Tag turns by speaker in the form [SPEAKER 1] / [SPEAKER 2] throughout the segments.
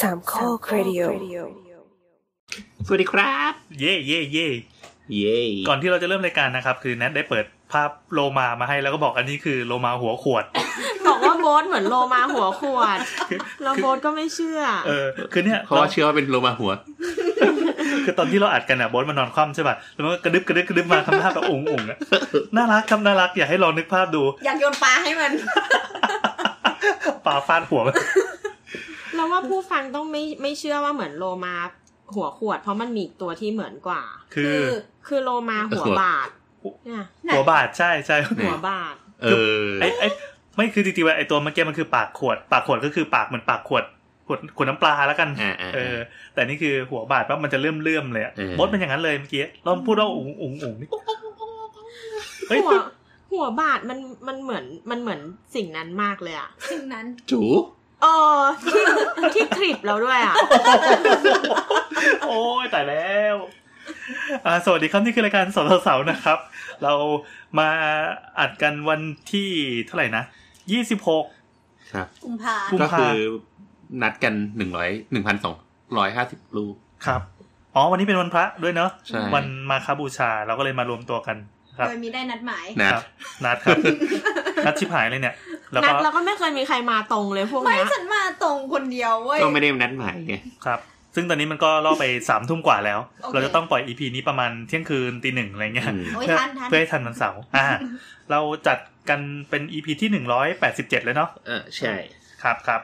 [SPEAKER 1] สามข้อครดิโอ
[SPEAKER 2] สวัสดีครับ
[SPEAKER 3] เย่เย่เย่
[SPEAKER 2] เย้
[SPEAKER 3] ก่อนที่เราจะเริ่มรายการนะครับ คือแนทได้เปิดภาพโลมามาให้แล้วก็บอกอันนี้คือโลมาหัวขวด
[SPEAKER 4] บอกว่าโบ๊ทเหมือนโลมาหัวขว ด แล้วโบ๊ทก็ไม่เชื่อ
[SPEAKER 3] เออ คือเนี่ย
[SPEAKER 2] เพราะว่าเชื่อว่าเป็นโลมาหัว
[SPEAKER 3] คือตอนที่เราอัดกันอ่ะโบอสมันนอนคว่ำใช่ป่ะแล้วมันก็กระดึบกระดึบกระดึบมาทำท่ าแบบองงๆอ่ะน่ารักครับน่ารักอยากให้ลองนึกภาพดู
[SPEAKER 5] อยากโยนปลาให้มัน
[SPEAKER 3] ป่าฟาด หัวมัน
[SPEAKER 4] เราว่าผู้ฟังต้องไม่ไม่เชื่อว่าเหมือนโลมาหัวขวด เพราะมันมีอีกตัวที่เหมือนกว่า
[SPEAKER 3] คือ
[SPEAKER 4] คือโลมาหัวบาดเนี่ย
[SPEAKER 3] หัวบาดใช่ใช่
[SPEAKER 2] ไหน
[SPEAKER 4] หัวบาด
[SPEAKER 2] เออ
[SPEAKER 3] ไอไอไม่คือจริงๆว่าไอตัวเมื่อกี้มันคือปากขวด ปากขวดก็คือปากเหมือนปากขวดขวดขวดน้ำปลาแล้วกัน
[SPEAKER 2] อ่าอ่า
[SPEAKER 3] เออ แต่นี่คือหัวบาดปั๊บมันจะเลื่อมเลื่อมๆเลยอะ
[SPEAKER 2] เออ
[SPEAKER 3] โบอสเป็นอย่างนั้นเลยเมื่อกี้ลองพูดว่าอุ๋งอุ๋งอุ๋งนี่เฮ้ย
[SPEAKER 4] หัวหัวบาดมันมันเหมือนมันเหมือนสิ่งนั้นมากเลยอะ
[SPEAKER 5] สิ่งนั้น
[SPEAKER 2] จู
[SPEAKER 4] เออที่ที่คลิปแล้วด้วยอะ
[SPEAKER 3] โอ้ยตายแล้วอ่าสวัสดีครับนี่คือรายการสาวสาวๆนะครับ เรามาอัดกันวันที่เท่าไหร่นะยี่สิบหก
[SPEAKER 2] ครับ
[SPEAKER 5] กุมภา
[SPEAKER 3] กุมภา
[SPEAKER 2] ก็คือนัดกันหนึ่งร้อยหนึ่งพันสองร้อยห้าสิบลูก
[SPEAKER 3] ครับอ๋อวันนี้เป็นวันพระด้วยเนาะ
[SPEAKER 2] ใช่
[SPEAKER 3] วันมาคบูชาเราก็เลยมารวมตัวกันครับ
[SPEAKER 5] โดยมีได้นัดหมาย
[SPEAKER 2] นัด
[SPEAKER 3] ครับนัดครับ นัดชิบหายเลยเนี่ย แล้ว
[SPEAKER 4] นั
[SPEAKER 3] ก็
[SPEAKER 4] ดแล้วก็ไม่เคยมีใครมาตรงเลยพวก
[SPEAKER 5] ไม่
[SPEAKER 4] เนี้ย
[SPEAKER 5] ฉันมาตรงคนเดียวเว้ย
[SPEAKER 2] ก็ไม่ได้นัดหมายไง
[SPEAKER 3] ครับ ซึ่งตอนนี้มันก็ล่อไปสามทุ่มกว่าแล้ว
[SPEAKER 5] โอเค
[SPEAKER 3] เราจะต้องปล่อยอีพีนี้ประมาณเที่ยงคืนตีหนึ่งอะไรเงี้ย
[SPEAKER 2] อืม
[SPEAKER 5] โอ้ย
[SPEAKER 3] เพื่อ
[SPEAKER 5] ทันทัน
[SPEAKER 3] เพื่อให้ทันวันเสาร์ อ่า เราจัดกันเป็นอีพีที่หนึ่งร้อยแปดสิบเจ็ดเลยเนาะ
[SPEAKER 2] เออใช่
[SPEAKER 3] ครับครับ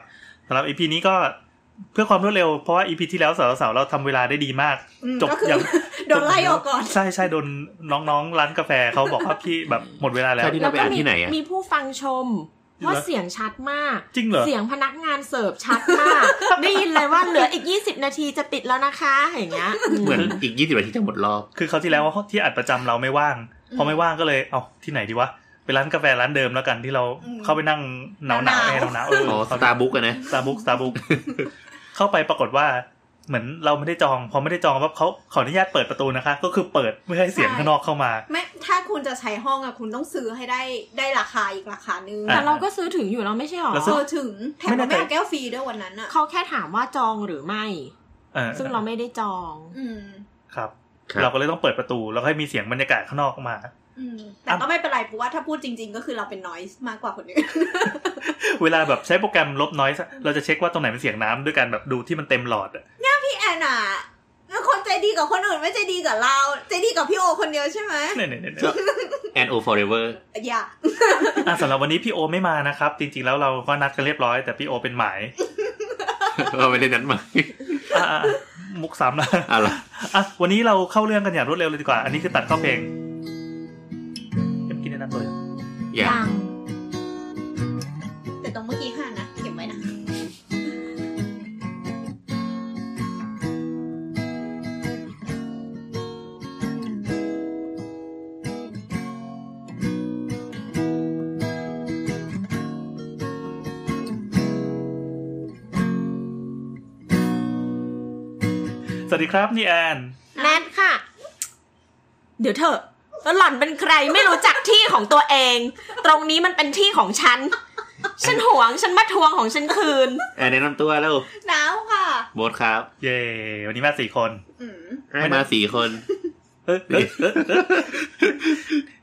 [SPEAKER 3] สำหรับอีพีนี้ก็เพื่อความรวดเร็วเพราะว่าอีพีที่แล้วสาวสาวๆเราทำเวลาได้ดีมาก
[SPEAKER 5] อืม
[SPEAKER 3] จบ
[SPEAKER 5] ก็คือ
[SPEAKER 3] อย่าง
[SPEAKER 5] โดนไล่ออกก่อน
[SPEAKER 3] ใช่ใช่โดนน้องๆร้านกาแฟเขาบอกว่าพี่แบบหมดเวลาแล้ว
[SPEAKER 2] ใช่ที่เราไปอ่าน
[SPEAKER 4] มี
[SPEAKER 2] ที่ไหนอ่ะ
[SPEAKER 4] มีผู้ฟังชมว่าเสียงชัดมาก
[SPEAKER 3] จริงเหรอ
[SPEAKER 4] เสียงพนักงานเสิร์ฟชัด มาก ได้ยินเลยว่าเหลืออีก 20 นาทีจะปิดแล้วนะคะ อย่างเงี้ย
[SPEAKER 2] เหมือนอีกยี่สิบนาทีจะหมดรอบ
[SPEAKER 3] คือเขาวที่แล้วที่อัดประจำเราไม่ว่าง
[SPEAKER 5] อืม
[SPEAKER 3] พอไม่ว่างก็เลยเอาที่ไหนดีวะไปร้านกาแฟร้านเดิมแล้วกันที่เรา
[SPEAKER 5] อืม
[SPEAKER 3] เข้าไปนั่งหนาวหนาว
[SPEAKER 5] หนาวๆ
[SPEAKER 3] แอร์หนาวหนาวๆเอ
[SPEAKER 2] อ๋อ
[SPEAKER 3] อ
[SPEAKER 2] สตาร์บุกอะนะ
[SPEAKER 3] สตาร์บุกสตาร์บุก เข้าไปปรากฏว่าเหมือนเราไม่ได้จองพอไม่ได้จองว่าเขาขออนุญาตเปิดประตูนะคะ ก็คือเปิดไม่ให้เสียงข้างนอกเข้ามา
[SPEAKER 5] ไม่ ถ้าคุณจะใช้ห้องอะคุณต้องซื้อให้ได้ได้ราคาอีกราคานึง
[SPEAKER 3] อ่ะ
[SPEAKER 4] แต่เราก็ซื้อถึงอยู่เราไม่ใช่หรอ
[SPEAKER 3] เราซื้
[SPEAKER 5] เออถึง แถม
[SPEAKER 3] ไม่แน่
[SPEAKER 5] เรา
[SPEAKER 3] ใจ
[SPEAKER 5] ไม่เอาแก้วฟรีด้วยวันนั้นอะ
[SPEAKER 4] เขาแค่ถามว่าจองหรือ ไม่
[SPEAKER 3] เออ
[SPEAKER 4] ซึ่งเราไม่ได้จอง
[SPEAKER 5] อืม
[SPEAKER 3] ครับ
[SPEAKER 2] ครับ
[SPEAKER 3] เราก็เลยต้องเปิดประตูแล้วให้มีเสียงบรรยากาศข้างนอกออกมา
[SPEAKER 5] อืม แต่ก็ไม่เป็นไรเพราะว่าถ้าพูดจริง ๆ ก็คือเราเป็นนอยส์มากกว่าคนอื่น
[SPEAKER 3] เวลาแบบใช้โปรแกรมลบน้อยเราจะเช็คว่าตรงไหนเป็นเสียงน้ำด้วยการแบบดูที่มันเต็มหลอดอะ
[SPEAKER 5] พี่แอนอะเป็นคนใจดีกับคนอื่นไม่ใจดีกับเรา ใจดีกับพี่โอคนเดียวใช่ไหม
[SPEAKER 3] เนี่ยเนี่ยเนี่ยเนี่ย
[SPEAKER 2] แอนโอฟอร์เอ เวอร์
[SPEAKER 5] อย่า
[SPEAKER 3] อ่ะสำหรับวันนี้พี่โอไม่มานะครับ จริงๆแล้วเราก็นัดกันเรียบร้อย แต่พี่โอเป็นหมาย
[SPEAKER 2] ไม่ได้นัดหมาย
[SPEAKER 3] อ่ะอ่ะอ่ะมุกซ้ำนะ
[SPEAKER 2] เอาล่ะไร
[SPEAKER 3] อ่ะวันนี้เราเข้าเรื่องกันอย่างรวดเร็วเลยดีกว่า อันนี้คือตัดเข้าเพลงเอ็มกินในนั้นตัวเลย
[SPEAKER 2] อย่าง
[SPEAKER 4] ยัง
[SPEAKER 5] แต่ตรงเมื่อกี้ห้านะเก็บไว้นะ
[SPEAKER 3] สวัสดีครับนี่แอน
[SPEAKER 4] แนทค่ะ เดี๋ยวเถอะแล้วหล่อนเป็นใครไม่รู้จักที่ของตัวเอง ตรงนี้มันเป็นที่ของฉัน ฉันหวงฉันมาทวงของฉันคืน
[SPEAKER 2] แอนแนะนำตัวแล้ว
[SPEAKER 5] หนาวค่ะ
[SPEAKER 2] โบทครับ
[SPEAKER 3] เย่วันนี้มาสี่คน
[SPEAKER 5] อืม
[SPEAKER 2] ให้มาสี่คน
[SPEAKER 3] เอยเอยเอยเอย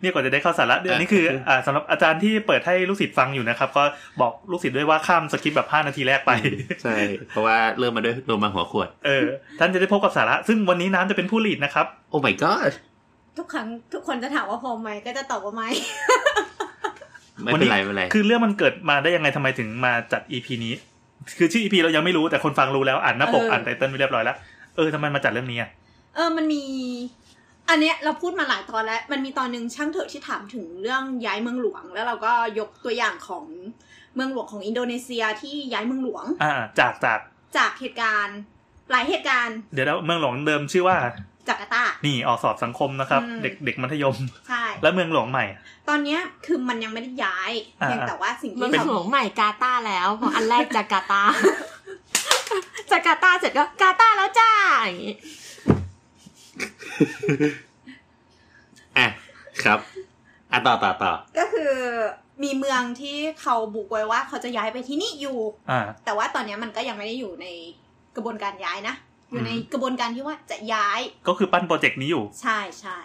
[SPEAKER 3] เนี่ยกว่าจะได้เข้าสาระเดือนนี้คืออ่าสำหรับอาจารย์ที่เปิดให้ลูกศิษย์ฟังอยู่นะครับ ก็บอกลูกศิษย์ด้วยว่าข้ามสคริปต์แบบ 5 นาทีแรกไป
[SPEAKER 2] ใช่ เพราะว่าเริ่มมาด้วยโลมาหัวขวด
[SPEAKER 3] เออท่านจะได้พบกับสาระ ซึ่งวันนี้น้ำจะเป็นผู้ลีดนะครับ
[SPEAKER 2] โอ้ my god
[SPEAKER 5] ทุกครั้งทุกคนจะถามว่าพอไหมก็จะตอบว่าไม่
[SPEAKER 2] ไม่เป็นไรไม่เป็นไร
[SPEAKER 3] คือเรื่องมันเกิดมาได้ยังไงทำไมถึงมาจัดอีพีนี้ คือชื่ออีพีเรายังไม่รู้แต่คนฟังรู้แล้วอ่านหน้าปก
[SPEAKER 5] เอออ่
[SPEAKER 3] อ่านไตเติ้ลไปเรียบร้อยแล้ว เออทำไมมาจัดเรื่องนี้อ่ะ
[SPEAKER 5] เออมันมี อันเนี้ยเราพูดมาหลายตอนแล้ว มันมีตอนหนึ่งช่างเถอะที่ถามถึงเรื่องย้ายเมืองหลวง แล้วเราก็ยกตัวอย่างของเมืองหลวงของอินโดนีเซียที่ย้ายเมืองหลวง
[SPEAKER 3] อ่า จากจาก
[SPEAKER 5] จากเหตุการณ์หลายเหตุการณ์
[SPEAKER 3] เดี๋ยวนะเมืองหลวงเดิมชื่อว่า
[SPEAKER 5] จาการ์ตา
[SPEAKER 3] นี่ออกสอบสังคมนะครับ
[SPEAKER 5] อืม
[SPEAKER 3] เด็กเด็กมัธยม
[SPEAKER 5] ใช่
[SPEAKER 3] แล้วเมืองหลวงใหม่
[SPEAKER 5] ตอนเนี้ยคือมันยังไม่ได้ย้าย
[SPEAKER 3] อ่า
[SPEAKER 5] เพียงแต่ว่าสิ่ง
[SPEAKER 4] เมือ
[SPEAKER 5] ที่
[SPEAKER 4] ง
[SPEAKER 5] เรา
[SPEAKER 4] หลวงใหม่กาตาร์แล้วเพราะอันแรกจาการ์ ตา จาการ์ตาเสร็จก็กาตาร์แล้วจ้าอย่างงี้
[SPEAKER 2] อ่ะ ครับ อ่ะ ต่อต่อต่อ
[SPEAKER 5] ก็คือมีเมืองที่เขาบุกไว้ว่าเขาจะย้ายไปที่นี่อยู่
[SPEAKER 3] อ่า
[SPEAKER 5] แต่ว่าตอนเนี้ยมันก็ยังไม่ได้อยู่ใน กระบวนการย้ายนะ อยู่ใน
[SPEAKER 3] อืม
[SPEAKER 5] กระบวนการที่ว่าจะย้าย
[SPEAKER 3] ก็คือปั้นโปรเจกต์นี้อยู่
[SPEAKER 5] ใช่ใช่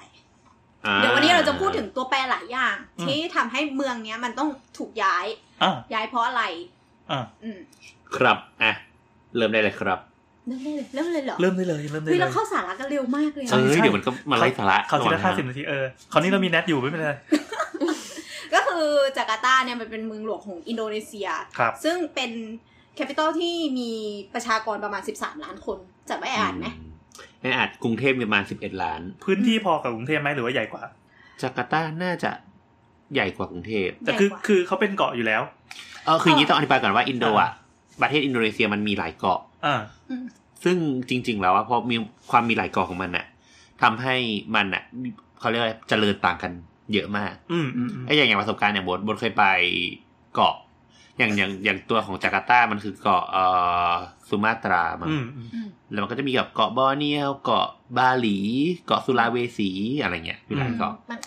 [SPEAKER 2] อ่า
[SPEAKER 5] เดี๋ยววันนี้เราจะพูดถึงตัวแปรหลายอย่าง
[SPEAKER 3] อืม
[SPEAKER 5] ที่ทำให้เมืองเนี้ยมันต้องถูกย้าย
[SPEAKER 3] อ่า
[SPEAKER 5] ย้ายเพราะอะไร
[SPEAKER 3] อ่า
[SPEAKER 5] อืม
[SPEAKER 2] ครับอ่ะเริ่มได้เลยครับ
[SPEAKER 5] เริ่มได้เลยเริ่มเลยเหรอ
[SPEAKER 3] เริ่มได้เลยเริ่มได้
[SPEAKER 5] เฮ้ย
[SPEAKER 3] เล
[SPEAKER 5] เรา
[SPEAKER 3] ย
[SPEAKER 5] เข้าสาระกันเร็วมากเลยอะ
[SPEAKER 3] ใช่
[SPEAKER 2] เอ้ยเดี๋ยวมันก็มาไล่สาระ
[SPEAKER 3] เขาวที่
[SPEAKER 2] ก่อ
[SPEAKER 3] ละ
[SPEAKER 2] นนะ
[SPEAKER 3] ห้าสิบนาทีเออคราวนี้เรามีแนทอยู่ไม่เป็นไร
[SPEAKER 5] ก็คือจาการ์ตาเนี่ยมันเป็นเมืองหลวงของอินโดนีเซีย
[SPEAKER 3] ครับ
[SPEAKER 5] ซึ่งเป็นแคปิตอลที่มีประชากรประมาณ 13 ล้านคนจะไม่อ่านไหม
[SPEAKER 2] อืมในอาจกรุงเทพมีประมาณสิบเอ็ดล้าน
[SPEAKER 3] พื้นที่พอกับกรุงเทพไหมหรือว่าใหญ่กว่า
[SPEAKER 2] จาการ์ตาน่าจะใหญ่กว่ากรุงเทพ
[SPEAKER 3] แต่คือ
[SPEAKER 5] ใหญ่กว่า
[SPEAKER 3] คือเขาเป็นเกาะอยู่แล้ว
[SPEAKER 2] เออคืออย่างนี้ต้องอธิบายก่อนว่าอินโดอ่ะประเทศอินโดนีเซียมันมีหลายเกาะ
[SPEAKER 3] อ่า
[SPEAKER 2] ซึ่งจริง ๆ แล้วอะเพราะมีความมีหลายเกาะของมันน่ะทำให้มันน่ะเขาเรียกว่าเจริญต่างกันเยอะมาก
[SPEAKER 3] อืมอืมอืม
[SPEAKER 2] ไอ้อย่างอย่างประสบการณ์อย่างโบทโบทเคยไปเกาะ อย่างอย่างอย่างตัวของจาการ์ตา มันคือเกาะเอ่อสุมาตรามั้ง
[SPEAKER 3] อืมอืม
[SPEAKER 5] อืม
[SPEAKER 2] แล้วมันก็จะมีแบบเกาะบอร์เนียวเกาะบาหลี เกาะสุลาเวสีอะไรเงี้ยมีหลายเกาะ
[SPEAKER 5] มัน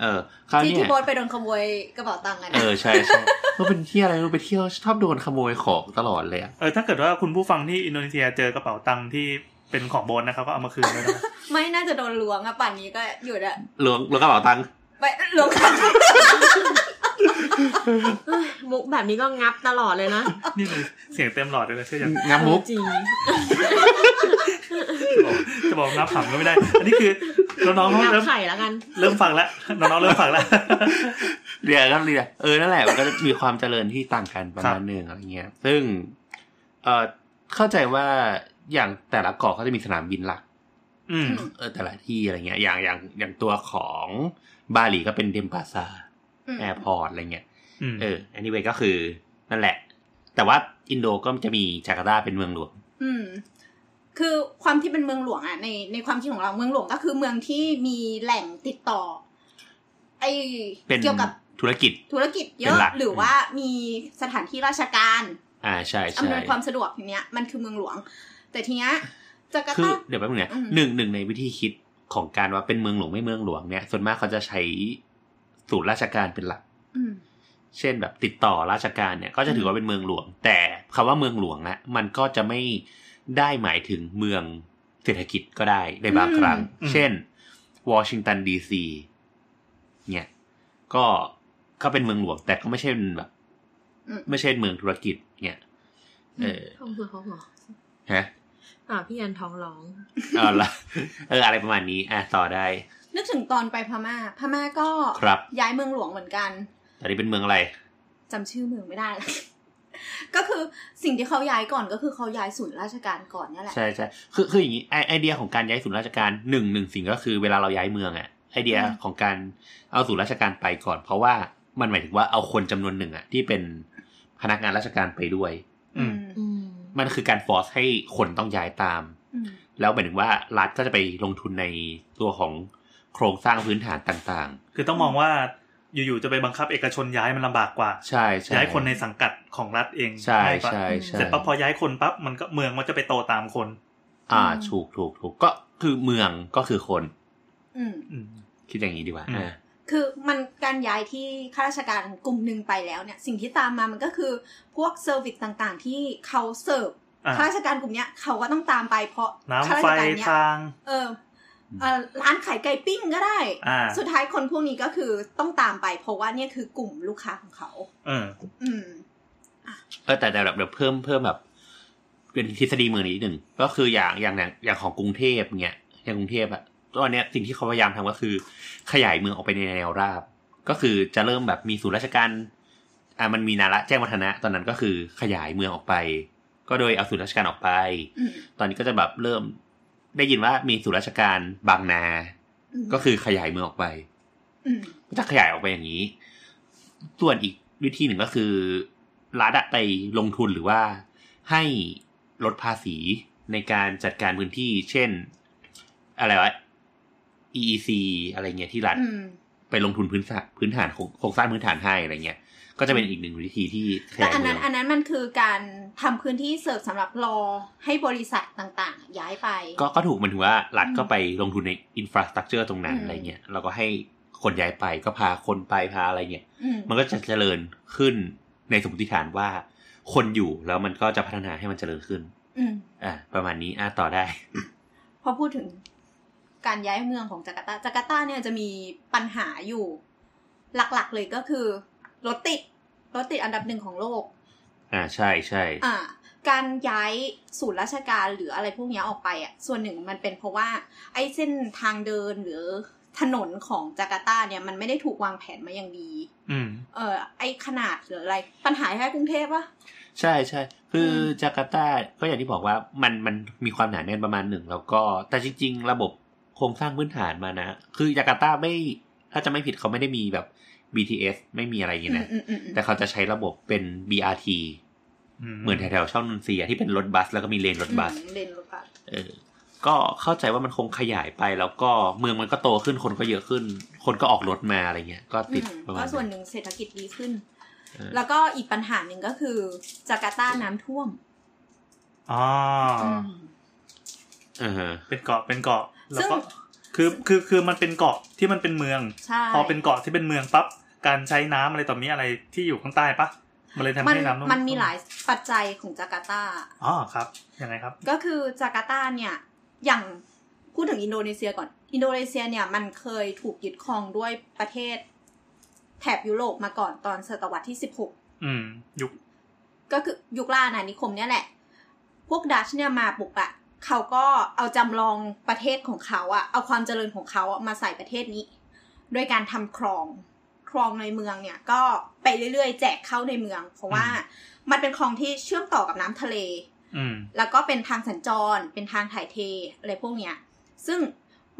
[SPEAKER 2] เออคราว
[SPEAKER 5] ที่
[SPEAKER 2] เนี้
[SPEAKER 5] ที่
[SPEAKER 2] ย
[SPEAKER 5] โบอสไปโดนขโมยกระเป๋าตังค์อะ
[SPEAKER 2] เออ
[SPEAKER 5] นะ
[SPEAKER 2] ใช่ใช่ ก็เป็นที่อะไรไม่รู้ไปเที่ยวชอบโดนขโมยของตลอดเลยอะ
[SPEAKER 3] เออถ้าเกิดว่าคุณผู้ฟังที่อินโดนีเซียเจอกระเป๋าตังค์ที่เป็นของโบนนะครับก็เอามาคืนด้วยนะ
[SPEAKER 5] ไม่น่าจะโดนล้วงอะป่านนี้ก็อยู่อะ
[SPEAKER 2] ล้วงล้วงกระเป๋าตังค์
[SPEAKER 5] ไปล้วงกัน
[SPEAKER 1] เอ้ยมุกแบบนี้ก็งับตลอดเลยนะ
[SPEAKER 3] นี่เลยเสียงเต็มหลอดเลยนะเชื่อยัง
[SPEAKER 2] งับมุก
[SPEAKER 1] จริง
[SPEAKER 3] จะบอกจะบอกนับขำก็ไม่ได้ อันนี้คือน้องๆ
[SPEAKER 1] งับ
[SPEAKER 3] เริ่ม
[SPEAKER 1] ไข่แล้วกัน
[SPEAKER 3] เริ่มฟังแล้วน้องๆเริ่มฟังแล้ว
[SPEAKER 2] เรียนก็เรียนเออนั่นแหละมันก็มีความเจริญที่ต่างกันประมาณหนึ่งอะไรเงี้ย ซึ่งเออเข้าใจว่าอย่างแต่ละเกาะเขาจะมีสนามบินหลัก
[SPEAKER 3] อืม
[SPEAKER 2] เออแต่ละที่อะไรเงี้ย อย่างอย่างอย่างตัวของบาหลีก็เป็นเดมปาซาแอร์พอร์ตอะไรเงี้ย
[SPEAKER 3] อืม
[SPEAKER 2] เออ anyway ก็คือนั่นแหละ แต่ว่าอินโดก็จะมีจาการ์ตาเป็นเมืองหลวง
[SPEAKER 5] อืม คือความที่เป็นเมืองหลวงอ่ะในในความคิดของเราเมืองหลวงก็คือเมืองที่มีแหล่งติดต่อ ไอ
[SPEAKER 2] เป็น
[SPEAKER 5] เกี่ยวกับ
[SPEAKER 2] ธุรกิจ
[SPEAKER 5] ธุรกิจเย
[SPEAKER 2] เป็น
[SPEAKER 5] อะ
[SPEAKER 2] หลัก
[SPEAKER 5] หรือว่ามีสถานที่ราชการ
[SPEAKER 2] อ่าใช่ใช่
[SPEAKER 5] อำนวยความสะดวกอย่างเนี้ยมันคือเมืองหลวง แต่ทีเนี้ยจาการ์
[SPEAKER 2] คือ
[SPEAKER 5] ตา
[SPEAKER 2] เดี๋ยวแป๊บนึงนะ
[SPEAKER 5] อืม
[SPEAKER 2] หนึ่งหนึ่งในวิธีคิดของการว่าเป็นเมืองหลวงไม่เมืองหลวงเนี่ย ส่วนมากเขาจะใช้ศูนย์ราชการเป็นหลัก
[SPEAKER 5] อืม
[SPEAKER 2] เช่นแบบติดต่อราชการเนี่ย ก็จะถือว่าเป็นเมืองหลวง แต่คำว่าเมืองหลวงนะมันก็จะไม่ได้หมายถึงเมืองเศรษฐกิจก็ได้ในบางครั้ง
[SPEAKER 3] อืม
[SPEAKER 2] เช่นวอชิงตันดีซีเนี่ย ก็เขาเป็นเมืองหลวง แต่ก็ไม่ใช่แบบ
[SPEAKER 5] อืม
[SPEAKER 2] ไม่ใช่เมืองธุรกิจ เนี่ย เออ
[SPEAKER 1] ทองหัวทองหัว
[SPEAKER 2] ฮะ
[SPEAKER 1] อ่าพี่ยันท้องร้อง
[SPEAKER 2] เอาละ เอออะไรประมาณนี้อ่ะต่อได้
[SPEAKER 5] นึกถึงตอนไปพม่า พม่าก็
[SPEAKER 2] ครับ
[SPEAKER 5] ย้ายเมืองหลวงเหมือนกัน
[SPEAKER 2] ตอนนี้เป็นเมืองอะไร
[SPEAKER 5] จำชื่อเมืองไม่ได้ละ ก็คือสิ่งที่เขาย้ายก่อนก็คือเขาย้ายศูนย์ราชการก่อนเนี่ยแหละ
[SPEAKER 2] ใช่ใช่คือคืออย่างนี้ไอไอเดียของการย้ายศูนย์ราชการหนึ่งหนึ่งสิ่งก็คือเวลาเราย้ายเมืองอะไอเดีย
[SPEAKER 5] อืม
[SPEAKER 2] ของการเอาศูนย์ราชการไปก่อน เพราะว่ามันหมายถึงว่าเอาคนจำนวนหนึ่งอะที่เป็นพนักงานราชการไปด้วย
[SPEAKER 3] อืม
[SPEAKER 1] อืม
[SPEAKER 2] มันคือการฟอร์สให้คนต้องย้ายตาม
[SPEAKER 5] อืม
[SPEAKER 2] แล้วหมายถึงว่ารัฐก็จะไปลงทุนในตัวของโครงสร้างพื้นฐานต่าง
[SPEAKER 3] คือต้องมองว่าอยู่ๆจะไปบังคับเอกชนย้ายมันลำบากกว่า
[SPEAKER 2] ๆ ใช่ใช่
[SPEAKER 3] ย้ายคนในสังกัดของรัฐเอง
[SPEAKER 2] ใช่
[SPEAKER 3] ง่ายกว่า
[SPEAKER 2] ใช่ใช่
[SPEAKER 3] เสร็จปั๊บพอย้ายคนปั๊บมันก็เมืองมันจะไปโตตามคน
[SPEAKER 2] อ่าถูกถูกถูกก็คือเมืองก็คือคน
[SPEAKER 5] อืม
[SPEAKER 3] อืม
[SPEAKER 2] คิดอย่างนี้ดีกว่า
[SPEAKER 3] อืม
[SPEAKER 2] อ่า
[SPEAKER 5] คือมันการย้ายที่ข้าราชการกลุ่มหนึ่งไปแล้วเนี่ย สิ่งที่ตามมามันก็คือพวกเซอร์วิสต่างๆ ที่เขาเสิร์ฟ
[SPEAKER 3] อ่ะ
[SPEAKER 5] ข้าราชการกลุ่มเนี้ยเขาก็ต้องตามไปเพราะข้า
[SPEAKER 3] น้ำ
[SPEAKER 5] รา
[SPEAKER 3] ไฟ
[SPEAKER 5] ชการเนี้ย
[SPEAKER 3] ทาง
[SPEAKER 5] เออเอ่อร้านขายไก่ปิ้งก็ได้
[SPEAKER 3] อ่า
[SPEAKER 5] สุดท้ายคนพวกนี้ก็คือต้องตามไป เพราะว่าเนี่ยคือกลุ่มลูกค้าของเขา
[SPEAKER 3] เออ
[SPEAKER 5] อืม
[SPEAKER 2] เออแต่แต่แบบเดี๋ยวเพิ่มเพิ่มแบบ เป็นทฤษฎีเมืองนิดหนึ่งก็คืออย่างอย่างอย่างอย่างของกรุงเทพเนี่ยอย่างกรุงเทพอะตอนเนี้ยสิ่งที่เขาพยายามทำก็คือ ขยายเมืองออกไปในแนวราบ ก็คือจะเริ่มแบบมีศูนย์ราชการอ่ามันมีนาระแจ้งวัฒนะ ตอนนั้นก็คือขยายเมืองออกไป ก็โดยเอาศูนย์ราชการออกไป
[SPEAKER 5] อืม
[SPEAKER 2] ตอนนี้ก็จะแบบเริ่มได้ยินว่ามีศูนย์ราชการบางนา
[SPEAKER 5] อืม
[SPEAKER 2] ก็คือขยายเมืองออกไป
[SPEAKER 5] อืม
[SPEAKER 2] ก็จะขยายออกไปอย่างนี้ ส่วนอีกวิธีหนึ่งก็คือรัฐอะไปลงทุนหรือว่าให้ลดภาษีในการจัดการพื้นที่ เช่น อะไรวะ EEC อะไรเงี้ยที่รัฐ
[SPEAKER 5] อืม
[SPEAKER 2] ไปลงทุนพื้นฐานพื้นฐานของโครงสร้างพื้นฐานให้อะไรเงี้ย ก็จะเป็นอีกหนึ่งวิธีที่ข
[SPEAKER 5] แต่
[SPEAKER 2] ยาย
[SPEAKER 5] อัน
[SPEAKER 2] เมื
[SPEAKER 5] นั้
[SPEAKER 2] อน ง
[SPEAKER 5] อันนั้นมันคือการทำพื้นที่เสิร์ฟสำหรับรอให้บริษัทต่างๆ ย้ายไป
[SPEAKER 2] ก็ก็ถูกมันถือว่ารัฐ
[SPEAKER 5] อืม
[SPEAKER 2] ก็ไปลงทุนในอินฟราสตรักเจอร์ตรงนั้น
[SPEAKER 5] อืม
[SPEAKER 2] อะไรเงี้ยแล้วก็ให้คนย้ายไปก็พาคนไปพาอะไรเงี้ย
[SPEAKER 5] อืม
[SPEAKER 2] มันก็จะเจริญขึ้นในสมมติฐานว่า คนอยู่แล้วมันก็จะพัฒนาให้มันเจริญขึ้น
[SPEAKER 5] อืม
[SPEAKER 2] อ่ะประมาณนี้อ่ะต่อได้
[SPEAKER 5] พอพูดถึงการย้ายเมืองของจาการ์ตา จาการ์ตาเนี่ยจะมีปัญหาอยู่หลักๆเลยก็คือรถติด รถติดอันดับหนึ่งของโลก
[SPEAKER 2] อ่าใช่ใช่
[SPEAKER 5] อ่า การย้ายศูนย์ราชการหรืออะไรพวกเนี้ยออกไปอ่ะ ส่วนหนึ่งมันเป็นเพราะว่า ไอ้เส้นทางเดินหรือถนนของจาการ์ตาเนี่ยมันไม่ได้ถูกวางแผนมาอย่างดี
[SPEAKER 3] อืม
[SPEAKER 5] เออไอ้ขนาดหรืออะไร ปัญหาแค่กรุงเทพวะ
[SPEAKER 2] ใช่ใช่คืออ
[SPEAKER 5] ม
[SPEAKER 2] จาการ์ตาก็อย่างที่บอกว่ามันมันมีความหนาแน่นประมาณหนึ่งแล้วก็แต่จริง ๆ ระบบโครงสร้างพื้นฐานมานะ คือจาการ์ตาไม่ถ้าจะไม่ผิดเขาไม่ได้มีแบบ BTS ไม่มีอะไรอย่างนี้นะ
[SPEAKER 5] อืมอืมอืม
[SPEAKER 2] แต่เขาจะใช้ระบบเป็น BRT เหมือนแถวๆช่องนนทรีย์อะที่เป็นรถบัสแล้วก็มีเลนรถบัส
[SPEAKER 5] อืมเลนรถบัส
[SPEAKER 2] เออ ก็เข้าใจว่ามันคงขยายไปแล้วก็เมืองมันก็โตขึ้นคนก็เยอะขึ้น คนก็ออกรถมาอะไรเงี้ย ก็ติด
[SPEAKER 5] อืม
[SPEAKER 2] ประมาณ
[SPEAKER 5] ก็ส่วน
[SPEAKER 2] นั้น
[SPEAKER 5] หนึ่งเศรษฐกิจดีขึ้น
[SPEAKER 2] เออ
[SPEAKER 5] แล้วก็อีกปัญหาหนึ่งก็คือจาการ์ตาน้ำท่วม
[SPEAKER 3] อ๋ออ
[SPEAKER 5] ม
[SPEAKER 2] เออฮะ
[SPEAKER 3] เป็นเกาะเป็นเกาะ
[SPEAKER 5] ซึ่
[SPEAKER 3] แล้ว
[SPEAKER 5] ง
[SPEAKER 3] ก็คือคือคือมันเป็นเกาะที่มันเป็นเมือง
[SPEAKER 5] ใช่
[SPEAKER 3] พอเป็นเกาะที่เป็นเมืองปั๊บการใช้น้ำอะไรต่อมีอะไรที่อยู่ข้างใต้ปะมันเลยทำ
[SPEAKER 5] มัน
[SPEAKER 3] ให้น้ำท่ว
[SPEAKER 5] มันมีหลายปัจจัยของจาการ์ตา
[SPEAKER 3] อ๋อครับยังไงครับ
[SPEAKER 5] ก็คือจาการ์ตาเนี่ยอย่างพูดถึงอินโดนีเซียก่อน อินโดนีเซียเนี่ยมันเคยถูกยึดครองด้วยประเทศแถบยุโรปมาก่อนตอนศตวรรษที่ 16
[SPEAKER 3] อืม ยุค
[SPEAKER 5] ก็คือยุคล่าอาณานิคมเนี่ยแหละ พวกดัชเนี่ยมาปลุกอะเขาก็เอาจำลองประเทศของเขาอะเอาความเจริญของเขาอะมาใส่ประเทศนี้ โดยการทำคลอง คลองในเมืองเนี่ยก็ไปเรื่อยๆ แจกเข้าในเมือง เพราะว่ามันเป็นคลองที่เชื่อมต่อกับน้ำทะเล
[SPEAKER 3] อืม
[SPEAKER 5] แล้วก็เป็นทางสัญจร เป็นทางถ่ายเทอะไรพวกเนี้ย ซึ่ง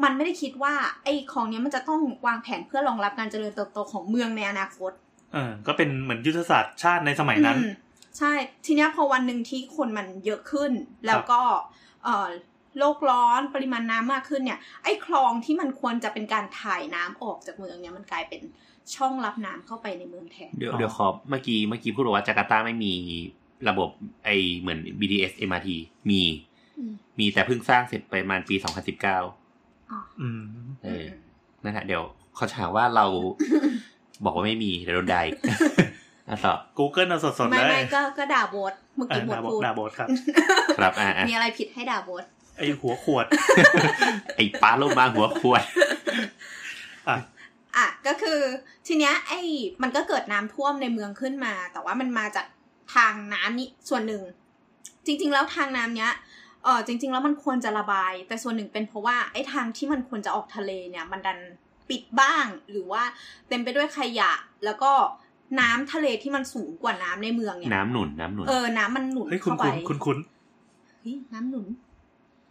[SPEAKER 5] มันไม่ได้คิดว่าไอ้คลองเนี้ยมันจะต้องวางแผนเพื่อรองรับการเจริญเติบโตของเมืองในอนาคต
[SPEAKER 3] เออ ก็เป็นเหมือนยุทธศาสตร์ชาติในสมัยนั้น
[SPEAKER 5] อืมใช่ทีเนี้ยพอวันหนึ่งที่คนมันเยอะขึ้น แล้วก็เอ่อโลกร้อนปริมาณน้ำมากขึ้นเนี่ย ไอ้คลองที่มันควรจะเป็นการถ่ายน้ำออกจากเมืองเนี่ยมันกลายเป็นช่องรับน้ำเข้าไปในเมืองแทน
[SPEAKER 2] เดี๋ยวเดี๋ยวขอเมื่อกี้เมื่อกี้พูดว่าจาการ์ตาไม่มีระบบไอเหมือน BTS MRT มี มีแต่เพิ่งสร้างเสร็จไปประมาณปี 2019เ
[SPEAKER 3] อืม
[SPEAKER 2] ออนั่นแหละเดี๋ยวเขาจะหาว่า เรา บอกว่าไม่มีเดี๋ยวโดนใดาอีก อ่ะต่อ
[SPEAKER 3] Google เอาสดๆ
[SPEAKER 5] ไม่
[SPEAKER 3] เลย
[SPEAKER 5] ไม่ก็ก็ด่าโบสเมื่อ
[SPEAKER 3] เอ
[SPEAKER 5] กี้
[SPEAKER 3] อ
[SPEAKER 5] โบส
[SPEAKER 3] ดาบดา
[SPEAKER 5] พูด
[SPEAKER 3] บดครับ
[SPEAKER 2] ครับอ่ะอ่ะ
[SPEAKER 5] มีอะไรผิดให้ด่าโบส
[SPEAKER 3] ไอหัวขวด
[SPEAKER 2] ไอป้าโลมาหัวควาย
[SPEAKER 5] อ่ะก็คือทีเนี้ยไอ้มันก็เกิดน้ำท่วมในเมืองขึ้นมา แต่ว่ามันมาจากทางน้ำนี่ส่วนหนึ่ง จริง ๆ แล้วทางน้ำเนี้ย เออจริง ๆ แล้วมันควรจะระบาย แต่ส่วนหนึ่งเป็นเพราะว่าไอ้ทางที่มันควรจะออกทะเลเนี่ยมันดันปิดบ้าง หรือว่าเต็มไปด้วยขยะ แล้วก็น้ำทะเลที่มันสูงกว่าน้ำในเมืองเนี่ย
[SPEAKER 2] น้ำหนุนน้ำหนุน
[SPEAKER 5] เออน้ำมันหนุน
[SPEAKER 3] เฮ้ย คุณ
[SPEAKER 5] เข้าไป
[SPEAKER 3] คุณคุณคุณ
[SPEAKER 5] เฮ้ยน้ำหนุน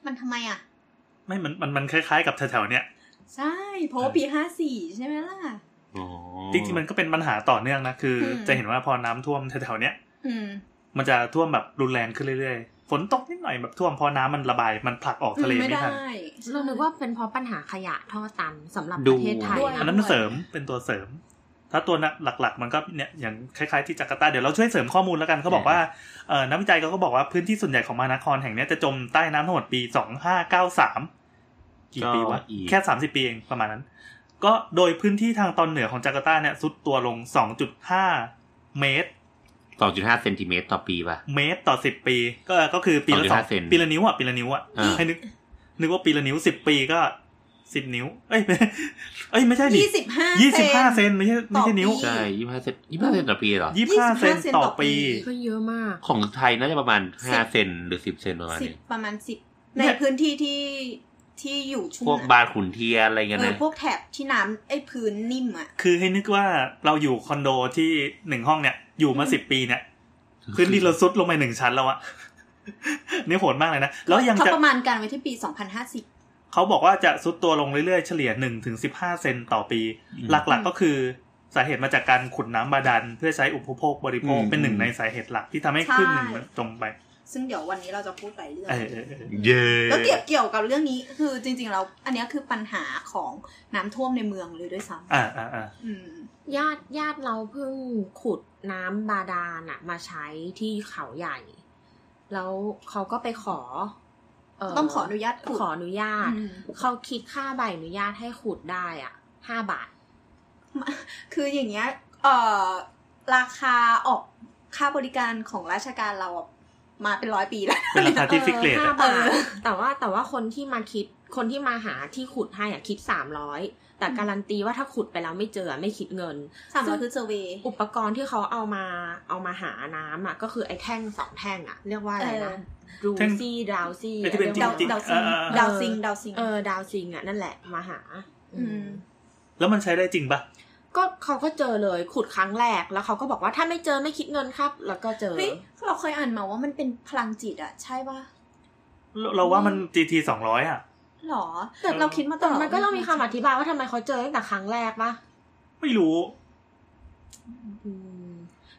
[SPEAKER 5] มันทำไมอ่ะ
[SPEAKER 3] ไม่มันมันมันคล้ายๆกับแถวๆเนี้ย
[SPEAKER 5] ใช่เพราะว่าปีห้าสี่ใช่ไหมล่ะ
[SPEAKER 2] อ๋อ
[SPEAKER 3] จริงๆมันก็เป็นปัญหาต่อเนื่องนะคืออ
[SPEAKER 5] ม
[SPEAKER 3] จะเห็นว่าพอน้ำท่วมแถวๆเนี้ย
[SPEAKER 5] อืม
[SPEAKER 3] มันจะท่วมแบบรุนแรงขึ้นเรื่อยๆ ฝนตกนิดหน่อยแบบท่วมพอน้ำมันระบายมันผลักออกทะเลไม่ทัน
[SPEAKER 4] เรานึกว่าเป็นเพราะปัญหาขยะท่อตันสำหรับ
[SPEAKER 2] ดู
[SPEAKER 4] ประเทศไทย
[SPEAKER 5] ด้วย
[SPEAKER 3] อันนั้นมันเสริมเป็นตัวเสริม ถ้าตัวหนักหลัก ๆ มันก็เนี่ยอย่างคล้ายๆที่จาการ์ตาเดี๋ยวเราช่วยเสริมข้อมูลแล้วกันเขาบอกว่าเอ่อนักวิจัยเขาก็บอกว่าพื้นที่ส่วนใหญ่ของมานาครแห่งเนี้ยจะจมใต้น้ำทั้งหมดปี 2593 กี่ปีวะ
[SPEAKER 2] ก็อีก
[SPEAKER 3] แค่ 30 ปีเองประมาณนั้น ก็โดยพื้นที่ทางตอนเหนือของจาการ์ตาเนี่ยซุดตัวลง 2.5 เมตร
[SPEAKER 2] สองจุดห้าเซนติเมตรต่อปีป่ะ
[SPEAKER 3] เมตรต่อสิบปี ก็ก็คือปีละ
[SPEAKER 2] 2.5
[SPEAKER 3] สอง
[SPEAKER 2] เซน
[SPEAKER 3] ปีละนิ้วอ่ะปีละนิ้วอ่ะ
[SPEAKER 2] อ่า
[SPEAKER 3] ให้นึกนึกว่าปีละนิ้วสิบปีก็สิบนิ้ว เอ้ย เอ้ยไม่ใช่ดิ
[SPEAKER 5] ยี่สิบห้า
[SPEAKER 3] ยี่สิบห้าเซนไม่ใช่ไม่ใช่
[SPEAKER 5] ต่อปี
[SPEAKER 3] นิ้ว
[SPEAKER 2] ใช่ยี่ห้าเซนยี่ห้าเซนต่อปีเหรอ
[SPEAKER 3] ยี่สิบห้าเซนต่อปี
[SPEAKER 4] ก็เยอะมาก
[SPEAKER 2] ของไทยน่าจะประมาณห้าเซนหรือสิบเซนประมาณ
[SPEAKER 5] สิบ
[SPEAKER 2] นี้
[SPEAKER 5] ประมาณสิบ
[SPEAKER 3] เนี่
[SPEAKER 5] ใน
[SPEAKER 3] ย
[SPEAKER 5] พื้นที่ที่ที่อยู่ชุ่ม
[SPEAKER 2] พวก
[SPEAKER 5] น้ำ
[SPEAKER 2] บาร์ขุนเทียนอะไรเงี้ย
[SPEAKER 5] เออ
[SPEAKER 2] นะ
[SPEAKER 5] พวกแถบที่น้ำไอ้พื้นนิ่มอ่ะ
[SPEAKER 3] คือให้นึกว่าเราอยู่คอนโดที่หนึ่งห้องเนี่ย อยู่มา
[SPEAKER 5] อืม
[SPEAKER 3] สิบปีเนี่ย พื้นดินเราซุดลงไปหนึ่งชั้นแล้วอะ นี่โหดมากเลยนะ แล้วยัง
[SPEAKER 5] เขา
[SPEAKER 3] จะ
[SPEAKER 5] ประมาณการไว้ที่ปี 2050
[SPEAKER 3] เขาบอกว่าจะซุดตัวลงเรื่อยๆ เฉลี่ยหนึ่งถึงสิบห้าเซนต่อปี
[SPEAKER 2] อืม
[SPEAKER 3] หลักๆก็คือสาเหตุมาจากการขุดน้ำบาดาลเพื่อใช้อุปโภคบริโภค
[SPEAKER 2] อืม
[SPEAKER 3] เป็นหนึ่งในสาเหตุหลักที่ทำให้
[SPEAKER 5] ใช่
[SPEAKER 3] คลื่นหนึ่งมันจมไป
[SPEAKER 5] ซึ่งเดี๋ยววันนี้เราจะพูดหลายเรื่อง
[SPEAKER 3] เออเออเออ
[SPEAKER 2] เย่
[SPEAKER 5] ก็เกี่ยวเกี่ยวกับเรื่องนี้คือจริงๆเราอันเนี้ยคือปัญหาของน้ำท่วมในเมืองเลยด้วยซ้
[SPEAKER 3] อ่าอ่าอ่า
[SPEAKER 5] ำอืม
[SPEAKER 4] ญาติญาติเราเพิ่งขุดน้ำบาดาลน่ะ มาใช้ที่เขาใหญ่ แล้วเขาก็ไปขอเ
[SPEAKER 5] ต้องขออนุญาตขุด
[SPEAKER 4] ขออนุญาต
[SPEAKER 5] อืม
[SPEAKER 4] เขาคิดค่าใบอนุญาตให้ขุดได้อ่ะห้าบาท
[SPEAKER 5] คืออย่างเงี้ยเอ่อราคาออกค่าบริการของราชการเราอะ มาเป็นร้อยปีแล้ว
[SPEAKER 3] เป็นราคาที่ฟิกเรท
[SPEAKER 4] ห้า
[SPEAKER 3] อะ
[SPEAKER 4] บาทแต่ว่าแต่ว่าคนที่มาคิดคนที่มาหาที่ขุดให้อ่ะคิดสามร้อยแต่การันตีว่าถ้าขุดไปแล้วไม่เจอไม่คิดเงิน
[SPEAKER 5] สามร้อยคือเซอร์เวย์
[SPEAKER 4] อุปกรณ์ที่เขาเอามาเอามาหาน้ำอ่ะก็คือไอ้แท่งสองแท่งอ่ะ เรียกว่าอะไรนะดูซี่ดาวซี่
[SPEAKER 3] ไอ้ที่เป็นจ
[SPEAKER 5] ดาว
[SPEAKER 3] ริง
[SPEAKER 5] ดาว
[SPEAKER 3] ๆ
[SPEAKER 5] ซิ
[SPEAKER 3] เอง อเออเออ
[SPEAKER 5] ดาวซิงดาวซิง
[SPEAKER 4] เออดาวซิงอ่ะนั่นแหละมาหา
[SPEAKER 5] อืม
[SPEAKER 3] แล้วมันใช้ได้จริงปะ
[SPEAKER 4] ก็เขาก็เจอเลยขุดครั้งแรกแล้วเขาก็บอกว่าถ้าไม่เจอไม่คิดเงินครับ แล้วก็เจอ
[SPEAKER 5] เฮ้ยเราเคยอ่านมาว่ามันเป็นพลังจิตอะใช่ปะ
[SPEAKER 3] เราเราว่ามัน GT สองร้อยอ่ะ
[SPEAKER 5] หรอแต่เราคิดมาต
[SPEAKER 4] แต่
[SPEAKER 5] ลอด
[SPEAKER 4] มันก็ต้องมีคำอธิบายว่าทำไมเขาเจอตั้งแต่ครั้งแรกปะ
[SPEAKER 3] ไม่รู้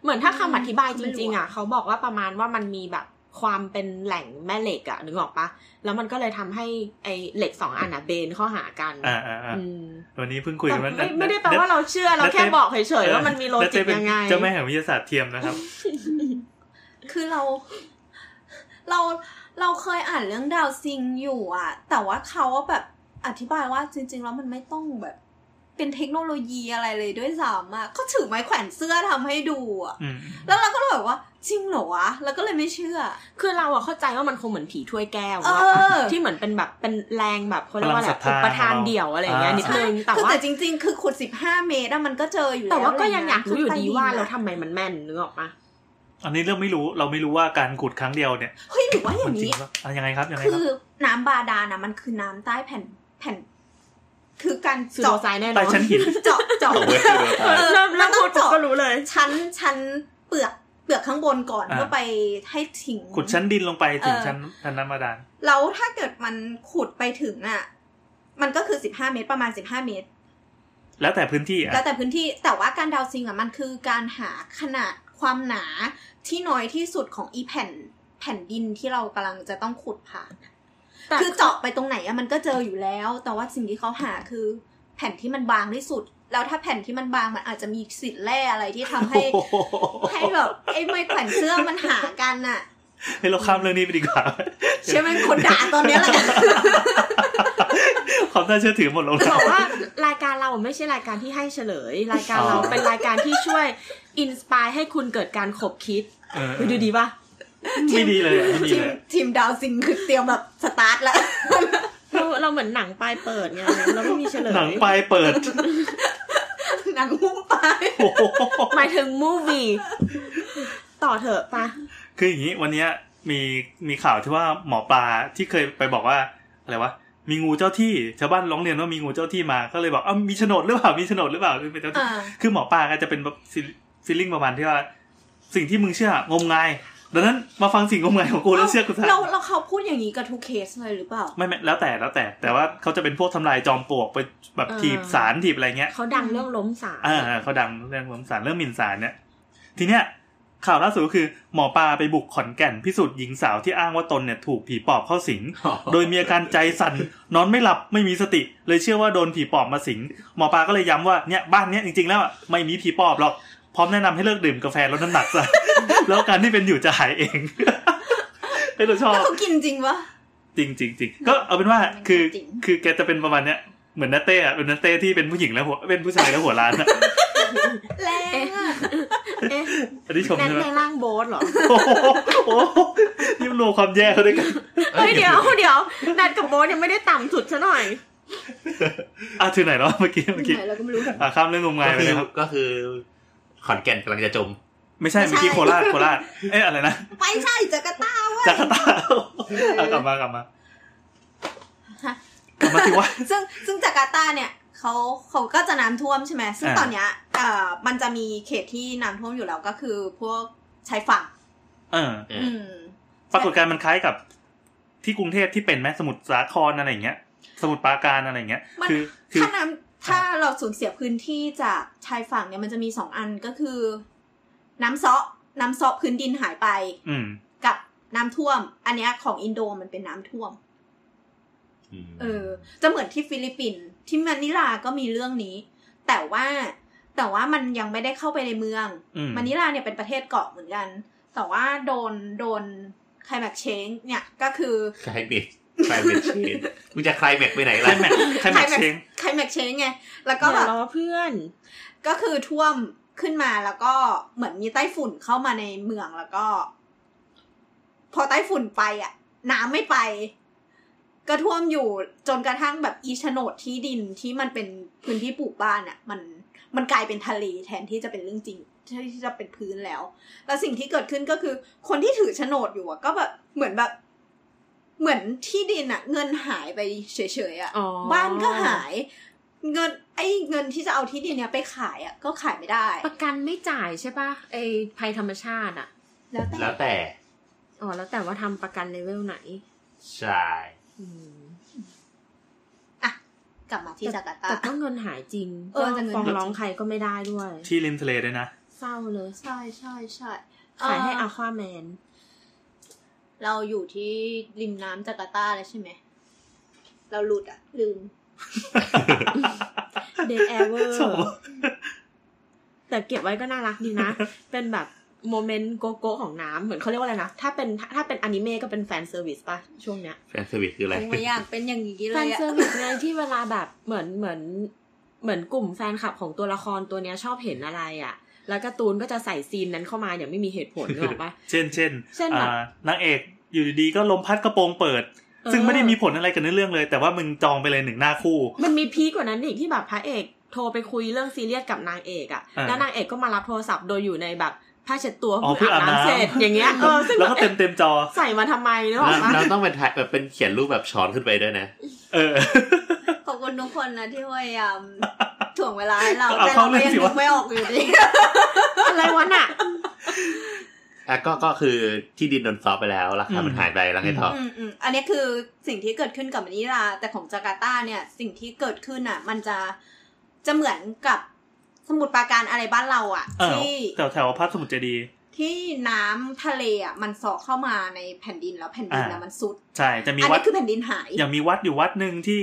[SPEAKER 4] เหมือนถ้าคำอธิบายจริง ๆ อ่ะ เขาบอกว่าประมาณว่ามันมีแบบความเป็นแหล่งแม่เหล็กอ่ะนึกออกปะแล้วมันก็เลยทำให้ไอเหล็กสองอันอ่ะเบนเข้าหากัน
[SPEAKER 3] อ่าอ่าอ่า
[SPEAKER 4] อืม
[SPEAKER 3] วันนี้เพิ่งคุยกันว่า
[SPEAKER 4] แต่ไม่ไม่ได้แปลว่าเราเชื่อเราแค่บอกเฉยๆว่ามันมีโลจิกยังไง
[SPEAKER 3] เจ้าแม่แห่งวิทยาศาสตร์เทียมนะครับ
[SPEAKER 5] คือเรา เราเราเคยอ่านเรื่องดาวซิงอยู่อะแต่ว่าเขาแบบอธิบายว่าจริง ๆ แล้วมันไม่ต้องแบบ เป็นเทคโนโลยีอะไรเลยด้วยซ้ำอะเขาถือไม้แขวนเสื้อทำให้ดูอะ
[SPEAKER 3] อืม
[SPEAKER 5] แล้วเราก็เลยแบบว่า จริงเหรอวะแล้วก็เลยไม่เชื่อ
[SPEAKER 4] คือเราอะเข้าใจว่ามันคงเหมือนผีถ้วยแก้ว
[SPEAKER 5] เอ
[SPEAKER 4] อะ
[SPEAKER 5] อ
[SPEAKER 4] ที่เหมือนเป็นแบบเป็นแรงแบบเขาเรียกว่าอะไร
[SPEAKER 3] พลังศรัทธา
[SPEAKER 4] อุปทานเดี่ยวอะไรอย่างเงี้ย
[SPEAKER 3] อ่านิ
[SPEAKER 4] นิดนึงแต่
[SPEAKER 5] คือ
[SPEAKER 4] ว่า
[SPEAKER 5] แต่จริง ๆ คือขุด 15 เมตรอะมันก็เจออยู่
[SPEAKER 4] แต่ว่า
[SPEAKER 5] ล้
[SPEAKER 4] ก็ยังอยากรู้อยู่ดีว่า
[SPEAKER 5] ใต้น
[SPEAKER 4] เรา
[SPEAKER 5] อะ
[SPEAKER 4] ทำไมมันแม่นนึกออกปะ
[SPEAKER 3] อันนี้เรื่องไม่รู้เราไม่รู้ว่าการขุดครั้งเดียวเนี่ย
[SPEAKER 5] เฮ้ยหรือว่าอ
[SPEAKER 3] มั
[SPEAKER 5] ย่าน ง
[SPEAKER 3] จริง
[SPEAKER 5] นี้
[SPEAKER 3] ปะอ่ะยังไงครับยังไง
[SPEAKER 5] คื
[SPEAKER 3] ครั
[SPEAKER 5] อบ น้ำบาดาลนะมันคือน้ำใต้แผ่นแผ่น คือการ
[SPEAKER 4] ซูโร
[SPEAKER 5] เจาะ
[SPEAKER 4] ไซน์แน่น
[SPEAKER 3] ใต้
[SPEAKER 4] อน
[SPEAKER 3] ชั้นหิน
[SPEAKER 5] เจาะเจาะ
[SPEAKER 2] เอาเว้ยเอาเว้ย
[SPEAKER 5] เออ
[SPEAKER 4] เริ่ม
[SPEAKER 5] มั
[SPEAKER 4] เริ่
[SPEAKER 5] น
[SPEAKER 4] ม
[SPEAKER 5] ต้อ
[SPEAKER 4] พู
[SPEAKER 5] ง
[SPEAKER 4] ดปุ๊บ
[SPEAKER 5] เจาะ
[SPEAKER 4] ก็รู้เลย
[SPEAKER 5] ชั้นชั้นเปลือกเปลือกข้างบนก่อน
[SPEAKER 3] อ่า
[SPEAKER 5] เพื่อไปให้ถึง
[SPEAKER 3] ขุดชั้นดินลงไปถึง
[SPEAKER 5] เออ
[SPEAKER 3] ชั้นชั้นน้ำบาดาล
[SPEAKER 5] แล้วถ้าเกิดมันขุดไปถึงน่ะ มันก็คือ 15 เมตรประมาณ 15 เมตร
[SPEAKER 3] แล้วแต่พื้นที่อ่ะ
[SPEAKER 5] แล้วแต่พื้นที่แต่ว่าการดาวซิงอ่ะมันคือการหาขนาดความหนาที่น้อยที่สุดของอีแผ่นแผ่นดินที่เรากำลังจะต้องขุดผ่าน
[SPEAKER 4] แต่
[SPEAKER 5] คือเจาะไปตรงไหนอะมันก็เจออยู่แล้ว แต่ว่าสิ่งที่เขาหาคือ แผ่นที่มันบางที่สุด แล้วถ้าแผ่นที่มันบางมันอาจจะมีสิทธิ์แร่อะไรที่ทำ ให้
[SPEAKER 3] โอ้โห
[SPEAKER 5] ให้แบบไอ้ไม้แขวนเสื้อมันหากันน่ะ
[SPEAKER 3] เฮ้ยเราข้ามเรื่องนี้ไปดีกว่า
[SPEAKER 5] เชื่อไหมคนด่าตอนเนี้ยแหละ กัน
[SPEAKER 3] ความน่าเชื่อถือหมดลง
[SPEAKER 4] จะ
[SPEAKER 3] แล้
[SPEAKER 4] บ
[SPEAKER 3] ว
[SPEAKER 4] อกว่ารายการเราไม่ใช่รายการที่ให้เฉลย รายการเรา
[SPEAKER 3] อ๋อ
[SPEAKER 4] เป็นรายการที่ช่วยอินสปายให้คุณเกิดการขบคิด
[SPEAKER 3] เออ
[SPEAKER 4] ดูดีปะ
[SPEAKER 3] ไม่ดีเลยอ่ะไม่ดี
[SPEAKER 5] ทีม
[SPEAKER 3] เลย
[SPEAKER 5] ทีมดาวซิงคือเตรียมแบบสตาร์ทแล้ว
[SPEAKER 4] เราเราเหมือนหนังปลายเปิดไงเราไม่มีเฉลย
[SPEAKER 3] หนังปลายเปิด
[SPEAKER 5] หนังหุ้มไป
[SPEAKER 3] โอ้โห
[SPEAKER 4] หมายถึงมูวี่ต่อเถอะปะ
[SPEAKER 3] คืออย่างนี้วันเนี้ยมีมีข่าวที่ว่าหมอปลาที่เคยไปบอกว่าอะไรวะมีงูเจ้าที่ชาวบ้านร้องเรียนว่ามีงูเจ้าที่มาก็เลยบอกอ้าวมีโฉนดหรือเปล่ามีโฉนดหรือเปล่าเป็นเจ้าที่
[SPEAKER 5] อ่า
[SPEAKER 3] คือหมอปลาก็จะเป็นแบบฟีลลิ่งประมาณที่ว่า สิ่งที่มึงเชื่องมงาย ดังนั้นมาฟังสิ่งงมงายของกูแล้วเชื่อกูซะ
[SPEAKER 5] เราเราเขาพูดอย่างนี้กับทุกเคสเลยหรือเปล่า
[SPEAKER 3] ไม่ไม่แล้วแต่แล้วแต่ แต่ว่าเขาจะเป็นพวกทำลายจอมปลวกไปแบบถีบสารถีบอะไรเงี้ย
[SPEAKER 4] เขาดังเรื่องล้มสาร
[SPEAKER 3] เออเออเขาดังเรื่องล้มสารเรื่องหมิ่นสารเนี่ย ทีเนี้ยข่าวล่าสุดก็คือหมอปลาไปบุกขอนแก่นพิสูจน์หญิงสาวที่อ้างว่าตนเนี่ยถูกผีปอบเข้าสิง โดยมีอาการใจสั่นนอนไม่หลับไม่มีสติ เลยเชื่อว่าโดนผีปอบมาสิง หมอปลาก็เลยย้ำว่าเนี่ยบ้านเนี้ยจริงๆแล้วอะไม่มีผีปอบหรอกพร้อมแนะนำให้เลิกดื่มกาแฟลดน้ำหนักซะ แล้วการที่เป็นอยู่จะหายเอง เฮ้ยเราชอบ
[SPEAKER 5] เขากินจริงวะ
[SPEAKER 3] จริงจริงจริงก็เอาเป็นว่าคือ
[SPEAKER 5] จริง
[SPEAKER 3] คือแกจะเป็นประมาณเนี้ยเหมือนนาเต้อะเป็นนาเต้ที่เป็นผู้หญิงแล้วหัวเป็นผู้ชายแล้วหัวล้าน อะ
[SPEAKER 5] แรงอะ
[SPEAKER 4] เอ๊ะ
[SPEAKER 3] อันนี้ชม
[SPEAKER 4] นั่น
[SPEAKER 3] ใช่ไหม
[SPEAKER 4] ในร่างโบสเหรอ
[SPEAKER 3] โอ้โหโอ้โหนี่มันรวมความแย่เขาด้วยกัน
[SPEAKER 4] เฮ้ยเดี๋ยวเดี๋ยวนัดกับโบสยังไม่ได้ต่ำสุดซะหน่อย
[SPEAKER 3] อ่ะถึงไหนแล้วเมื่อกี้เมื่อกี้
[SPEAKER 5] ไหนเราก็ไม่รู้
[SPEAKER 3] อ่ะข้ามเรื่องงมงาย
[SPEAKER 2] ก็
[SPEAKER 3] ไป
[SPEAKER 2] คือ
[SPEAKER 3] นะครับ
[SPEAKER 2] ก็คือขอนแก่นกำลังจะจม
[SPEAKER 3] ไม่ใช่
[SPEAKER 5] ไม่
[SPEAKER 3] เมื่อ
[SPEAKER 5] ใช่
[SPEAKER 3] กี้โคราชโคราช เอ๊ะอะไรนะ
[SPEAKER 5] ไม่ใช่จาการ์ตาเว้ย
[SPEAKER 3] จาการ์ตาเอากลับมากลับมา กลับมาที่ว่า
[SPEAKER 5] ซึ่งซึ่งจาการ์ตาเนี่ยเขาเขาก็จะน้ำท่วมใช่ไหมซึ่ง
[SPEAKER 3] อ่า
[SPEAKER 5] ตอนเนี้ยเอ่อมันจะมีเขตที่น้ำท่วมอยู่แล้วก็คือพวกชายฝั่ง
[SPEAKER 3] เออ
[SPEAKER 2] เอออื
[SPEAKER 5] อืม
[SPEAKER 3] ปรากฏการณ์มันคล้ายกับ ที่กรุงเทพที่เป็นไหมสมุทรสาครอะไรอย่างเงี้ย สมุทรปราการอะไรอย่างเงี้ย
[SPEAKER 5] มัน
[SPEAKER 3] คือคือ
[SPEAKER 5] ถ้าน้ำถ้าเราสูญเสียพื้นที่จากชายฝั่งเนี่ยมันจะมีสองอันก็คือ น้ำเซาะน้ำเซาะพื้นดินหายไป
[SPEAKER 3] อืม
[SPEAKER 5] กับน้ำท่วม อันเนี้ยของอินโดมันเป็นน้ำท่วม เออจะเหมือนที่ฟิลิปปินส์ที่มะนิลาก็มีเรื่องนี้ แต่ว่าแต่ว่ามันยังไม่ได้เข้าไปในเมือง
[SPEAKER 3] อืม
[SPEAKER 5] นิลาเนี่ยเป็นประเทศเกาะเหมือนกัน แต่ว่าโดนโดนคลแม็กเชงเนี่ยก็คือ
[SPEAKER 2] คลายเมทคลายเมทเชน มึงจะคลายเมทไปไหน
[SPEAKER 3] ใคร
[SPEAKER 2] ล่ะ
[SPEAKER 3] แม็กใครแม็กเชง
[SPEAKER 5] คลแม็กเชงไงแล้วก็
[SPEAKER 4] ก็
[SPEAKER 5] แบ
[SPEAKER 4] แบบ บล้อเพื่อน
[SPEAKER 5] ก็คือท่วมขึ้นมาแล้วก็เหมือนมีไต้ฝุ่นเข้ามาในเมืองแล้วก็ พอใต้ฝุ่นไปอ่ะ น้ำไม่ไป ก็ท่วมอยู่จนกระทั่งแบบอีโฉนดที่ดินที่มันเป็นพื้นที่ปลูกบ้านอ่ะ มันมันกลายเป็นทะเลแทนที่จะเป็นเรื่องจริงที่จะเป็นพื้นแล้ว แล้วสิ่งที่เกิดขึ้นก็คือ คนที่ถือโฉนดอยู่อะก็แบบเหมือนแบบ เหมือนที่ดินอะเงินหายไปเฉยๆอะ
[SPEAKER 4] อ๋อ
[SPEAKER 5] บ้านก็หาย เงิน ไอ้เงินที่จะเอาที่ดินเนี้ยไปขายอะก็ขายไม่ได้
[SPEAKER 4] ประกันไม่จ่ายใช่ปะไอภัยธรรมชาติอ่ะ
[SPEAKER 5] แล้วแต่
[SPEAKER 2] แล้วแต่
[SPEAKER 4] อ๋อ แล้วแต่ว่าทำประกันเลเวลไหน
[SPEAKER 2] ใช่
[SPEAKER 4] อืม
[SPEAKER 5] กลับมาที่จาการ์ตา
[SPEAKER 4] แต่ก็เงินหายจริง
[SPEAKER 5] เออแต่เงิน
[SPEAKER 4] ฟ้องร้องใครก็ไม่ได้ด้วย
[SPEAKER 3] ที่ริมทะเลด้วยนะ
[SPEAKER 4] เศร้าเลย
[SPEAKER 5] ใช่ใช่ใช่
[SPEAKER 4] ขายให้
[SPEAKER 5] เอ่
[SPEAKER 4] อา
[SPEAKER 5] อ
[SPEAKER 4] ควาแมน
[SPEAKER 5] เราอยู่ที่ริมน้ำจาการ์ตาแล้วใช่ไหม เราหลุดอะลืม
[SPEAKER 4] เดย์แอร์เวอร์
[SPEAKER 3] โถ่
[SPEAKER 4] แต่เก็บไว้ก็น่ารักดีนะ เป็นแบบโมเมนต์โกโก้ของน้ำเหมือนเขาเรียกว่าอะไรนะ ถ้าเป็นถ้าเป็นอนิเมะก็เป็นแฟนเซอร์วิสป่ะ ช่วงเนี้ย
[SPEAKER 2] แฟนเซอร์วิสคือ อะไร
[SPEAKER 5] คงไม่อยากเป็นอย่างนี้เล
[SPEAKER 4] แฟน
[SPEAKER 5] ยอะ
[SPEAKER 4] เซอร์วิสไงที่เวลาแบบเหมือนเหมือนเหมือนกลุ่มแฟนคลับของตัวละครตัวเนี้ยชอบเห็นอะไรอ่ะ แล้วการ์ตูนก็จะใส่ซีนนั้นเข้ามาอย่างไม่มีเหตุผลนึกออกปะ
[SPEAKER 3] เช่นเช่น
[SPEAKER 4] เช่นแบบ
[SPEAKER 3] อ่านางเอกอยู่ดีๆก็ลมพัดกระโปรงเปิด
[SPEAKER 4] เออ
[SPEAKER 3] ซึ่งไม่ได้มีผลอะไรกับเนื้อเรื่องเลย แต่ว่ามึงจองไปเลยหนึ่งหน้าคู่
[SPEAKER 4] มันมีพีคกว่านั้นอีกที่แบบพระเอกโทรไปคุยเรื่องซีเรียสกับนางเอกอ่ะ
[SPEAKER 3] อ่า
[SPEAKER 4] แล้วนางเอกก็มารับโทรศัพท์โดยอยู่ในแบบผ้าเช็ดตัว
[SPEAKER 3] อ๋อเพื่ออาบน้
[SPEAKER 4] เสร็จ
[SPEAKER 3] ำ
[SPEAKER 4] อย่างเงี้ยเออซึ่ง
[SPEAKER 3] แล้วก็
[SPEAKER 4] แบบ
[SPEAKER 3] เต็มเต็มๆจอ
[SPEAKER 4] ใส่มาทำไมนึกอ
[SPEAKER 2] เรา
[SPEAKER 4] อกปะ
[SPEAKER 2] เราต้องเป็นถ่ายแบบเป็นเขียนรูปแบบช้อนขึ้นไปด้วยนะ
[SPEAKER 3] เออ
[SPEAKER 5] ขอบคุณทุกคนนะที่พยายามถ่วงเวลาให้เรา
[SPEAKER 3] เอา
[SPEAKER 5] แต่เรา
[SPEAKER 3] เข้า
[SPEAKER 5] ก็
[SPEAKER 3] เรื่
[SPEAKER 5] ยั
[SPEAKER 3] อง งสิ
[SPEAKER 5] นึ
[SPEAKER 3] วะ
[SPEAKER 5] กไม่ออกอยู่ดี
[SPEAKER 4] อะไรวะน่ะ
[SPEAKER 2] อ่ะก็ก็คือที่ดินโดนซอฟไปแล้ว ราคามัน
[SPEAKER 3] อืม
[SPEAKER 2] หายไปแล้วไงต่ออ
[SPEAKER 5] อืมอืมอันนี้คือสิ่งที่เกิดขึ้นกับมะนิลา แต่ของจาการ์ตาเนี่ยสิ่งที่เกิดขึ้นอ่ะ มันจะจะเหมือนกับสมุทรปราการอะไรบ้านเราอ่ะ
[SPEAKER 3] เออ
[SPEAKER 5] ที่
[SPEAKER 3] แถวแถวๆพัทสมุทรเจดีย์
[SPEAKER 5] ที่น้ำทะเลอ่ะมันสอกเข้ามาในแผ่นดินแล้วแผ่นดินอ่ะ
[SPEAKER 3] อ่ามั
[SPEAKER 5] มันซุด
[SPEAKER 3] ใช่จะมี
[SPEAKER 5] อัน
[SPEAKER 3] วัด
[SPEAKER 5] นี้คือแผ่นดินหาย
[SPEAKER 3] อย่างมีวัดอยู่วัดหนึ่งที่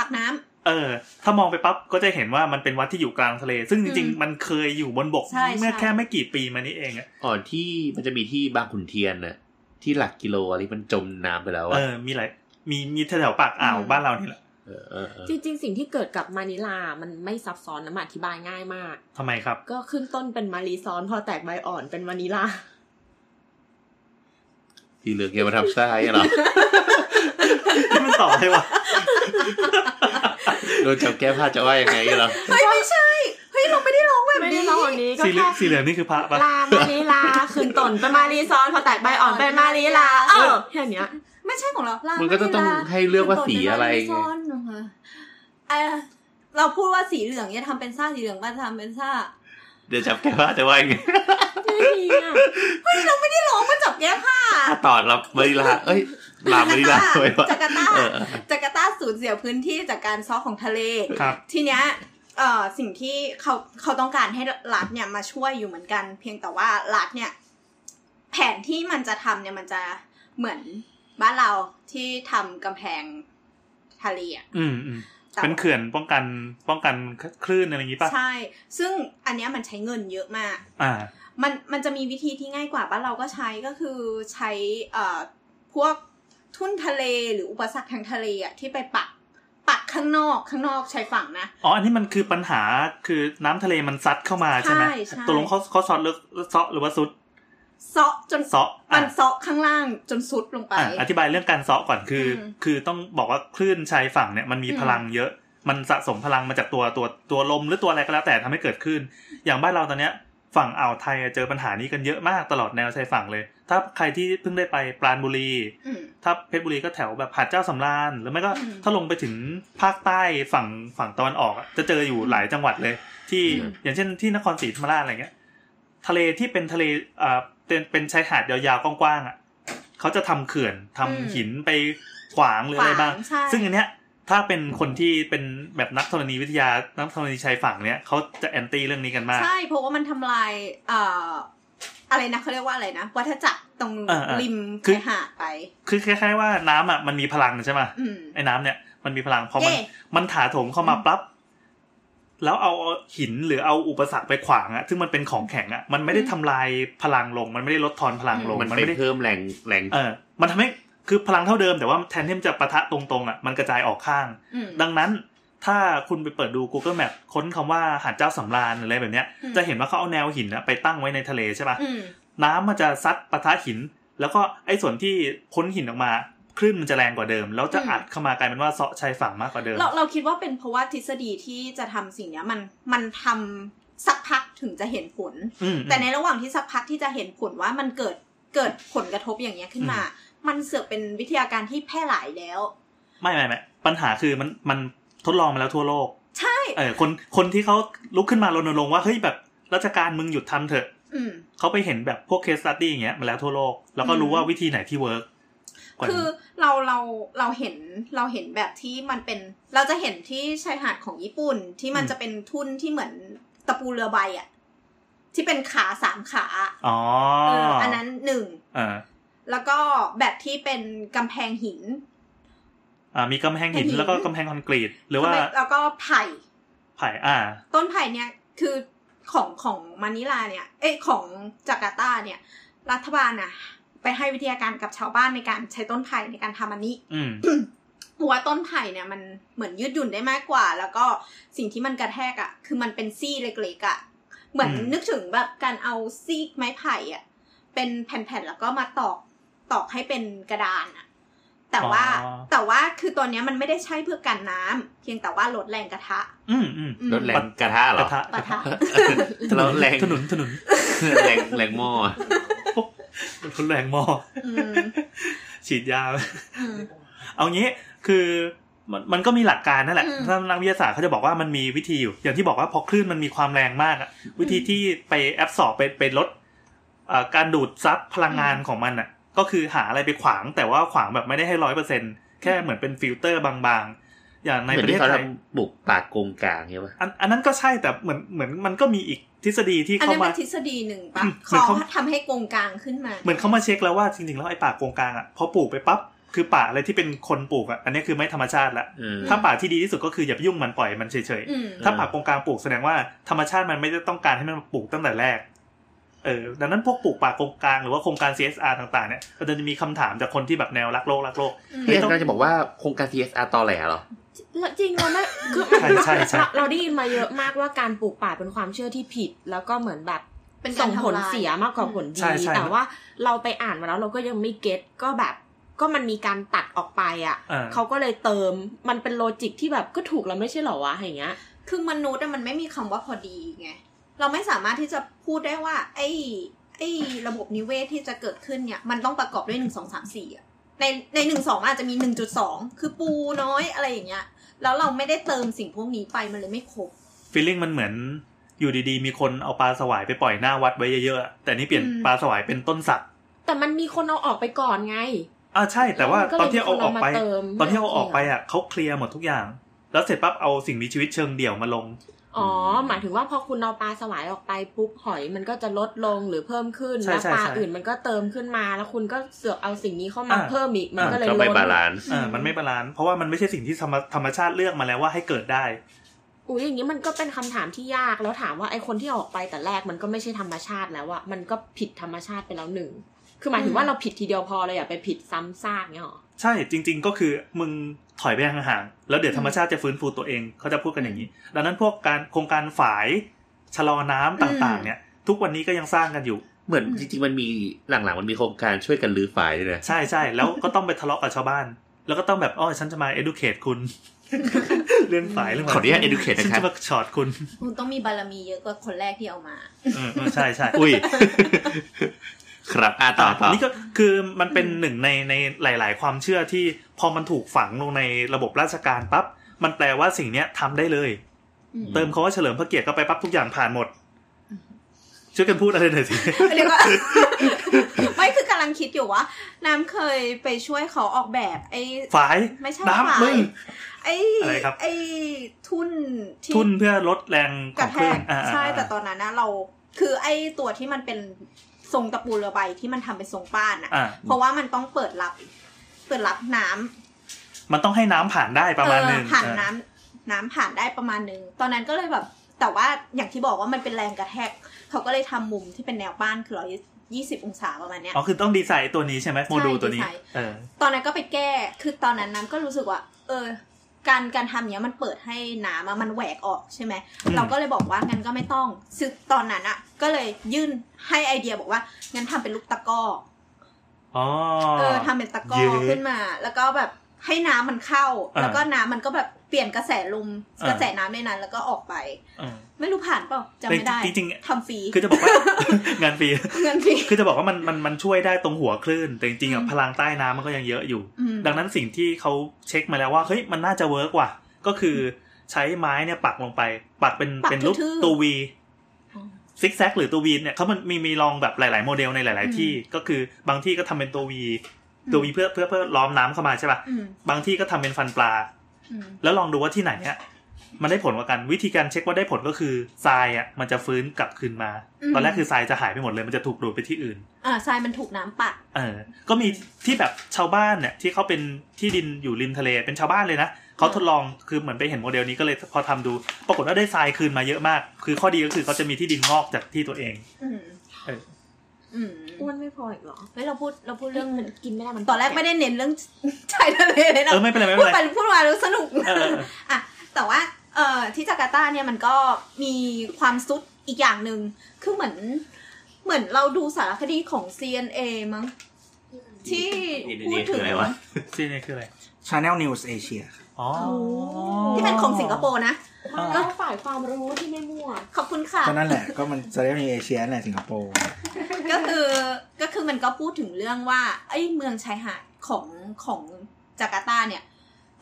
[SPEAKER 5] ปากน้ำ
[SPEAKER 3] เออ ถ้ามองไปปั๊บก็จะเห็นว่ามันเป็นวัดที่อยู่กลางทะเล ซึ่งจริง
[SPEAKER 5] อืม
[SPEAKER 3] ๆ มันเคยอยู่บนบก
[SPEAKER 5] ใช่
[SPEAKER 3] เมื่อ
[SPEAKER 5] ใช่
[SPEAKER 3] แค่ไม่กี่ปีมานี้เองอะ
[SPEAKER 2] อ๋อที่มันจะมีที่บางขุนเทียนน่ะที่หลักกิโลอะไรที่มันจมน้ำไปแล้ว
[SPEAKER 3] เอ
[SPEAKER 2] อะ
[SPEAKER 3] อ มีหลายมีมีแถวๆปากอ่าวบ้านเรานี่แหละ
[SPEAKER 2] เออเออเออ
[SPEAKER 4] จริงๆ สิ่งที่เกิดกับมานิลา มันไม่ซับซ้อนนะมันอธิบายง่ายมาก
[SPEAKER 3] ทำไมครับ
[SPEAKER 4] ก็ขึ้นต้นเป็นมารีซ้อน พอแตกใบอ่อนเป็นมานิลา
[SPEAKER 2] ที่เหลือเกี่ยวมาทำซ้ายอะเหรอ
[SPEAKER 3] ที่มันต่อให้วะ
[SPEAKER 2] โดนจับแก้ผ้าจะว่ายังไงอะเหรอ
[SPEAKER 5] เฮ้ยไม่ใช่เฮ้ยเราไม่ได้ร้องแบบ
[SPEAKER 4] ไม่ได้
[SPEAKER 5] นี้
[SPEAKER 4] ร้องแบบนี้ก็
[SPEAKER 3] สีเหลือ
[SPEAKER 4] แค่
[SPEAKER 3] งสีเหลืองนี่คือพระปะ
[SPEAKER 4] ลามานิลา ขึ้นต้นเป็นมารีซ้อน พอแตกใบอ่อนเป็นมานิลา เออแค่เนี้ย
[SPEAKER 5] ไม่ใช่ของเราลา
[SPEAKER 2] มันก็จะต้อง
[SPEAKER 5] านิลา
[SPEAKER 2] ให้เลือกว่าสีอะไร
[SPEAKER 5] ต้น
[SPEAKER 2] ไง
[SPEAKER 5] ม่ซ่อนเหรอคะเอ่อเราพูดว่าสีเหลืองจะทำเป็นซ่าสีเหลืองมาทำเป็นซ่า
[SPEAKER 2] เดี๋ยวจับแก้ผ้าจะว่ายังไง
[SPEAKER 4] ไม่มีอ่ะ
[SPEAKER 5] ที่ร้องมาจับแก้ผ้า
[SPEAKER 2] ถ้าต่อรับมาริลา เอ้ยลามาริลาไว้วะ
[SPEAKER 5] จาการ์ตา
[SPEAKER 2] เออเออ
[SPEAKER 5] จาการ์ตาสูญเสียพื้นที่จากการซ้อของทะเล
[SPEAKER 3] ครับ
[SPEAKER 5] ทีเนี้ยเอ่อสิ่งที่เขาเขาต้องการให้รัฐเนี่ยมาช่วยอยู่เหมือนกัน เพียงแต่ว่ารัฐเนี่ย แผนที่มันจะทำเนี่ยมันจะเหมือนบ้านเราที่ทำกำแพงทะเลอะ
[SPEAKER 3] อืมอืม
[SPEAKER 5] แต่
[SPEAKER 3] เป็นเขื่อนป้องกันป้องกันคลื่นอะไรอย่างนี้ปะ
[SPEAKER 5] ใช่ ซึ่งอันเนี้ยมันใช้เงินเยอะมาก
[SPEAKER 3] อ่า
[SPEAKER 5] มันมันจะมีวิธีที่ง่ายกว่าบ้านเราก็ใช้ก็คือใช้เอ่อพวกทุ่นทะเลหรืออุปสรรคทางทะเลอะที่ไปปักปักข้างนอกข้างนอกชายฝั่งนะ
[SPEAKER 3] อ๋อ อันนี้มันคือปัญหาคือน้ำทะเลมันซัดเข้ามาใช่ไหม
[SPEAKER 5] ใช่ใช่
[SPEAKER 3] ตกลงเขาเขาซอดหรือซอหรือว่าซุด
[SPEAKER 5] เซาะจน
[SPEAKER 3] ซอ
[SPEAKER 5] มั
[SPEAKER 3] อ่ะ
[SPEAKER 5] นเซาะข้างล่างจนซุดลงไป
[SPEAKER 3] อ่ะอธิบายเรื่องการซอก่อนคือ
[SPEAKER 5] อืม
[SPEAKER 3] คือต้องบอกว่าคลื่นชายฝั่งเนี่ยมันมี
[SPEAKER 5] อืม
[SPEAKER 3] พลังเยอะ มันสะสมพลังมาจากตัวตัวตัวลมหรือตัวอะไรก็แล้วแต่ทำให้เกิดขึ้น อย่างบ้านเราตอนเนี้ยฝั่งอ่าวไทยเจอปัญหานี้กันเยอะมากตลอดแนวชายฝั่งเลย ถ้าใครที่เพิ่งได้ไปปราณบุรี
[SPEAKER 5] อืม
[SPEAKER 3] ถ้าเพชรบุรีก็แถวแบบหาดเจ้าสำราญหรือไม่ก็
[SPEAKER 5] อืม
[SPEAKER 3] ถ้าลงไปถึงภาคใต้ฝั่งฝั่งตะวันออกอะจะเจออยู่หลายจังหวัดเลย ที่
[SPEAKER 5] อืม
[SPEAKER 3] อย่างเช่นที่นครศรีธรรมราชอะไรเงี้ย ทะเลที่เป็นทะเลเอ่อเป็นเป็นชายหาดยาวๆกว้างๆอ่ะเขาจะทำเขื่อนทำหินไปขวางหรืออะไรบ้าง
[SPEAKER 5] ขวใช่
[SPEAKER 3] ซึ่งอันเนี้ยถ้าเป็นคนที่เป็นแบบนักธรณีวิทยานักธรณีชายฝั่งเนี้ยเขาจะแอนตี้เรื่องนี้กันมาก
[SPEAKER 5] ใช่ เพราะว่ามันทำลายเอ่ออะไรนะเขาเรียกว่าอะไรนะวัฏจักรตรง
[SPEAKER 3] เออเออ
[SPEAKER 5] ริม
[SPEAKER 3] คือ
[SPEAKER 5] ชายหาดไป
[SPEAKER 3] คือคล้ายๆว่าน้ำอ่ะมันมีพลังใช่ไหม
[SPEAKER 5] อืม
[SPEAKER 3] ไอ้น้ำเนี่ยมันมีพลังพอมัน
[SPEAKER 5] เย่
[SPEAKER 3] มันถาโถมเข้ามาปั๊บแล้วเอาหินหรือเอาอุปสรรคไปขวางอะซึ่งมันเป็นของแข็งอะมันไม่ได้ทำลายพลังลง มันไม่ได้ลดทอนพลังลง
[SPEAKER 2] มัน
[SPEAKER 3] มัน
[SPEAKER 2] ไป
[SPEAKER 3] ไม่ได้
[SPEAKER 2] เพิ่มแรงแรง
[SPEAKER 3] เออมันทำให้คือพลังเท่าเดิมแต่ว่าแทนที่มันจะปะทะตรงๆอะมันกระจายออกข้าง
[SPEAKER 5] อืม
[SPEAKER 3] ดังนั้นถ้าคุณไปเปิดดู Google Map ค้นคำว่าหาดเจ้าสำราญหรืออะไรแบบเนี้ย
[SPEAKER 5] อืม
[SPEAKER 3] จะเห็นว่าเขาเอาแนวหินอะไปตั้งไว้ในทะเลใช่ปะ
[SPEAKER 5] อืม
[SPEAKER 3] น้ำมันจะซัดปะทะหิน แล้วก็ไอ้ส่วนที่พ้นหินออกมาคลื่นมันจะแรงกว่าเดิม แล้วจะอัดเข้ามากลายเป็นว่าเซาะชายฝั่งมากกว่าเดิม
[SPEAKER 5] เราเราคิดว่าเป็นเพราะว่าทฤษฎีที่จะทำสิ่งเนี้ยมันมันทำสักพักถึงจะเห็นผล
[SPEAKER 3] อืม
[SPEAKER 5] แต่ในระหว่างที่สักพักที่จะเห็นผลว่ามันเกิดเกิดผลกระทบอย่างเงี้ยขึ้นมา มันเสือกเป็นวิทยาการที่แพร่หลายแล้ว
[SPEAKER 3] ไม่ไม่ไม่ปัญหาคือมันมันทดลองมาแล้วทั่วโลก
[SPEAKER 5] ใช่
[SPEAKER 3] เออคนคนที่เขาลุกขึ้นมารณรงค์ว่าเฮ้ยแบบราชการมึงหยุดทำเถอะ
[SPEAKER 5] อืม
[SPEAKER 3] เขาไปเห็นแบบพวกเคสตัดดี้อย่างเงี้ยมาแล้วทั่วโลก แล้วก็รู้ว่าวิธีไหนที่เวิร์กกว่า
[SPEAKER 5] คือ
[SPEAKER 3] นี้
[SPEAKER 5] เราเราเราเห็นเราเห็นแบบที่มันเป็นเราจะเห็นที่ชายหาดของญี่ปุ่นที่มันจะเป็นทุ่นที่เหมือนตะปูเรือใบอะที่เป็นขาสามขา
[SPEAKER 3] อ๋อ
[SPEAKER 5] เอ
[SPEAKER 3] อ
[SPEAKER 5] ออันนั้นหนึ่ง
[SPEAKER 3] เออ
[SPEAKER 5] แล้วก็แบบที่เป็นกำแพงหิน
[SPEAKER 3] อ่ามีกำแพงหิน
[SPEAKER 5] หิน
[SPEAKER 3] แล้วก็กำแพงคอนกรีต หรือว่า
[SPEAKER 5] แล้วก็ไผ่
[SPEAKER 3] ไผ่อ่า
[SPEAKER 5] ต้นไผ่เนี่ยคือของของมานิลาเนี่ย เอ้ยของจาการ์ตาเนี่ย รัฐบาลน่ะ ไปให้วิทยาการกับชาวบ้านในการใช้ต้นไผ่ในการทำอันนี้
[SPEAKER 3] อืม
[SPEAKER 5] หัวต้นไผ่เนี่ยมันเหมือนยืดหยุ่นได้มากกว่า แล้วก็สิ่งที่มันกระแทกอะ่ะ คือมันเป็นซี่เล็กๆอะ่ะเหมือน
[SPEAKER 3] อืม
[SPEAKER 5] นึกถึงแบบการเอาซี่ไม้ไผ่อะ่ะเป็นแผ่นๆแล้วก็มาตอกตอกให้เป็นกระดานอะ่ะ แต่ว่าแต่ว่าคือตัวเนี้ยมันไม่ได้ใช้เพื่อกันน้ำเพียงแต่ว่าลดแรงกระทะ
[SPEAKER 3] อืมอืม
[SPEAKER 5] อืม
[SPEAKER 2] รถแรงกระทะเหร
[SPEAKER 3] ก
[SPEAKER 2] อ
[SPEAKER 3] ระทะ
[SPEAKER 5] ปะทะ
[SPEAKER 2] แล้วแรง
[SPEAKER 3] ถนนถนน
[SPEAKER 2] แรงแรงหม้อ
[SPEAKER 3] ถนนแรงมอ
[SPEAKER 5] อืม
[SPEAKER 3] ฉีดยา
[SPEAKER 5] อืม
[SPEAKER 3] เอางี้คือมันมันก็มีหลักการนั่นแหละ
[SPEAKER 5] อืม
[SPEAKER 3] ถ้านักวิทยาศาสตร์เขาจะบอกว่ามันมีวิธีอยู่ อย่างที่บอกว่าพอคลื่นมันมีความแรงมากอะวิธีที่ไปแอบสอบไปไปลดเอ่อการดูดซับพลังงานของมันอ่ะ ก็คือหาอะไรไปขวางแต่ว่าขวางแบบไม่ได้ให้ร้อยเปอร์เซ็นแค่เหมือนเป็นฟิลเตอร์บางๆ อย่าง
[SPEAKER 2] เห
[SPEAKER 3] ใน
[SPEAKER 2] มือน
[SPEAKER 3] ประเท
[SPEAKER 2] ที่
[SPEAKER 3] ศ
[SPEAKER 2] เขา
[SPEAKER 3] ไทย
[SPEAKER 2] ทำบุกป่ากงกลางเงี้ยป่ะ
[SPEAKER 3] อันอันนั้นก็ใช่แต่เหมือนเหมือนมันก็มีอีกทฤษฎีที่
[SPEAKER 5] อัน
[SPEAKER 3] เข้า
[SPEAKER 5] นั้น
[SPEAKER 3] มา
[SPEAKER 5] เป็นทฤษฎีหนึ่งปะ
[SPEAKER 3] อืมเห
[SPEAKER 5] เขา
[SPEAKER 3] มือนเขา
[SPEAKER 5] ทำให้กงกลางขึ้นมา
[SPEAKER 3] เหมือนเขามาเช็คแล้วว่าจริงๆแล้วไอ้ป่าโกงกลางอ่ะพอปลูกไปปั๊บคือป่าอะไรที่เป็นคนปลูกอ่ะอันนี้คือไม่ธรรมชาติละ
[SPEAKER 2] เออ
[SPEAKER 3] ถ้าป่าที่ดีที่สุดก็คืออย่าไปยุ่งมันปล่อยมันเฉยๆ
[SPEAKER 5] อืม
[SPEAKER 3] ถ้าผักตรงกลางปลูกแสดงว่าธรรมชาติมันไม่ได้ต้องการให้มันปลูกตั้งแต่แรก เออ ดังนั้นพวกปลูกป่าตรงกลางหรือว่าโครงการ CSR ต่างๆ เนี่ยมันจะมีคำถามจากคนที่แบบแนวรักโลกรักโลก
[SPEAKER 5] อืม
[SPEAKER 2] พี่แอนก็จะบอกว่าโครงการ CSR ตอแหลเหรอ
[SPEAKER 4] แล้วจริงเรา ไม่คือ
[SPEAKER 3] ใช่ใช่ใช่
[SPEAKER 4] เราเราได้ยินมาเยอะมากว่าการปลูกป่าเป็นความเชื่อที่ผิด แล้วก็เหมือนแบบ
[SPEAKER 5] เป็นการ
[SPEAKER 4] ส่งผล
[SPEAKER 5] ทำลาย
[SPEAKER 4] เสียมากกว่าผล
[SPEAKER 3] ใช่
[SPEAKER 4] ดี
[SPEAKER 3] ใช่
[SPEAKER 4] แต่ว่าเราไปอ่านมาแล้วเราก็ยังไม่เก็ตก็แบบ ก็มันมีการตัดออกไปอ่ะ
[SPEAKER 3] อ่า
[SPEAKER 4] เขาก็เลยเติมมันเป็นโลจิกที่แบบก็ถูกแล้วไม่ใช่เหรอวะอย่างเงี้ย
[SPEAKER 5] คือมนุษย์อะมันไม่มีคำว่าพอดีไง เราไม่สามารถที่จะพูดได้ว่า ไอ้ไอ้ระบบนิเวศที่จะเกิดขึ้นเนี่ย มันต้องประกอบด้วยหนึ่งสองสามสี่อะในในหนึ่งสองอาจจะมีหนึ่งจุดสองคือปูน้อยอะไรอย่างเงี้ย แล้วเราไม่ได้เติมสิ่งพวกนี้ไปมันเลยไม่ครบ
[SPEAKER 3] ฟีลลิ่งมันเหมือนอยู่ดีๆ มีคนเอาปลาสวายไปปล่อยหน้าวัดไว้เยอะๆ แต่นี่เปลี่ยน
[SPEAKER 5] อืม
[SPEAKER 3] ปลาสวายเป็นต้นสัก
[SPEAKER 4] แต่มันมีคนเอาออกไปก่อนไง
[SPEAKER 3] อ่าใช่ แต่ว่า
[SPEAKER 4] ล้
[SPEAKER 3] ต
[SPEAKER 4] มั
[SPEAKER 3] อน
[SPEAKER 4] ลย
[SPEAKER 3] ที่เอาออกไป
[SPEAKER 4] มีคนมเม
[SPEAKER 3] ตอนที่เอาออกไปอ่ะเขาเคลียร์หมดทุกอย่าง แล้วเสร็จปั๊บเอาสิ่งมีชีวิตเชิงเดี่ยวมาลง
[SPEAKER 4] อ๋อ หมายถึงว่าพอคุณเอาปลาสวายออกไปปุ๊บหอยมันก็จะลดลงหรือเพิ่มขึ้น
[SPEAKER 3] ใช่
[SPEAKER 4] แล้ว
[SPEAKER 3] ใช่
[SPEAKER 4] ปลา
[SPEAKER 3] ใช่
[SPEAKER 4] อื่นมันก็เติมขึ้นมาแล้วคุณก็เสือกเอาสิ่งนี้เข้ามา
[SPEAKER 3] อ่า
[SPEAKER 4] เพิ่มอีกมันก็เลย
[SPEAKER 2] ก็ไป
[SPEAKER 4] ล้น
[SPEAKER 2] บาลานซ์
[SPEAKER 3] อ่ามันไม่บาลานซ์เพราะว่ามันไม่ใช่สิ่งที่ธรรมธรรมชาติเลือกมาแล้วว่าให้เกิดได้
[SPEAKER 4] อุ้ยอย่างนี้มันก็เป็นคำถามที่ยากแล้วถามว่าไอคนที่เอาออกไปแต่แรกมันก็ไม่ใช่ธรรมชาติแล้วอะมันก็ผิดธรรมชาติไปแล้วหนึ่งคือหมายถึงว่าเราผิดทีเดียวพอเลยอะไปผิดซ้ำซากเงี้ยหรอ
[SPEAKER 3] ใช่จริง ๆ ก็คือมึงถอยไปห่างๆแล้วเดี๋ยวธรรมชาติจะฟื้นฟูตัวเองเขาจะพูดกันอย่างนี้ ดังนั้นพวกการโครงการฝายชะลอน้ำต่างๆ เนี่ย ทุกวันนี้ก็ยังสร้างกันอยู่
[SPEAKER 2] เหมือนจริงๆมันมีหลังๆมันมีโครงการช่วยกันรื้อฝ่ายด้วยนะ
[SPEAKER 3] ใช่ใช่แล้วก็ต้องไปทะเลาะกับชาวบ้าน แล้วก็ต้องแบบอ๋อฉันจะมา educate คุณ เรื่องฝายเรื่องะไร
[SPEAKER 2] ขออนุญาต educate
[SPEAKER 3] ฉัน
[SPEAKER 2] นะครับ
[SPEAKER 3] จะมาช็อตคุณ
[SPEAKER 5] คุณต้องมีบารมีเยอะกว่าคนแรกที่เอามา
[SPEAKER 3] เออเออใช่ใช่
[SPEAKER 2] อุ้ย ครับอ่ะต่อต่อ
[SPEAKER 3] นนี้ก็คือมันเป็นหนึ่งในในหลาย ๆ ความเชื่อที่พอมันถูกฝังลงในระบบราชการปั๊บมันแปลว่าสิ่งเนี้ยทำได้เลย
[SPEAKER 5] อืม
[SPEAKER 3] เติมคำว่าเฉลิมพระเกียรติเข้าไปปั๊บทุกอย่างผ่านหมด ช่วยกันพูดอะไรหน่ อยสิ
[SPEAKER 5] เรียกว่า ไม่คือกำลังคิดอยู่ว่า น้ำเคยไปช่วยเขาออกแบบไอ้
[SPEAKER 3] ฝาย
[SPEAKER 5] ไม่ใช่ฝาย
[SPEAKER 3] น้ำมึง
[SPEAKER 5] ไอ้
[SPEAKER 3] อะไรครับ
[SPEAKER 5] ไอ้ทุ่นที่
[SPEAKER 3] ทุนเพื่อลดแรงข
[SPEAKER 5] ก
[SPEAKER 3] อ
[SPEAKER 5] ระ
[SPEAKER 3] ง
[SPEAKER 5] แท
[SPEAKER 3] คลื่
[SPEAKER 5] ก
[SPEAKER 3] นอ่า
[SPEAKER 5] ใช่
[SPEAKER 3] อ่า
[SPEAKER 5] แต่ตอนนั้นนะเรา คือไอ้ตัวที่มันเป็นทรงตะปูเรือใบที่มันทำเป็นทรงป้านอะ
[SPEAKER 3] อ่า
[SPEAKER 5] เพราะว่ามันต้องเปิดรับ เปิดรับน้ำ
[SPEAKER 3] มันต้องให้น้ำผ่านได้ประมาณหนึ่ง
[SPEAKER 5] เออผ่าน
[SPEAKER 3] อ่า
[SPEAKER 5] น้ำน้ำผ่านได้ประมาณหนึงตอนนั้นก็เลยแบบ แต่ว่าอย่างที่บอกว่ามันเป็นแรงกระแทก เขาก็เลยทำมุมที่เป็นแนวป้านคือร้อยยี่สิบองศาประมาณเนี้ย
[SPEAKER 3] อ๋อคือต้องดีไซน์ตัวนี้ใช่ไหมโมดูลตัวนี้
[SPEAKER 5] ดีไซน์
[SPEAKER 3] เออ
[SPEAKER 5] ตอนนั้นก็ไปแก้ คือตอนนั้นน้ำก็รู้สึกว่า เออ การการทำเนี้ยมันเปิดให้น้ำอะมันแหวกออกใช่ไหม เราก็เลยบอกว่างั้นก็ไม่ต้องซึ่งตอนนั้นอะก็เลยยื่นให้ไอเดียบอกว่างั้นทำเป็นลูกตะกร้อ
[SPEAKER 3] อ๋อ
[SPEAKER 5] เออทำเป็นตะกร้อ
[SPEAKER 3] เย้
[SPEAKER 5] ขึ้นมา แล้วก็แบบให้น้ำมันเข้า
[SPEAKER 3] อ่า
[SPEAKER 5] แล้วก็น้ำมันก็แบบเปลี่ยนกระแสลมกระแสน้ำในนั้น แล้วก็ออกไป
[SPEAKER 3] เออ
[SPEAKER 5] ไม่รู้ผ่านเปล่าจำไม่ได้
[SPEAKER 3] จริงๆ
[SPEAKER 5] ทำฟรี
[SPEAKER 3] คือจะบอกว่า งานฟรี
[SPEAKER 5] เงินฟรี
[SPEAKER 3] คือจะบอกว่ามันมันมันช่วยได้ตรงหัวคลื่น แต่จริงๆ
[SPEAKER 5] อื
[SPEAKER 3] อ่ะ
[SPEAKER 5] ม
[SPEAKER 3] พลังใต้น้ำมันก็ยังเยอะอยู่
[SPEAKER 5] อืม
[SPEAKER 3] ดังนั้นสิ่งที่เขาเช็คมาแล้วว่าเฮ้ยมันน่าจะเวิร์กว่ะ ก็คือใช้ไม้เนี่ยปักลงไป ปักเป็นเป็นรูปตัววีซิกแซกหรือตัววีเนี่ยเขามันมีมีลองแบบหลาย ๆ โมเดลในหลาย ๆ ที่ก็คือบางที่ก็ทำเป็นตัววีตัววีเพื่อเพื่อเพื่อล้อมน้ำเข้ามาใช่ป่ะ
[SPEAKER 5] อืม
[SPEAKER 3] บางที่ก็ทำเป็นฟันปลา
[SPEAKER 5] อืม
[SPEAKER 3] แล้วลองดูว่าที่ไหนเนี่ยมันได้ผลกว่ากันวิธีการเช็คว่าได้ผลก็คือทรายอ่ะมันจะฟื้นกลับคืนมา ตอนแรกคือทรายจะหายไปหมดเลยมันจะถูกดูดไปที่อื่น
[SPEAKER 5] อ่าทรายมันถูกน้ำปัด
[SPEAKER 3] เออ ก็มีที่แบบชาวบ้านเนี่ยที่เขาเป็นที่ดินอยู่ริมทะเลเป็นชาวบ้านเลยนะเขาทดลองคือเหมือนไปเห็นโมเดลนี้ก็เลยพอทำดู ปรากฏว่าได้ทรายคืนมาเยอะมาก คือข้อดีก็คือเขาจะมีที่ดินงอกจากที่ตัวเอง
[SPEAKER 5] อืม
[SPEAKER 3] เออ
[SPEAKER 5] อืม
[SPEAKER 4] อ้วนไม่พออีกเหรอ
[SPEAKER 5] เฮ้ยเราพูดเราพูด
[SPEAKER 4] เรื่อ
[SPEAKER 5] เรื่องง
[SPEAKER 4] มันกินไม่ได้มัน
[SPEAKER 5] ตอนแรกไม่ได้เน้นเรื่อง ชายทะเลเลยนะ
[SPEAKER 3] เออไม่เป็นไรไม่
[SPEAKER 5] พู
[SPEAKER 3] เป็
[SPEAKER 5] ด
[SPEAKER 3] นไร
[SPEAKER 5] ไปพูดมาแล้วสนุก
[SPEAKER 3] เออเออ
[SPEAKER 5] อ่ะแต่ว่าเอ่อที่จาการ์ตาเนี่ยมันก็มีความซุดอีกอย่างหนึ่งคือเหมือน เหมือนเราดูสารคดีของ CNA มั้งที่พูด
[SPEAKER 2] DNA คื
[SPEAKER 5] ถึง
[SPEAKER 2] ออะไรวะ
[SPEAKER 3] ที่นี่คืออะไร
[SPEAKER 6] Channel News Asia
[SPEAKER 3] อ๋อ
[SPEAKER 5] ที่เป็นของสิงคโปร์นะ
[SPEAKER 3] อ่า
[SPEAKER 4] ก็ฝ่ายความรู้ที่ไม่มั่ว
[SPEAKER 5] ขอบคุณค่ะ
[SPEAKER 6] ก็นั่นแหละ ก็มัน Channel News Asia นั่นแหละสิงคโปร์
[SPEAKER 5] ก็คือก็คือมันก็พูดถึงเรื่องว่าไอ้เมืองชายหาดของของจาการ์ตาเนี่ย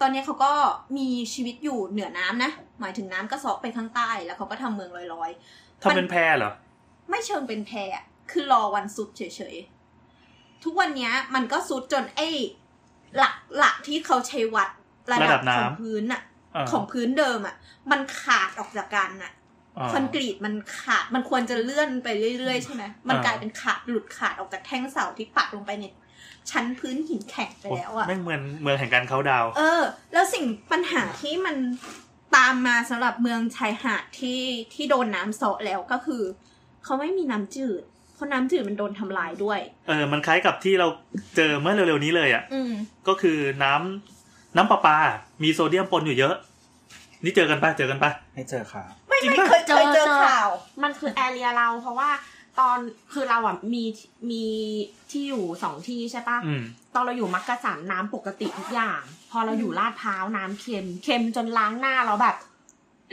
[SPEAKER 5] ตอนนี้เขาก็มีชีวิตอยู่เหนือน้ำนะ หมายถึงน้ำก็ซอกไปข้างใต้ แล้วเขาก็ทำเมืองลอย
[SPEAKER 3] ทำเป็นแพรเหรอ
[SPEAKER 5] ๆ ไม่เชิงเป็นแพอะคือรอวันสุดเฉยๆ ทุกวันเนี้ยมันก็สุดจนไอ้หลักหลักที่เขาใช้วัดระ
[SPEAKER 3] ระดั
[SPEAKER 5] ดับบ
[SPEAKER 3] น้ำ
[SPEAKER 5] ของพื้นอะ
[SPEAKER 3] เ
[SPEAKER 5] ของพื้นเดิมอะมันขาดออกจากกันอะ
[SPEAKER 3] า
[SPEAKER 5] คอนกรีตมันขาดมันควรจะเลื่อนไปเรื่อยๆใช่ไหมมัน
[SPEAKER 3] อ่า
[SPEAKER 5] กลายเป็นขาดหลุดขาดออกจากแท่งเสาที่ปักลงไปในชั้นพื้นหินแข็งไปแล้วอะ
[SPEAKER 3] ไม่งเหมือนเมืองแห่งการเขาน์ดาวน์
[SPEAKER 5] เออ แล้วสิ่งปัญหาที่มันตามมาสำหรับเมืองชายหาดที่ที่โดนน้ำเซาะแล้วก็คือ เขาไม่มีน้ำจืด เพราะน้ำจืดมันโดนทำลายด้วย
[SPEAKER 3] เออมันคล้ายกับที่เราเจอเมื่อเร็วๆนี้เลยอ่ะ
[SPEAKER 5] อืม
[SPEAKER 3] ก็คือน้ำน้ำประปา มีโซเดียมปนอยู่เยอะ นี่เจอกันปะเจอกันปะ
[SPEAKER 6] ให้เจอค่ะ
[SPEAKER 5] ไม่
[SPEAKER 3] จริง
[SPEAKER 5] ไม่
[SPEAKER 3] ปะ
[SPEAKER 5] เคย
[SPEAKER 4] เจ
[SPEAKER 5] เจ
[SPEAKER 4] อ
[SPEAKER 5] อเจอ
[SPEAKER 4] เจอ
[SPEAKER 5] ข่าว
[SPEAKER 4] มันคือแอเรียเราเพราะว่าตอนคือเราอ่ะมีมีที่อยู่สองที่ใช่ปะ
[SPEAKER 3] อืม
[SPEAKER 4] ตอนเราอยู่มักกะสันน้ำปกติทุกอย่าง พอเราอยู่ลาดพร้าวน้ำเค็ม เค็มจนล้างหน้าเราแบบ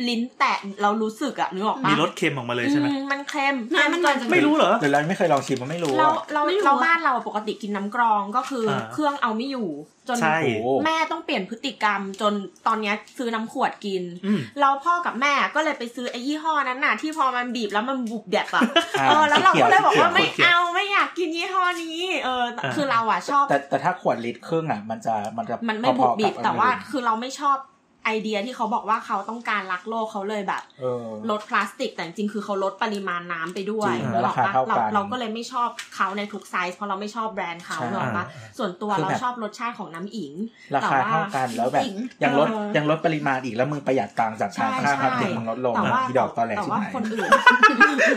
[SPEAKER 4] ลิ้นแตะเรารู้สึกอะนึกออกปะ
[SPEAKER 3] มีรสเค็มออกมาเลยใช่ไหม
[SPEAKER 4] อืมันเค็ม
[SPEAKER 5] น้ำมันมาจากหน
[SPEAKER 3] ไม่รู้เหรอ
[SPEAKER 6] เดี๋ยวเราไม่เคยลองชิมมันไม่รู้
[SPEAKER 4] เรา
[SPEAKER 6] อะ
[SPEAKER 4] เรา
[SPEAKER 5] ไม่รู้
[SPEAKER 4] เรา
[SPEAKER 5] อะ
[SPEAKER 4] บ้านเราปกติกินน้ำกรองก็คืออา เครื่องเอาไม่อยู่จน
[SPEAKER 3] ใช่
[SPEAKER 6] โอ้โห
[SPEAKER 4] แม่ต้องเปลี่ยนพฤติกรรมจนตอนเนี้ยซื้อน้ำขวดกิน
[SPEAKER 3] อืม
[SPEAKER 4] เราพ่อกับแม่ก็เลยไปซื้อไอ้ยี่ห้อนั้นน่ะ ที่พอมันบีบแล้วมันบุบแดบอะ
[SPEAKER 6] อ่
[SPEAKER 4] เออแล้วเราก็เลยบอกว่า
[SPEAKER 6] สีขี
[SPEAKER 4] ไม่เอาไม่อยากกินยี่ห้อนี้เออแต่คือเราอะชอบ
[SPEAKER 6] แต่แต่ถ้าขวดลิตรครึ่งอ่ะ มันจะมันจะ
[SPEAKER 4] มันไม่
[SPEAKER 6] พ
[SPEAKER 4] บุ
[SPEAKER 6] อบ ๆ
[SPEAKER 4] บีบ
[SPEAKER 6] กับ
[SPEAKER 4] แต่ว่า
[SPEAKER 6] อันอื่น
[SPEAKER 4] คือเราไม่ชอบไอเดียที่เขาบอกว่าเขาต้องการรักโลกเขาเลยแบบ
[SPEAKER 6] เออ
[SPEAKER 4] ลดพลาสติก แต่จริงๆคือเขาลดปริมาณน้ำไปด้วย
[SPEAKER 6] จริง
[SPEAKER 4] หรอ
[SPEAKER 6] ราคา
[SPEAKER 4] ปะ
[SPEAKER 6] เท่ากัน
[SPEAKER 4] เราเราก็เลยไม่ชอบเขาในทุกไซส์เพราะเราไม่ชอบแบรนด์เขา
[SPEAKER 6] ใช่
[SPEAKER 4] หรอกปะส่วนตัว
[SPEAKER 6] คือ
[SPEAKER 4] เรา
[SPEAKER 6] แบบ
[SPEAKER 4] ชอบรสชาติของน้ำอิง
[SPEAKER 6] ราคาเท่ากันแล้วแบบ ยังลด
[SPEAKER 4] เออ
[SPEAKER 6] ยังลดปริมาณอีกแล้วมึงประหยัดตังค์จาก
[SPEAKER 4] ใช่
[SPEAKER 6] ทางค่าพลาสติก
[SPEAKER 4] ใช่
[SPEAKER 6] มึงลดลง
[SPEAKER 4] แต่ว่า
[SPEAKER 6] ที่ดอกตอแหลก
[SPEAKER 4] แต่
[SPEAKER 6] ใช่
[SPEAKER 4] ว่า
[SPEAKER 6] ไหม
[SPEAKER 4] คนอื่น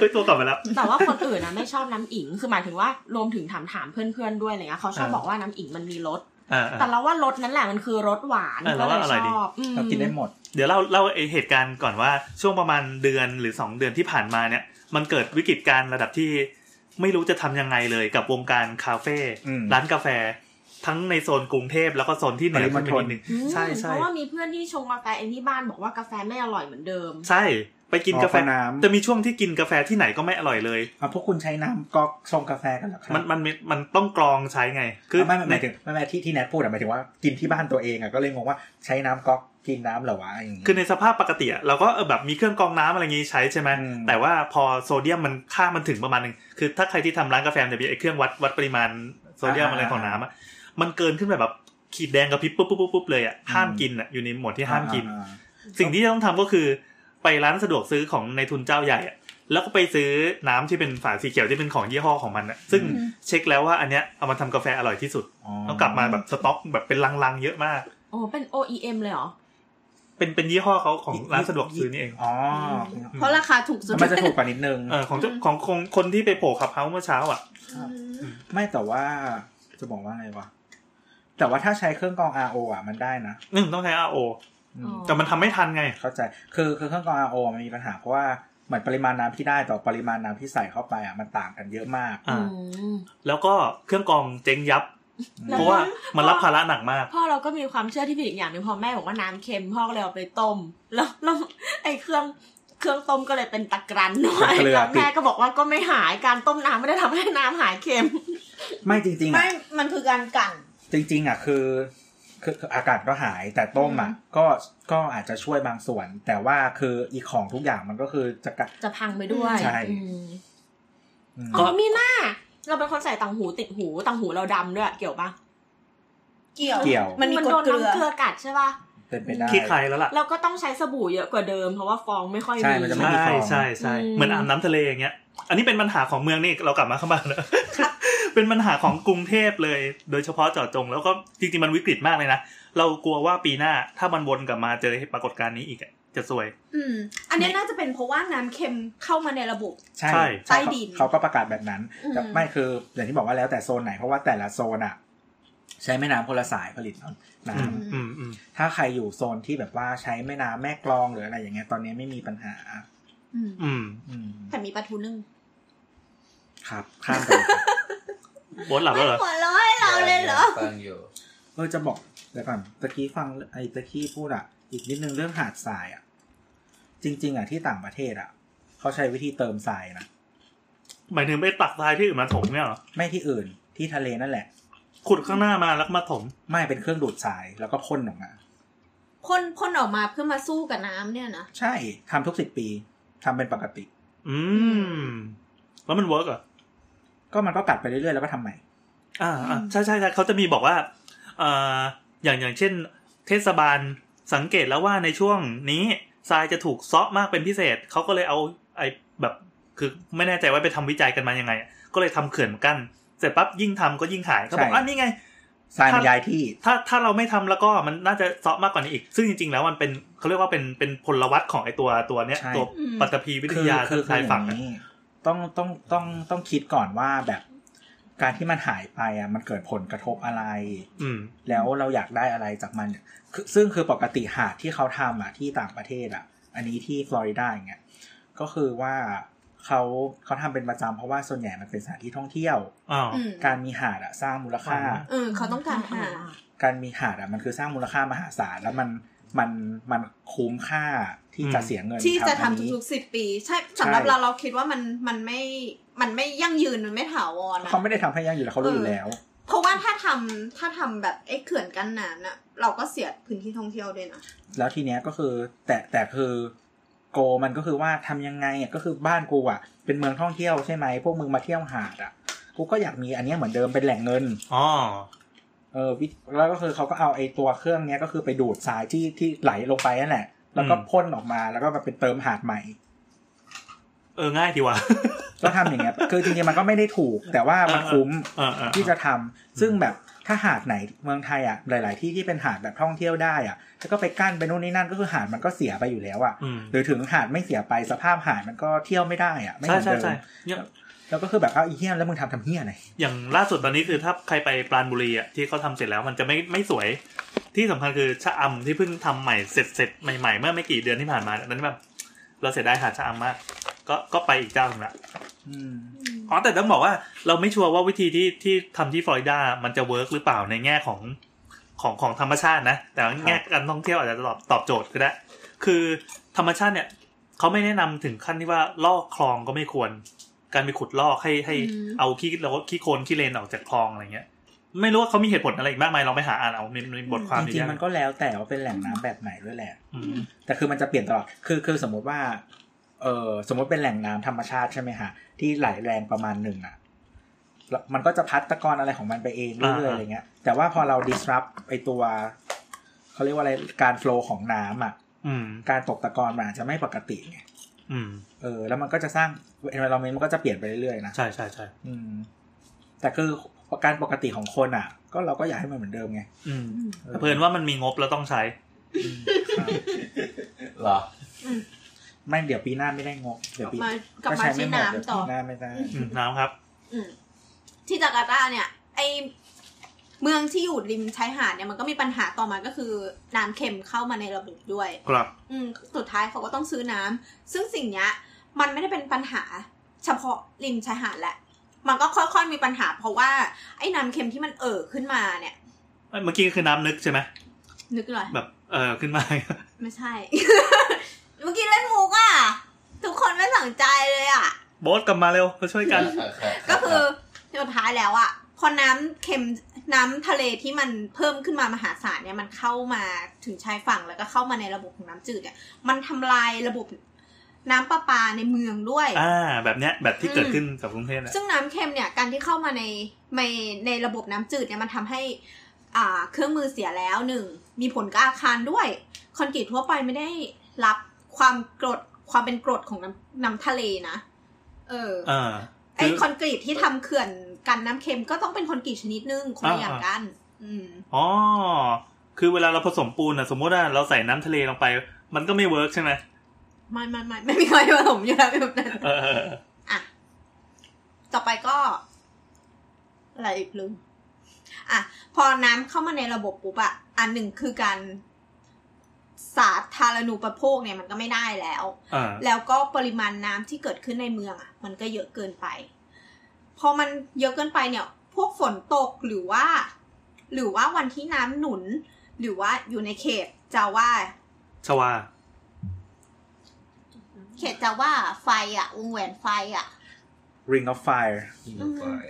[SPEAKER 3] เฮ้ยตัวกลับมาแล้ว
[SPEAKER 4] แต่ว่าคนอื่นนะไม่ชอบน้ำอิงคือหมายถึงว่ารวมถึงถามถามๆเพื่อนๆด้วยอะไรเงี้ยเขาชอบ
[SPEAKER 3] เออ
[SPEAKER 4] บอกว่าน้ำอิงมันมีรส
[SPEAKER 3] อ่า
[SPEAKER 4] แต่เราว่ารสนั้นแหละมันคือรสหวาน
[SPEAKER 3] เออ
[SPEAKER 4] ก็
[SPEAKER 3] เรา
[SPEAKER 4] เล
[SPEAKER 3] ว่าย อ
[SPEAKER 4] ช
[SPEAKER 3] ร่อยดี
[SPEAKER 4] อบอืม
[SPEAKER 6] เรากินได้หมด
[SPEAKER 3] ๆเดี๋ยวเล่าเล่าไอเหตุการณ์ก่อนว่าช่วงประมาณเดือนหรือ 2 เดือนที่ผ่านมาเนี่ย มันเกิดวิกฤตการณ์ระดับที่ไม่รู้จะทำยังไงเลยกับวงการคาเฟ่
[SPEAKER 6] อืม
[SPEAKER 3] ร้านกาแฟ ทั้งในโซนกรุงเทพแล้วก็โซนที่เหนือ
[SPEAKER 6] ป
[SPEAKER 3] ขึ้น
[SPEAKER 6] ริมณฑล
[SPEAKER 3] ไปนิดนึง
[SPEAKER 4] อืม
[SPEAKER 3] ใช่ใช่
[SPEAKER 4] เพราะว่ามีเพื่อนที่ชงกาแฟเองที่บ้านบอกว่ากาแฟไม่อร่อยเหมือนเดิม
[SPEAKER 3] ใช่ไปกินกาแฟ
[SPEAKER 6] อ๋อเพระน้ำ
[SPEAKER 3] จะมีช่วงที่กินกาแฟที่ไหนก็ไม่อร่อยเลย
[SPEAKER 6] อ่ะพวกคุณใช้น้ำก๊อกชงกาแฟกันเหรอครับ
[SPEAKER 3] มันมันมันมันต้องกรองใช้ไง คื
[SPEAKER 6] คือ อไม่ไม่หมายถึงไม่ไม่ที่ที่แนทพูดอะหมายถึงว่ากินที่บ้านตัวเองอะก็เลยงงว่าใช้น้ำก๊อกกินน้ำเหรอวะอย่างงี้
[SPEAKER 3] คือในสภาพปกติอะเราก็เออแบบมีเครื่องกรองน้ำอะไรงี้ใช้ใช่ไหม
[SPEAKER 6] อืม
[SPEAKER 3] แต่ว่าพอโซเดียมมันค่ามันถึงประมาณหนึงคือถ้าใครที่ทำร้านกาแฟมันจะมีไอ้เครื่องวัดวัดปริมาณโซเดียมอะไรของน้ำอะมันเกินขึ้นไปแบบขีดแดงกับพริบปุ๊บปุ๊บปุ๊บปุ๊บเลยอะห้ามกินอะอยู่ในหมวดที่ห้ามกิน
[SPEAKER 6] อ่
[SPEAKER 3] สิ่งที่ต้องทำก็คือไปร้านสะดวกซื้อของในทุนเจ้าใหญ่อะแล้วก็ไปซื้อน้ำที่เป็นฝาสีเขียวที่เป็นของยี่ห้อของมันอะซึ่งเช็คแล้วว่าอันเนี้ยเอามาทำกาแฟอร่อยที่สุด
[SPEAKER 6] อ๋อ
[SPEAKER 3] ต้องกลับมาแบบสต็อกแบบเป็นลังๆเยอะมาก
[SPEAKER 4] โอ้เป็น OEM เลยเหรอ
[SPEAKER 3] เป็นเป็นยี่ห้อเขาของร้านสะดวกซื้อนี่เอง
[SPEAKER 6] อ๋อ
[SPEAKER 5] เพราะราคาถูกสุด
[SPEAKER 6] มันจะถูกกว่านิดนึง
[SPEAKER 3] เออของเจ้าของของคนที่ไปโผล่ขับเฮาส์เมื่อเช้าอ่ะ
[SPEAKER 6] ไม่แต่ว่าจะบอกว่าไงวะแต่ว่าถ้าใช้เครื่องกรอง RO อ่ะมันได้นะ
[SPEAKER 3] หนึ่งต้องใช้ RO
[SPEAKER 6] อืม
[SPEAKER 4] อ๋อ
[SPEAKER 3] แต่มันทำไม่ทันไง
[SPEAKER 6] เข้าใจคือคือเครื่องกรอง RO มันมีปัญหาเพราะว่า เหมือนปริมาณน้ำที่ได้ต่อปริมาณน้ำที่ใส่เข้าไปอ่ะมันต่างกันเยอะมาก
[SPEAKER 3] อ่า
[SPEAKER 1] อืม
[SPEAKER 3] แล้วก็เครื่องกรองเจ๊งยับ
[SPEAKER 6] อืม
[SPEAKER 3] เพราะว่ามันรับภาระหนักมาก
[SPEAKER 1] พ่อเราก็มีความเชื่อที่ผิดอีกอย่างหนึ่งพอแม่บอกว่าน้ำเค็มพ่อก็เลยเอาไปต้ม แล้ว แล้วไอ้เครื่องเครื่องต้มก็เลยเป็นตะกรันหน่อย
[SPEAKER 6] เกลือ
[SPEAKER 1] แล้ว
[SPEAKER 6] ติ
[SPEAKER 1] แม่
[SPEAKER 6] ด
[SPEAKER 1] ก็บอกว่าก็ไม่หายการต้มน้ำไม่ได้ทำให้น้ำหายเค็ม
[SPEAKER 6] ไม่จริงๆ
[SPEAKER 5] ไม่
[SPEAKER 6] อ่ะ
[SPEAKER 5] มันคือการกลั่น
[SPEAKER 6] จริง ๆอ่ะคือคือคืออากาศก็หายแต่ต้มอ่ะก็ก็อาจจะช่วยบางส่วน แต่ว่าคืออีกของทุกอย่างมันก็คือจะกะ
[SPEAKER 4] จะพังไปด้วย
[SPEAKER 6] ใช่
[SPEAKER 4] อืม
[SPEAKER 6] อืม
[SPEAKER 3] ก็
[SPEAKER 1] อ๋อมีหน้า เราเป็นคนใส่ต่างหูติดหูต่างหูเราดำด้วยเกี่ยวปะ
[SPEAKER 5] เกี่ยว
[SPEAKER 6] เกี่ยว
[SPEAKER 5] มันมี
[SPEAKER 1] มัน
[SPEAKER 5] กร
[SPEAKER 1] โด
[SPEAKER 5] ด
[SPEAKER 1] น
[SPEAKER 5] เกลือ
[SPEAKER 1] น้ำเกลือกัดใช่ปะ
[SPEAKER 6] เป็นไปได้
[SPEAKER 3] ขี้ใครแล้วล่ะ
[SPEAKER 1] เราก็ต้องใช้สบู่เยอะกว่าเดิมเพราะว่าฟองไม่ค่อย
[SPEAKER 6] ใช่
[SPEAKER 1] มี
[SPEAKER 6] มันจะไม่
[SPEAKER 3] ใช่ใช่ใช่
[SPEAKER 1] อืม
[SPEAKER 3] เหมือนอาบน้ำทะเลอย่างเงี้ย อันนี้เป็นปัญหาของเมืองนี่เรากลับมาเข้ามาแล้ว เป็นปัญหาของกรุงเทพเลย โดยเฉพาะเจาะจง แล้วก็จริงๆมันวิกฤตมากเลยนะ เรากลัวว่าปีหน้าถ้ามันวนกลับมาเจอปรากฏการณ์นี้อีกอะจะซวย
[SPEAKER 5] อืม อันเนี้ยน่าจะเป็นเพราะว่าน้ำเค็มเข้ามาในระบบ
[SPEAKER 6] ใช่
[SPEAKER 3] ใช่
[SPEAKER 5] ใต้
[SPEAKER 6] เขา
[SPEAKER 5] ดิน
[SPEAKER 6] เขาก็ประกาศแบบนั้น
[SPEAKER 4] อืม
[SPEAKER 6] แต่ไม่คืออย่างที่บอกว่าแล้วแต่โซนไหนเพราะว่าแต่ละโซนอ่ะ ใช้แม่น้ำคนละสายผลิตน้
[SPEAKER 3] อืมอืมอืม
[SPEAKER 6] ำถ้าใครอยู่โซนที่แบบว่าใช้แม่น้ำแม่กลองหรืออะไรอย่างเงี้ยตอนนี้ไม่มีปัญหา
[SPEAKER 5] อืม
[SPEAKER 3] อืม
[SPEAKER 6] อืม
[SPEAKER 5] แต่มีปลาทูนึ่ง
[SPEAKER 6] ครับข้ามไป
[SPEAKER 3] โบนหลับ
[SPEAKER 5] ไม่
[SPEAKER 3] แล้วเหรอ
[SPEAKER 5] หัวเร้อยเราเลยเหรอ
[SPEAKER 7] ฟังอยู่
[SPEAKER 6] เออจะบอกเดี๋ยวก่อนตะกี้ฟังไอ้ตะกี้พูดอ่ะ อีกนิดนึงเรื่องหาดทรายอ่ะ จริง ๆอ่ะที่ต่างประเทศอ่ะเขาใช้วิธีเติมทรายนะ
[SPEAKER 3] หมายถึงไปตักทรายที่อื่นมาถมเนี่ยเหรอ
[SPEAKER 6] ไม่ที่อื่นที่ทะเลนั่นแหละ
[SPEAKER 3] ขุดข้างหน้ามาแล้วก็มาถม
[SPEAKER 6] ไม่เป็นเครื่องดูดทรายแล้วก็พ่นออกมา
[SPEAKER 5] พ่นพ่นออกมาเพื่อมาสู้กับน้ำเนี่ยนะ
[SPEAKER 6] ใช่ทำทุกสิบปีทำเป็นปกติ
[SPEAKER 3] อืม แล้วมันเวิร์กเหรอ
[SPEAKER 6] ก็มันก็กัดไปเรื่อยๆแล้วก็ทำใหม่
[SPEAKER 3] อ่าอ่าใช่ใช่ใช่เขาจะมีบอกว่าเอ่ออย่างอย่างเช่น เทศบาลสังเกตแล้วว่าในช่วงนี้ทรายจะถูกเซาะมากเป็นพิเศษเขาก็เลยเอาไอ้แบบคือไม่แน่ใจว่าไปทำวิจัยกันมายังไง ก็เลยทำเขื่อนกั้นเสร็จปั๊บยิ่งทำก็ยิ่งหายเขาบอก
[SPEAKER 6] ใช่
[SPEAKER 3] อ่ะนี่ไง
[SPEAKER 6] ทรายมัน
[SPEAKER 3] ถ้า
[SPEAKER 6] ย้ายที่
[SPEAKER 3] ถ้าถ้าเราไม่ทำแล้วก็มันน่าจะเซาะมากกว่านี้อีก ซึ่งจริงๆแล้วมันเป็นเขาเรียกว่าเป็นเป็นพลวัตของไอ้ตัวตัวเนี้ยตัวปฐพีวิท
[SPEAKER 6] คือย
[SPEAKER 3] า
[SPEAKER 6] คือ
[SPEAKER 3] ท
[SPEAKER 6] คือ
[SPEAKER 3] ราย
[SPEAKER 6] อ
[SPEAKER 3] ฝั่งอะ
[SPEAKER 6] ย่างนี้ต้องต้องต้องต้องคิดก่อนว่าแบบการที่มันหายไปอ่ะมันเกิดผลกระทบอะไร
[SPEAKER 3] อืม
[SPEAKER 6] แล้วเราอยากได้อะไรจากมันคือซึ่งคือปกติหาดที่เขาทำอ่ะที่ต่างประเทศอ่ะ อันนี้ที่ฟลอริดาอย่างเงี้ยก็คือว่าเขาเขาทำเป็นประจำเพราะว่าส่วนใหญ่มันเป็นสถานที่ท่องเที่ยว
[SPEAKER 3] อ้าว
[SPEAKER 5] อืม
[SPEAKER 6] การมีหาดอ่ะสร้างมูลค่า
[SPEAKER 3] อืม
[SPEAKER 5] เออเขาต้องการหา
[SPEAKER 6] การมีหาดอ่ะมันคือสร้างมูลค่ามหาศาลแล้วมันมันมันคุ้มค่าที่จะ
[SPEAKER 3] อืม
[SPEAKER 6] เสียเงิน
[SPEAKER 5] ที่จะทำ
[SPEAKER 6] อันนี้
[SPEAKER 5] ทุกๆสิบปี ใช่สำหรับ
[SPEAKER 6] ใช่
[SPEAKER 5] เราเราคิดว่ามันมันไม่มันไม่ยั่งยืนมันไม่ถาวรนะ
[SPEAKER 6] เขาไม่ได้ทำให้ยั่งยืนแล้วเขารู้
[SPEAKER 5] เอออ
[SPEAKER 6] อยู่แล้ว
[SPEAKER 5] เพราะว่าถ้าทำถ้าทำแบบไอ้เขื่อนกั้นน้ำน่ะเราก็เสียพื้นที่ท่องเที่ยวด้วยนะ
[SPEAKER 6] แล้วทีเนี้ยก็คือแต่แต่คือโกมันก็คือว่าทำยังไงอ่ะก็คือบ้านกูอ่ะเป็นเมืองท่องเที่ยวใช่ไหมพวกมึงมาเที่ยวหาดอ่ะกูก็อยากมีอันเนี้ยเหมือนเดิมเป็นแหล่งเงิน
[SPEAKER 3] อ๋อ
[SPEAKER 6] เออวิแล้วก็คือเขาก็เอาไอ้ตัวเครื่องเนี้ยก็คือไปดูดทรายที่ที่ไหลลงไปนั่นแหละ แล้วก็พ่นออกมาแล้วก็มาเป็นเติมหาดใหม่
[SPEAKER 3] เออง่ายดีว่ะ
[SPEAKER 6] ก็ทำอย่างเงี้ยคือจริงๆมันก็ไม่ได้ถูก แต่ว่ามัน
[SPEAKER 3] เออ
[SPEAKER 6] คุ้ม
[SPEAKER 3] อ่าอ่า
[SPEAKER 6] ที่จะทำซึ่งแบบถ้าหาดไหนเมืองไทยอ่ะหลาย ๆ ที่ที่เป็นหาดแบบท่องเที่ยวได้อ่ะแล้วก็ไปกั้นไปนู่นนี่นั่นก็คือหาดมันก็เสียไปอยู่แล้วอ่ะ
[SPEAKER 3] อืม
[SPEAKER 6] หรือถึงหาดไม่เสียไปสภาพหาดมันก็เที่ยวไม่ได้อ่ะไม่เห
[SPEAKER 3] ใช่
[SPEAKER 6] มือน
[SPEAKER 3] ใช่
[SPEAKER 6] เดิม
[SPEAKER 3] ใช่อย่าง
[SPEAKER 6] แล้วก็คือแบบเอาอีเหี้ยแล้วมึงทำทำเหี้ยอะไร
[SPEAKER 3] อย่างล่าสุดตอนนี้คือถ้าใครไปปราณบุรีอ่ะที่เขาทำเสร็จแล้วมันจะไม่ไม่สวย ที่สำคัญคือชะอำที่เพิ่งทำใหม่เสร็จเสร็จใหม่ๆเมื่อไม่กี่เดือนที่ผ่านมาเนี่ยนั้นแบบเราเสียดายหาดชะอำมาก ก็ก็ไปอีกเจ้าหนึ่งละ
[SPEAKER 6] อืม
[SPEAKER 3] อ๋อแต่ต้องบอกว่าเราไม่ชัวร์ว่าวิธีที่ที่ทำที่ฟลอริดามันจะเวิร์กหรือเปล่าในแง่ของของของธรรมชาตินะ แต่ว่าแง่การท่องเที่ยวอาจจะตอบตอบโจทย์ก็ได้ คือธรรมชาติเนี่ยเขาไม่แนะนำถึงขั้นที่ว่าลอกคลองก็ไม่ควร การไปขุดลอกให้ให้
[SPEAKER 4] อืม
[SPEAKER 3] เอาขี้เราขี้โคลนขี้เลนออกจากคลองอะไรเงี้ย ไม่รู้ว่าเขามีเหตุผลอะไรอีกมากมายลองไปหาอ่านเอาในในบทความ
[SPEAKER 6] จ
[SPEAKER 3] ดี
[SPEAKER 6] ริง
[SPEAKER 3] ๆ
[SPEAKER 6] ๆมันก็แล้วแต่ว่าเป็นแหล่งน้ำแบบไหนด้วยแหละ
[SPEAKER 3] อืม
[SPEAKER 6] แต่คือมันจะเปลี่ยนตลอด คือคือสมมติว่า เออสมมติเป็นแหล่งน้ำธรรมชาติใช่ไหมฮะ ที่ไหลแรงประมาณหนึ่งอ่ะแล้วมันก็จะพัดตะกอนอะไรของมันไปเองเรื่อยๆ
[SPEAKER 3] อ่า
[SPEAKER 6] อะไรเงี้ย แต่ว่าพอเรา disrupt ไอตัวเขาเรียกว่าอะไร การ flow ของน้ำอ่ะ
[SPEAKER 3] อืม
[SPEAKER 6] การตกตะกอนมันอาจจะไม่ปกติไง
[SPEAKER 3] อืม
[SPEAKER 6] เออ แล้วมันก็จะสร้าง environment มันก็จะเปลี่ยนไปเรื่อยๆนะ
[SPEAKER 3] ใช่ใช่ใช่
[SPEAKER 6] อืม แต่คือการปกติของคนอ่ะ ก็เราก็อยากให้มันเหมือนเดิมไง
[SPEAKER 3] อืม
[SPEAKER 6] ออ
[SPEAKER 3] แต่เพิ่นว่ามันมีงบแล้วต้องใช้
[SPEAKER 6] อืมครับ
[SPEAKER 7] เหรอ
[SPEAKER 6] ไม่เดี๋ยวปีหน้าไม่ได้งบ เดี๋ยวปี
[SPEAKER 5] มากลับมาที่
[SPEAKER 6] หมดเดี๋ยว
[SPEAKER 5] น้ำต่อ
[SPEAKER 6] ปีหน้าไม่ได้
[SPEAKER 3] อืมน้ำครับ
[SPEAKER 5] อืมที่จาการ์ตาเนี่ย ไอเมืองที่อยู่ริมชายหาดเนี่ยมันก็มีปัญหาต่อมาก็คือน้ำเค็มเข้ามาในระบบด้วย
[SPEAKER 3] ครับ
[SPEAKER 5] อืมสุดท้ายเขาก็ต้องซื้อน้ำซึ่งสิ่งเนี้ย มันไม่ได้เป็นปัญหาเฉพาะริมชายหาดแหละ มันก็ค่อยๆมีปัญหา เพราะว่าไอ้น้ำเค็มที่มันเอ่อขึ้นมาเนี่ย
[SPEAKER 3] เอ้ยเมื่อกี้คือน้ำนึกใช่ไหม
[SPEAKER 5] นึกเลย
[SPEAKER 3] แบบเออขึ้นมา
[SPEAKER 5] ไม่ใช่ เมื่อกี้เล่นมุกอ่ะ ทุกคนไม่สนใจเลยอ่ะ
[SPEAKER 3] โบ๊ทกลับมาเร็วมาช่วยกัน
[SPEAKER 5] ก็คือสุดท้ายแล้วอะพอน้ำเค็มน้ำทะเลที่มันเพิ่มขึ้นมามหาศาลเนี่ยมันเข้ามาถึงชายฝั่งแล้วก็เข้ามาในระบบของน้ำจืดเนี่ยมันทำลายระบบน้ำประปาในเมืองด้วย
[SPEAKER 3] อ่า แบบเนี้ยแบบที่เกิดขึ้นกับกรุงเทพนะ
[SPEAKER 5] ซึ่งน้ำเค็มเนี่ยการที่เข้ามาในในในระบบน้ำจืดเนี่ยมันทำให้อ่าเครื่องมือเสียแล้วหนึ่งมีผลกับอาคารด้วย คอนกรีตทั่วไปไม่ได้รับความกรดความเป็นกรดของน้ำน้ำทะเลนะเออ
[SPEAKER 3] เออ
[SPEAKER 5] ไอ้
[SPEAKER 3] คือ
[SPEAKER 5] คอนกรีตที่ทำเขื่อนกันน้ำเค็มก็ต้องเป็นคอนกรีตชนิดนึงคนละอย่างกัน อืม
[SPEAKER 3] อ๋อ คือเวลาเราผสมปูนอ่ะ สมมติว่าเราใส่น้ำทะเลลงไป มันก็ไม่เวิร์กใช่ไหม
[SPEAKER 5] ไม่ไม่ไม่ไม่มีใครผสมอยู่แล้วแบบนั้น
[SPEAKER 3] เออเออเออ
[SPEAKER 5] อ่ะ ต่อไปก็ อะไรอีกลืมอ่ะ พอน้ำเข้ามาในระบบปุ๊บอะอันหนึ่งคือการสาธารณูปโภคเนี่ยมันก็ไม่ได้แล้ว
[SPEAKER 3] เออ
[SPEAKER 5] แล้วก็ปริมาณน้ำที่เกิดขึ้นในเมืองอ่ะ มันก็เยอะเกินไป พอมันเยอะเกินไปเนี่ย พวกฝนตกหรือว่า หรือว่าวันที่น้ำหนุน หรือว่าอยู่ในเขตจะว่า
[SPEAKER 3] ชวา
[SPEAKER 5] เขตจะว่าไฟอ่ะวงแหวนไฟอ่ะ
[SPEAKER 6] Ring of Fire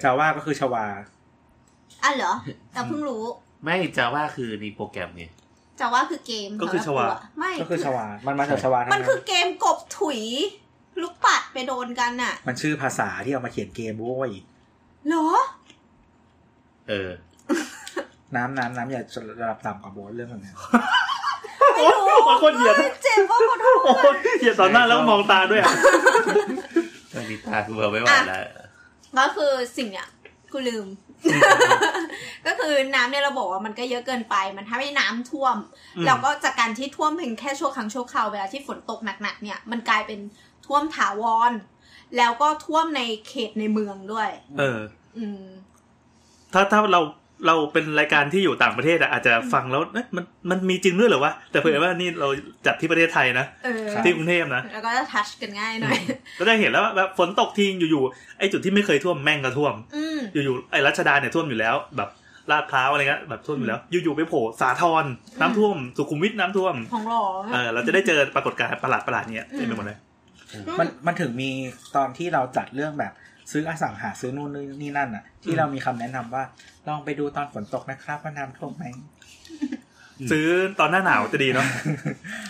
[SPEAKER 6] จาว่าก็คือชวา
[SPEAKER 5] อ่ะเหรอแต่เพิ่งรู้
[SPEAKER 2] ไม่จะว่าคือในโปรแกรมเนี่ย
[SPEAKER 5] จะว่าคือเกม
[SPEAKER 3] ก็คือ
[SPEAKER 5] สำหรั
[SPEAKER 3] ช
[SPEAKER 5] บ
[SPEAKER 3] วา
[SPEAKER 5] กูะไม่
[SPEAKER 6] ก็คือชวา มันมาจากชวาทั้ง
[SPEAKER 5] มัน
[SPEAKER 6] นั้
[SPEAKER 5] คือน เกมกบถุย ลูกปัดไปโดนกันน่ะ
[SPEAKER 6] มันชื่อภาษาที่เอามาเขียนเกมโว้ย
[SPEAKER 5] เหรอ
[SPEAKER 2] เออ
[SPEAKER 6] น้ำน้ำน้ำอย่าระดับต่ำกว่าโบสเรื่องแบบนี้
[SPEAKER 5] ไม่รู้
[SPEAKER 3] โอ้ยโคตรเหยียด
[SPEAKER 5] เจ็บว่าขอโทษ
[SPEAKER 3] โอ้ยเหยียดต่อหน้าแล้วมองตาด้วยอะ
[SPEAKER 2] ตอนนี้ตาคือเบอไม่ไหวแล้ว
[SPEAKER 5] ก็คือสิ่งเนี้ยกูลืม ก็คือน้ำในระบบอะมันก็เยอะเกินไป มันทำให้น้ำท่วม แล้วก็จากการที่ท่วมเพียงแค่ชั่วครั้งชั่วคราวเวลาที่ฝนตกหนักๆเนี่ยมันกลายเป็นท่วมถาวร แล้วก็ท่วมในเขตในเมืองด้วย
[SPEAKER 3] เออ
[SPEAKER 5] อืม
[SPEAKER 3] ถ้าถ้าเราเราเป็นรายการที่อยู่ต่างประเทศอะอาจจะฟังแล้วเอ๊ะมันมันมีจริงด้วยเหรอวะ แต่เผื่อว่านี่เราจัดที่ประเทศไทยนะ
[SPEAKER 5] เออ
[SPEAKER 3] ที่กรุงเทพนะ
[SPEAKER 5] แล้วก็จะทัชกันง่ายหน่อย
[SPEAKER 3] ก็ได้เห็นแล้วว่าแบบฝนตกทิ้งอยู่ๆ ไอ้จุดที่ไม่เคยท่วมแม่งก็ท่วม
[SPEAKER 5] อืม
[SPEAKER 3] อยู่ๆ ไอ้รัชดาเนี่ยท่วมอยู่แล้ว แบบลาดพร้าวอะไรเงี้ยแบบท่วมอยู่แล้ว อยู่ๆ ไปโผล่สาทรน้ำท่วม สุขุมวิทน้ำท่วม
[SPEAKER 5] ของหลอ
[SPEAKER 3] เออเราจะได้เจอปรากฏการณ์ประหลาดประหลาดๆเนี้ยเต็มไปหมดเลย
[SPEAKER 6] มันมันถึงมีตอนที่เราจัดเรื่องแบบซื้ออสังหาซื้อนู่นนี่นั่นอ่ะ ที่เรามีคำแนะนำว่าลองไปดูตอนฝนตกนะครับว่าน้ำท่วมไหม
[SPEAKER 3] ซื้อตอนหน้าหนาวจะดีเนาะ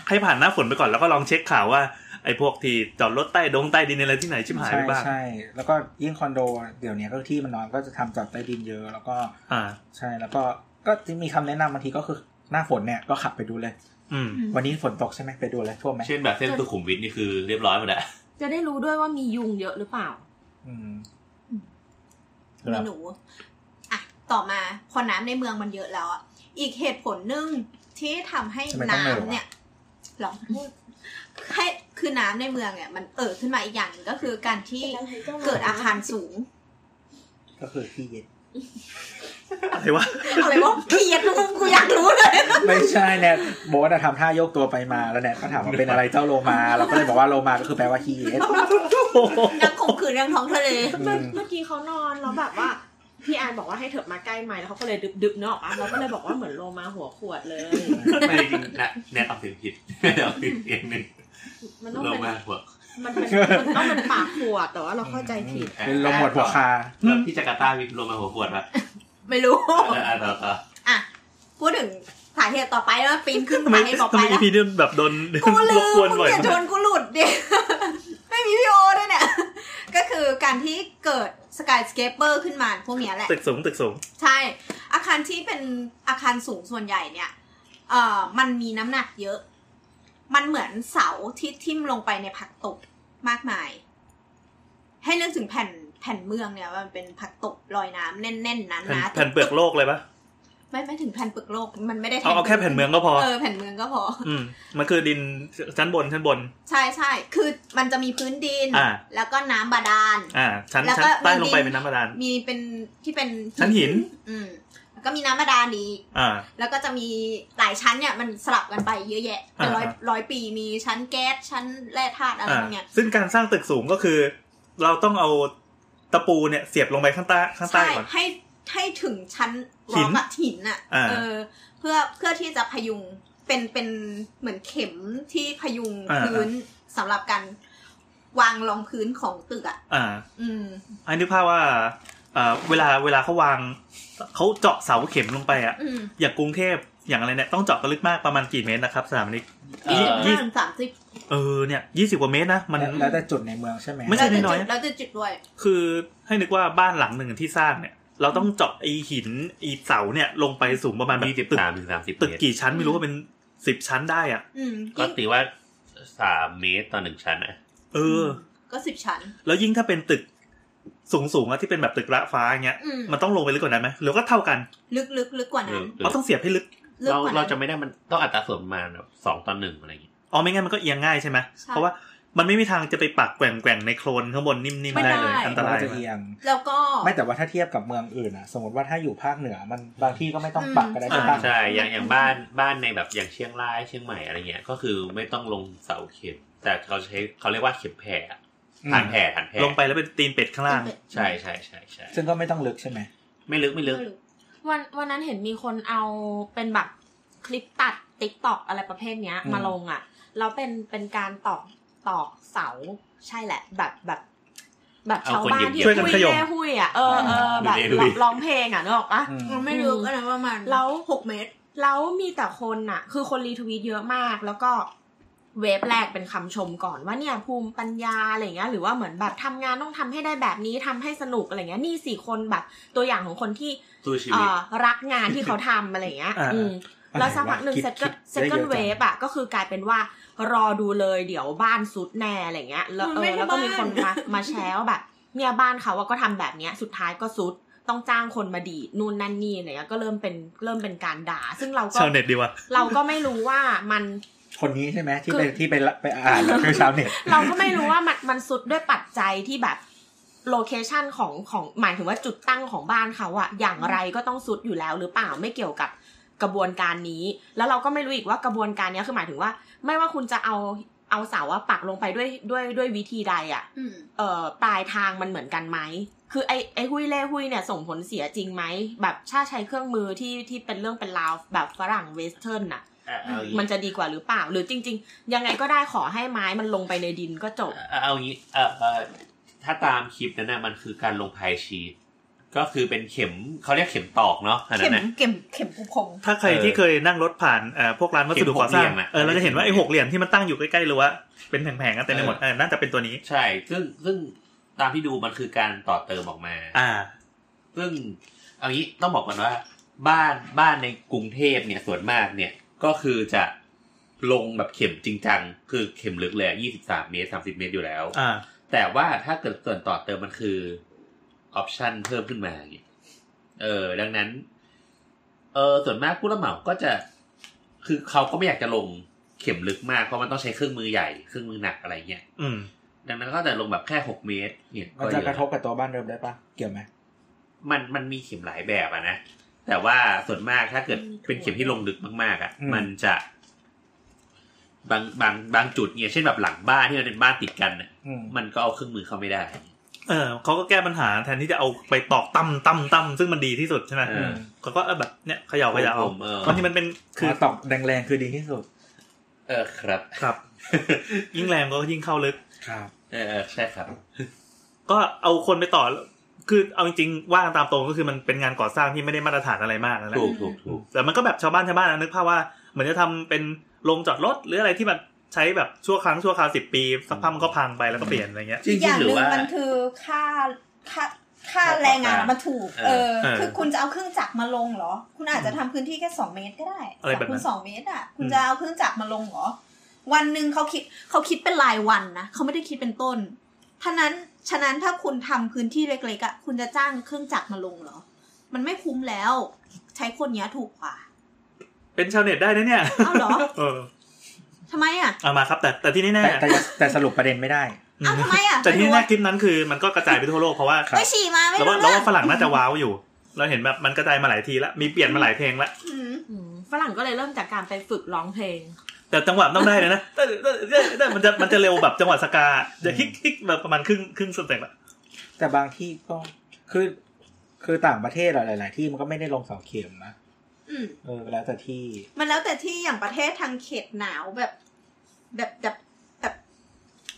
[SPEAKER 3] ให้ผ่านหน้าฝนไปก่อนแล้วก็ลองเช็คข่าวว่าไอ้พวกที่จอดรถใต้ดงใต้ดินอะไรที่ไหนชิบหาย
[SPEAKER 6] ใช่
[SPEAKER 3] ไปบ้าง
[SPEAKER 6] ใช่แล้วก็ยิ่งคอนโดเดี๋ยวนี้ก็ที่มันนอนก็จะทำจอดใต้ดินเยอะแล้วก็
[SPEAKER 3] อ่า
[SPEAKER 6] ใช่แล้วก็ก็จะมีคำแนะนำบางทีก็คือหน้าฝนเนี่ยก็ขับไปดูเลย
[SPEAKER 3] อืม
[SPEAKER 6] วันนี้ฝนตกใช่ไหมไปดูเลยท่วมไหม
[SPEAKER 2] เช่นแบบเส้นสุขุมวิทนี่คือเรียบร้อยหมดแล้ว
[SPEAKER 4] จะได้รู้ด้วยว่ามียุงเยอะหรือเปล่า
[SPEAKER 6] อืม
[SPEAKER 5] มีหนู อ่ะ ต่อมาพอน้ำในเมืองมันเยอะแล้วอ่ะ อีกเหตุผลหนึ่งที่ทำให้น้ำเนี่ยหรอให้คือน้ำในเมืองเนี่ย มันเอ่อขึ้นมาอีกอย่างหนึ่งก็คือการที่เกิดอาคารสูง
[SPEAKER 6] ก็คือที่เย็น
[SPEAKER 3] อะไรวะ
[SPEAKER 5] อะไรวะเก ลียดมึงกูอยากรู้เลย
[SPEAKER 6] ไม่ใช่แนทโบ๊ทอะทำท่าโยกตัวไปมาแล้วแนทก็ถามว่าเป็นอะไรเจ้าโลมาเราก็เลยบอกว่าโลมาก็คือแปลว่าที่เย็น
[SPEAKER 5] นักข่มขืนกลางท้องทะเล
[SPEAKER 4] เมื่อเมื่อกี้เขานอนแล้วแบบว่า พี่แอนบอกว่าให้เถอะมาใกล้ไม้แล้วเขาก็เลยดึบดึบๆเนาะอ่ะเราก็เลยบอกว่าเหมือนโลมาหัวขวดเลย
[SPEAKER 2] ไม่จริงนะแนทออกเสียงผิดแนทออกเสียงเองหนึ่ง
[SPEAKER 4] มันต้อง
[SPEAKER 2] ลง
[SPEAKER 4] เป็น
[SPEAKER 2] มาหัว
[SPEAKER 4] มันเป็นมันต้องเป็นปากขวดแต่ว่าเราเข้าใจผิด
[SPEAKER 6] เป็นลมหมดหัวคา
[SPEAKER 2] แล้วที่จาการ์ตามีลงมาหัวขวดปะ
[SPEAKER 5] ไม่รู้
[SPEAKER 2] แล้วอ่ะต่อต่อ
[SPEAKER 5] อ่ะ พูดถึงสาเหตุต่อไปแล้วปีนขึ้น
[SPEAKER 3] ทำ
[SPEAKER 5] ไป
[SPEAKER 3] ไม
[SPEAKER 5] ให้ต่อ
[SPEAKER 3] ทำ
[SPEAKER 5] ไป
[SPEAKER 3] ไมอี
[SPEAKER 5] แล้ว
[SPEAKER 3] พีนี่แบบโดน
[SPEAKER 5] กูลืม
[SPEAKER 3] รบกวน
[SPEAKER 5] มึ
[SPEAKER 3] บ่
[SPEAKER 5] ง
[SPEAKER 3] อย
[SPEAKER 5] อย่าช
[SPEAKER 3] มาก
[SPEAKER 5] วนกูหลุดดิ ไม่มีพี่โอด้วยเนี่ย ก็คือการที่เกิดสกายสเคปเปอร์ขึ้นมาพวกเนี้ยแหละ
[SPEAKER 3] ตึกสูงตึกสูง
[SPEAKER 5] ใช่ อาคารที่เป็นอาคารสูงส่วนใหญ่เนี่ย เอ่อ มันมีน้ำหนักเยอะ มันเหมือนเสาที่ทิ่มลงไปในผักตบมากมาย ให้นึกถึงแผ่นแผ่นเมืองเนี่ยว่ามันเป็นผักตบลอยน้ำแน่นๆนั้น
[SPEAKER 3] แผ่น
[SPEAKER 5] นะ
[SPEAKER 3] แผ่นเปลือกโลกเลยปะ
[SPEAKER 5] ไม่ไม่ถึงแผ่นเปลือกโลก มันไม่ได้
[SPEAKER 3] เอาเอาแค่แผ่นเมืองก็พอ
[SPEAKER 5] เออแผ่นเมืองก็พอ
[SPEAKER 3] อืม มันคือดินชั้นบนชั้นบน
[SPEAKER 5] ใช่ใช่ คือมันจะมีพื้นดิน
[SPEAKER 3] อ่า
[SPEAKER 5] แล้วก็น้ำบาดาล
[SPEAKER 3] อ่า ชั้น
[SPEAKER 5] แล้ว
[SPEAKER 3] ชั้
[SPEAKER 5] ก็
[SPEAKER 3] นใต้
[SPEAKER 5] มีดิน
[SPEAKER 3] ลงไปเป็นน้ำบาดาล
[SPEAKER 5] มีเป็นที่เป็น
[SPEAKER 3] ชั้นหิน
[SPEAKER 5] อืม ก็มีน้ำบาดาลอีก
[SPEAKER 3] อ่า
[SPEAKER 5] แล้วก็จะมีหลายชั้นเนี่ยมันสลับกันไปเยอะแยะเป็นร้อย
[SPEAKER 3] อ่าฮะ
[SPEAKER 5] ร้อยปีมีชั้นแก๊สชั้นแร่ธาตุอะไร
[SPEAKER 3] อ่า
[SPEAKER 5] พวกเนี้ย
[SPEAKER 3] ซึ่งการสร้างตึกสูงก็คือ เราต้องเอาตะปูเนี่ยเสียบลงไปข้างใต้ข้างใต้
[SPEAKER 5] ใช่
[SPEAKER 3] ก่อน
[SPEAKER 5] ให้ให้ถึงชั้น
[SPEAKER 3] หิ
[SPEAKER 5] ร้อน กอะหินอะ
[SPEAKER 3] อ่า
[SPEAKER 5] เออ เพื่อเพื่อที่จะพยุงเป็นเป็นเหมือนเข็มที่พยุง
[SPEAKER 3] อ่า
[SPEAKER 5] พื้นสำหรับการวางรองพื้นของตึกอะ
[SPEAKER 3] อ่า
[SPEAKER 5] อืม
[SPEAKER 3] อันนี้ภาพว่าเอ่อเวลาเวลาเขาวางเขาเจาะเสาเข็มลงไปอะ
[SPEAKER 5] อืม
[SPEAKER 3] อย่างกรุงเทพอย่างอะไรเนี่ยต้องเจาะกันลึกมากประมาณกี่เมตรนะครับสนามนี้ เอ่
[SPEAKER 5] ยี่
[SPEAKER 3] อ
[SPEAKER 5] สิบห้าถึงสามสิบ
[SPEAKER 3] เออเนี่ยยี่สิบกว่าเมตรนะมัน
[SPEAKER 6] แล้วแล้วแต่จุดในเมืองใช่ไหม
[SPEAKER 3] ไม่ใช่
[SPEAKER 5] แล้วจะ
[SPEAKER 3] น้อยๆ
[SPEAKER 5] จุด
[SPEAKER 3] นะ
[SPEAKER 5] แล้วจะจุดด้วย
[SPEAKER 3] คือให้นึกว่าบ้านหลังหนึ่งที่สร้างเนี่ย เราต้องเจาะไอหินไอเสาเนี่ยลงไปสูงประมาณแบบ
[SPEAKER 2] ยี่สิบ
[SPEAKER 3] ตึก
[SPEAKER 2] สามถึงสามสิบ
[SPEAKER 3] ตึก
[SPEAKER 2] เมตร
[SPEAKER 3] กี่ชั้นไม่รู้ว่าเป็นสิบชั้นได้อ่ะ
[SPEAKER 5] อืม
[SPEAKER 2] ก็
[SPEAKER 5] ยิ่ง
[SPEAKER 2] ตีว่าสามเมตรต่อหนึ่งชั้นนะ
[SPEAKER 3] เออ
[SPEAKER 5] ก็สิบชั้น
[SPEAKER 3] แล้วยิ่งถ้าเป็นตึกสูงสูงๆอะที่เป็นแบบตึกระฟ้าอย่างเงี้ย
[SPEAKER 5] อืม
[SPEAKER 3] มันต้องลงไปลึกกว่านั้นไหมหรือก็เท่ากัน
[SPEAKER 5] ลึกลึกลึกกว่า
[SPEAKER 2] เอ
[SPEAKER 5] นั้
[SPEAKER 2] อนคือ
[SPEAKER 3] อ๋อต้องเสียบให้ลึก
[SPEAKER 5] ลึก
[SPEAKER 2] เรา
[SPEAKER 5] กว่า
[SPEAKER 2] เรา
[SPEAKER 5] นั้น
[SPEAKER 2] จะไม่ได้มันต้องอัตราส่วนประมาณแบบสองต่อหนึ่งอะไรอย่างเงี้ย
[SPEAKER 3] อ๋อไม่งั้นมันก็เอียงง่ายใช่ไหม
[SPEAKER 5] ใช่
[SPEAKER 3] เพราะว่ามันไม่มีทางจะไปปักแกว่งแกว่งๆในโคลนข้างบนนิ่ม
[SPEAKER 5] ไม่
[SPEAKER 3] ๆ
[SPEAKER 5] ได้
[SPEAKER 3] ได้เลยอันต
[SPEAKER 6] มัน
[SPEAKER 3] ราย
[SPEAKER 6] ก็จะ
[SPEAKER 3] มาก
[SPEAKER 6] เอียง
[SPEAKER 5] แล้วก็
[SPEAKER 6] ไม่แต่ว่าถ้าเทียบกับเมืองอื่นอะสมมติว่าถ้าอยู่ภาคเหนือมันบางที่ก็ไม่ต้องปักก็ได้
[SPEAKER 5] อืม
[SPEAKER 6] ใช่ปะ
[SPEAKER 2] ใช่อย่างอย่างบ้านบ้านในแบบอย่างเชียงรายเชียงใหม่อะไรเงี้ยก็คือไม่ต้องลงเสาเข็ม แต่เขาใช้เขาเรียกว่าเข็มแผ่อะฐานแผ่ฐานแผ่
[SPEAKER 3] ลงไปแล้วเป็นตีนเป็ดข้างล่าง
[SPEAKER 2] ใช่ใช่ใช่ใช่
[SPEAKER 6] ซึ่งก็ไม่ต้องลึกใช่ไหม
[SPEAKER 2] ไม่ลึกไม่ลึก
[SPEAKER 4] วันวันนั้นเห็นมีคนเอาเป็นแบบคลิปตัดติ๊กตอกอะไรประเภทเนี้ย
[SPEAKER 6] อืม
[SPEAKER 4] มาลงอ่ะแล้วเป็นเป็นการตอกตอกเสาใช่แหละ แบบแบบ แบบ
[SPEAKER 2] เอา
[SPEAKER 4] ชาว
[SPEAKER 2] คน
[SPEAKER 4] บ้าน
[SPEAKER 2] เหยี
[SPEAKER 4] ที่
[SPEAKER 2] ยบ
[SPEAKER 3] ช่วยกัน
[SPEAKER 4] หุย
[SPEAKER 3] ขยม
[SPEAKER 4] แม่หุยอ่ะเออเออแบบ
[SPEAKER 2] หุยแม่หุย
[SPEAKER 4] ร้องเพลงอ่ะนึกออกปะ
[SPEAKER 6] อืม
[SPEAKER 5] มันไม่ลึกอะไรประมาณ
[SPEAKER 4] แล้ว
[SPEAKER 5] หกเมตร
[SPEAKER 4] แล้วมีแต่คนน่ะ คือคนรีทวีตเยอะมาก แล้วก็เวฟแรกเป็นคำชมก่อนว่าเนี่ยภูมิปัญญาอะไรอย่างเงี้ย หรือว่าเหมือนแบบทำงานต้องทำให้ได้แบบนี้ทำให้สนุกอะไรเงี้ย นี่สี่คนแบบตัวอย่างของคนที่
[SPEAKER 2] สู้ชี
[SPEAKER 4] เอ่
[SPEAKER 2] วิต
[SPEAKER 4] อรักงานที่เขาทำอะไรเงี้ย
[SPEAKER 3] อ่า
[SPEAKER 4] อืมแล้วสักพักหนึ่ง
[SPEAKER 6] คิด
[SPEAKER 4] เซ
[SPEAKER 6] คิ
[SPEAKER 4] ต
[SPEAKER 6] ด
[SPEAKER 4] เซต
[SPEAKER 6] ได้เยอะจัง
[SPEAKER 4] เวฟอะก็คือกลายเป็นว่ารอดูเลยเดี๋ยวบ้านสุดแน่อะไรเงี้ย แล้ว
[SPEAKER 5] มั
[SPEAKER 4] เอน
[SPEAKER 5] ไม่
[SPEAKER 4] อ
[SPEAKER 5] ใช่
[SPEAKER 4] แล้วก็มีคนมา
[SPEAKER 5] บ้าน
[SPEAKER 4] มาแชร์ว่าแบบเนี่ยบ้านเขาอะก็ทำแบบเนี้ย สุดท้ายก็สุดต้องจ้างคนมาดีดนู่นนั่นนี่อะไรเงี้ยก็เริ่มเป็นเริ่มเป็นการด่า ซึ่งเราก็
[SPEAKER 3] ชาวเน็ตดีวะ
[SPEAKER 4] เราก็ไม่รู้ว่ามัน
[SPEAKER 6] คนนี้ใช่ไหมที่ไปที่ไปละไป อ่านแล้วคือชาวเน็ต
[SPEAKER 4] เราก็ไม่รู้ว่ามันมันสุดด้วยปัจจัยที่แบบโลเคชันของของหมายถึงว่าจุดตั้งของบ้านเขาอะอย่างไรก็ต้องสุดอยู่แล้วหรือเปล่าไม่เกี่ยวกับกระบวนการนี้ แล้วเราก็ไม่รู้อีกว่ากระบวนการเนี้ยคือหมายถึงว่า ไม่ว่าคุณจะเอาเอาเสาอะปักลงไปด้วยด้วยด้วยวิธีใดอะ
[SPEAKER 5] อืม
[SPEAKER 4] เอ่อปลายทางมันเหมือนกันไหม คือไอ้ไอ้หุ้ยเล่หุ้ยเนี่ยส่งผลเสียจริงไหม แบบถ้าใช้เครื่องมือที่ที่เป็นเรื่องเป็นราวแบบฝรั่งเวสเทิร์นน่ะ
[SPEAKER 2] อ่ะเอาอย่างงี้
[SPEAKER 4] มันจะดีกว่าหรือเปล่า หรือจริง ๆ ยังไงก็ได้ขอให้ไม้มันลงไปในดินก็จบ
[SPEAKER 2] อ่ะเอาอย่างงี้เอ่อเอ่อถ้าตามคลิปนั้นนะมันคือการลงพายชีทก็คือเป็นเข็มเขาเรียกเข็มตอกเนาะอันนั้
[SPEAKER 5] เข็ม
[SPEAKER 2] นนะ
[SPEAKER 5] เข็มเข็มกูคง
[SPEAKER 3] ถ้าใคร
[SPEAKER 2] เออ
[SPEAKER 3] ที่เคยนั่งรถผ่านเอ่อพวกร้านวัสดุก่อสร้าง
[SPEAKER 2] เข็มหกเหลี่ยมอะ
[SPEAKER 3] เออเราจะเห็นว่าไอ้หกเหลี่ยมที่มันตั้งอยู่ใกล้ๆหรือว่าเป็นแผงๆกันเต็มไปหมด
[SPEAKER 2] เออ
[SPEAKER 3] เออน่าจะเป็นตัวนี้
[SPEAKER 2] ใช่ ซึ่งซึ่งตามที่ดูมันคือการต่อเติมออกมา
[SPEAKER 3] อ่า
[SPEAKER 2] ซึ่งเอางี้ต้องบอกก่อนว่า บ้านบ้านในกรุงเทพเนี่ยส่วนมากเนี่ยก็คือจะลงแบบเข็มจริงจังคือเข็มลึกเลยยี่สิบสามเมตรสามสิบเมตรอยู่แล้ว
[SPEAKER 3] อ่า
[SPEAKER 2] แต่ว่าถ้าเกิดส่วนต่อเติมมันคือออปชันเพิ่มขึ้นมาอย่างเงี้ยเออ ดังนั้น เออส่วนมากผู้รับเหมาก็จะ คือเขาก็ไม่อยากจะลงเข็มลึกมาก เพราะมันต้องใช้เครื่องมือใหญ่ เครื่องมือหนักอะไรเงี้ย
[SPEAKER 3] อืม
[SPEAKER 2] ดังนั้นก็จะลงแบบแค่หกเมตร เนี่ย
[SPEAKER 6] มัน
[SPEAKER 2] เย
[SPEAKER 6] จะ
[SPEAKER 2] อ
[SPEAKER 6] กระทบกับตัวบ้านเดิมได้ปะเกี่ยวไหม
[SPEAKER 2] มันมันมีเข็มหลายแบบอะนะ แต่ว่าส่วนมากถ้าเกิดเป็นเข็มที่ลงลึกมากๆอะมันจะ บางบางบางจุดเนี่ยเช่นแบบหลังบ้านที่มันเป็นบ้านติดกันน่ะ
[SPEAKER 6] อืม
[SPEAKER 2] มันก็เอาเครื่องมือเข้าไม่ได้
[SPEAKER 3] เออเขาก็แก้ปัญหาแทนที่จะเอาไปตอกตั้มตั้มตั้มซึ่งมันดีที่สุดใช่ไหม
[SPEAKER 2] เอ
[SPEAKER 6] อื
[SPEAKER 2] อ
[SPEAKER 6] ม
[SPEAKER 3] เขาก็เอาแบบเนี่ยเขย่าเขย่า
[SPEAKER 2] ผมเออ
[SPEAKER 3] ตอนที่มันเป็นคื
[SPEAKER 6] คือ อตอกแรงๆคือดีที่สุด
[SPEAKER 2] เออครับ
[SPEAKER 3] ครับ ยิ่งแรงก็ยิ่งเข้าลึก
[SPEAKER 6] ครับ
[SPEAKER 2] เออเออใช่ครับ
[SPEAKER 3] ก็เอาคนไปต่อ คือเอาจริงๆว่ากันตามตรงก็คือมันเป็นงานก่อสร้างที่ไม่ได้มาตรฐานอะไรมากนั่นแหละ
[SPEAKER 2] ถูกถูกถูก
[SPEAKER 3] แต่มันก็แบบชาวบ้านชาวบ้านนะนึกภาพว่าเหมือนจะทำเป็นโรงจอดรถหรืออะไรที่แบบใช้แบบชั่วครั้งชั่วคราวสิบปีสักพักมันก็พังไปแล้วก็เปลี่ยนอะไรเงี้ย
[SPEAKER 2] จริง
[SPEAKER 5] อย่า
[SPEAKER 2] ๆ
[SPEAKER 5] งห
[SPEAKER 2] หรือ
[SPEAKER 5] นึ่ง
[SPEAKER 2] ว่า
[SPEAKER 5] มันคือค่าค่าค่าแรงงานมันถูก
[SPEAKER 2] เอ
[SPEAKER 5] เอ
[SPEAKER 2] อ
[SPEAKER 5] อ
[SPEAKER 3] เออ
[SPEAKER 5] คือคุณจะเอาเครื่องจักรมาลงเหรอ คุณอาจจะทำพื้นที่แค่สองเมตรก็ได้
[SPEAKER 3] อะไรแบบนั้น
[SPEAKER 5] คุณสองเมตรอ่ะ คุณจะเอาเครื่องจักรมาลงเหรอ วันหนึ่งเขาคิดเขาคิดเป็นรายวันนะเขาไม่ได้คิดเป็นต้นท่านั้นฉะนั้นถ้าคุณทำพื้นที่เล็กๆอ่ะคุณจะจ้างเครื่องจักรมาลงเหรอ มันไม่คุ้มแล้ว ใช้คนเนี้ยถูกกว่า
[SPEAKER 3] เป็นชาวเน็ตได้นะเนี่ย
[SPEAKER 5] เอ้าเหรอ
[SPEAKER 3] เออ
[SPEAKER 5] ทำไมอ่ะ
[SPEAKER 3] เอามาครับ แต่แต่ที่แน่
[SPEAKER 6] แต่แต่แต่สรุปประเด็นไม่ได้
[SPEAKER 3] ๆ
[SPEAKER 5] เอ้าทำไมอ่ะ
[SPEAKER 3] แต่ที่
[SPEAKER 5] ไม่รู้
[SPEAKER 3] แน่
[SPEAKER 5] อะ
[SPEAKER 3] ๆคลิปนั้นคือมันก็กระจายไปทั่วโลกเพราะว่า
[SPEAKER 5] เอ้ยฉี่มาไม่
[SPEAKER 3] เราว่า
[SPEAKER 5] รู้
[SPEAKER 3] เรา
[SPEAKER 5] เรื่อง
[SPEAKER 3] ว่าฝรั่งน่าจะว้าวอยู่ เราเห็นแบบมันกระจายมาหลายทีละมีเปลี่ยนมาหลายเพลงละ
[SPEAKER 5] อืม
[SPEAKER 4] อืมฝรั่งก็เลยเริ่มจากการไปฝึกร้องเพลง
[SPEAKER 3] แต่จังหวะต้องได้เลยนะแต่แต่แต่แต่มันจะมันจะเร็วแบบจังหวะสกาจะฮิกฮิกแบบประมาณครึ่งครึ่งสเต็ปอะ
[SPEAKER 6] แต่บางที่ก็คือคือต่างประเทศอะหลาย ๆ ที่มันก็ไม่ได้ลงเสาเข็มนะ
[SPEAKER 5] อืม
[SPEAKER 6] เออแล้วแต่ที่
[SPEAKER 5] มันแล้วแต่ที่อย่างประเทศทางเขตหนาวแบบ แบบแบบแบบ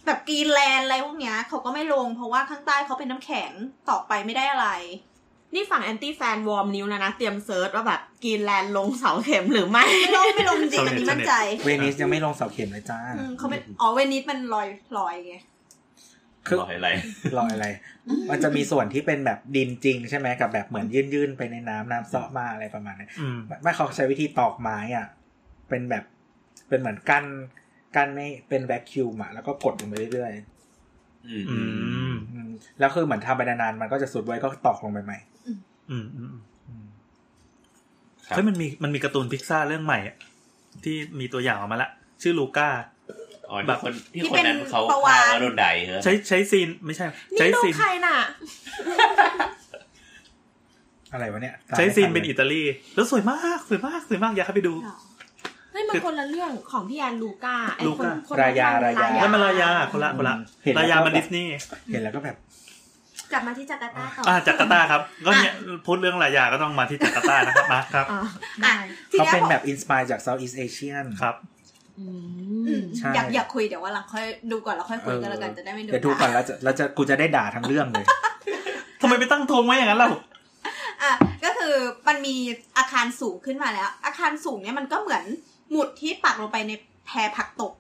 [SPEAKER 5] แบบกรีนแลนด์อะไรพวกเนี้ยเขาก็ไม่ลงเพราะว่าข้างใต้เขาเป็นน้ำแข็งต่อไปไม่ได้อะไร
[SPEAKER 4] นี่ฝั่งแอนตี้แฟนวอร์มนิวนะนะ เตรียมเซิร์ชว่าแบบกรีนแลนด์ลงเสาเข็มหรือไม่
[SPEAKER 5] ไม่ลงไม่ลงจริงๆอันนี้มั่นใจ
[SPEAKER 6] เวนิสยังไม่ลงเสาเข็มเลยจ้า
[SPEAKER 5] อืมเขาเป็นอ๋อเวนิสมันลอยลอยไง
[SPEAKER 6] คือ
[SPEAKER 2] บอกอะไร
[SPEAKER 6] ลอยอะไร มันจะมีส่วนที่เป็นแบบดินจริงใช่ไหมกับแบบเหมือนยื่น ๆ ไปในน้ำน้ำเซาะมาอะไรประมาณนั้น
[SPEAKER 3] อืม
[SPEAKER 6] ไม่ไม่เขาใช้วิธีตอกไม้อ่ะ เป็นแบบ เป็นเหมือนกั้นกั้นไม่เป็นแวคคิวมอะแล้วก็กดลงไปเรื่อย
[SPEAKER 2] อืม
[SPEAKER 3] อืม
[SPEAKER 6] ๆอืมแล้วคือเหมือนทำไปนานๆมันก็จะสุดไว้ก็ตอกลงไปใหม่
[SPEAKER 3] อืมอืมอืม
[SPEAKER 6] อืม
[SPEAKER 2] ครับ
[SPEAKER 3] เฮ้ยมันมีมันมีการ์ตูนพิกซ่าเรื่องใหม่อะที่มีตัวอย่างออกมาละ ชื่อลูก้า
[SPEAKER 2] อ๋อ
[SPEAKER 3] แบ
[SPEAKER 2] แบบ บคนที่
[SPEAKER 5] ที่
[SPEAKER 2] คนนั้น
[SPEAKER 5] เป็น
[SPEAKER 2] เขา
[SPEAKER 5] ปลาวาฬ
[SPEAKER 2] ฆ่าแล้วโดนใดเหรอ
[SPEAKER 3] ใช้ใช้ซีนไม่ใช่ใช้
[SPEAKER 4] นี่ลู
[SPEAKER 3] ซี
[SPEAKER 4] ก
[SPEAKER 3] น
[SPEAKER 4] ใครน่ะ
[SPEAKER 6] อะไรวะเนี่ย
[SPEAKER 3] ใช้ซีน
[SPEAKER 6] ตาม
[SPEAKER 3] เป็
[SPEAKER 6] ไม่ทั
[SPEAKER 3] นอิตาลีแล้วสวยมากสวยมากสวยมากอยากให้ไปดู
[SPEAKER 4] เฮ้ยมันคนละเรื่องของพี่แอนลูก้าไอ้
[SPEAKER 3] ลู
[SPEAKER 4] คน
[SPEAKER 3] ก้า
[SPEAKER 4] คน
[SPEAKER 6] รายา รายา
[SPEAKER 3] นั่นมันรายาคนละคนละ
[SPEAKER 6] เห็นแล้วย
[SPEAKER 3] ราา
[SPEAKER 6] ก็
[SPEAKER 3] มัน
[SPEAKER 6] แบ
[SPEAKER 3] ดิ
[SPEAKER 6] บ
[SPEAKER 3] สนีย์
[SPEAKER 6] เห็นแล้วก็แบบ
[SPEAKER 4] กลับมาที่จาการ์ตาต่อ
[SPEAKER 3] อ่าจาการ์ตาครับ ก็เนี่ยพูดเรื่องรายาก็ต้องมาที่จาการ์ตานะครับมาร์คครับ
[SPEAKER 4] อ่ะ
[SPEAKER 5] อ่ะที
[SPEAKER 6] เขา
[SPEAKER 5] เนี้ย
[SPEAKER 6] เป็น
[SPEAKER 5] พอ
[SPEAKER 6] แบบอินสปายจากเซาท์อีสเอเชียน
[SPEAKER 3] ครับ
[SPEAKER 4] อื
[SPEAKER 5] อื
[SPEAKER 4] ม
[SPEAKER 5] ม
[SPEAKER 6] ใช่
[SPEAKER 5] อยากอยากคุยเดี๋ยวว่าหลังค่อยดูก่อนแล้วค่อยคุยกันแล้วกันจะได้ไม่โดน
[SPEAKER 6] เดี๋ยวดูก่อนแล้วจะแล้วจะกูจะได้ด่าทั้งเรื่องเลย
[SPEAKER 3] ทำไมไปตั้งธงไว้อย่างนั้นเล่า
[SPEAKER 5] อ่ะก็คือมันมีอาคารสูงขึ้นมาแล้ว อาคารสูงเนี่ยมันก็เหมือนหมุดที่ปักลงไปในแพรผักตบ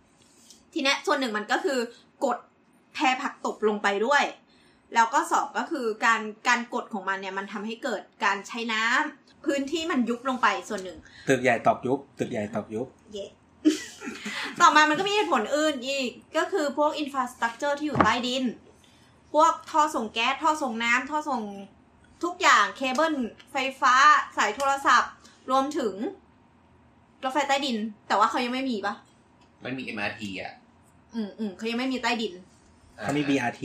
[SPEAKER 5] ทีเนี้ยส่วนหนึ่งมันก็คือกดแพรผักตบลงไปด้วย แล้วก็สอบก็คือการการกดของมันเนี่ยมันทำให้เกิดการใช้น้ำพื้นที่มันยุบลงไปส่วนหนึ่ง
[SPEAKER 6] ตึกใหญ่ตอกยุบ ตึกใหญ่ตอกยุบ
[SPEAKER 5] เย ต่อมามันก็มีเหตุผลอื่นอีก ก็คือพวกอินฟ a าสต u ั t เจอร์ที่อยู่ใต้ดิน พวกท่อส่งแก๊ส ท่อส่งน้ำ ท่อส่งทุกอย่าง เคเบิลไฟฟ้า สายโทรศัพท์ รวมถึงรถไฟใต้ดิน แต่ว่าเขายังไม่มีปะ
[SPEAKER 2] มันมีเอ็มอาร์ทีอ่ะ
[SPEAKER 5] อืมอืมเขายังไม่มีใต้ดิน
[SPEAKER 6] เขามี BRT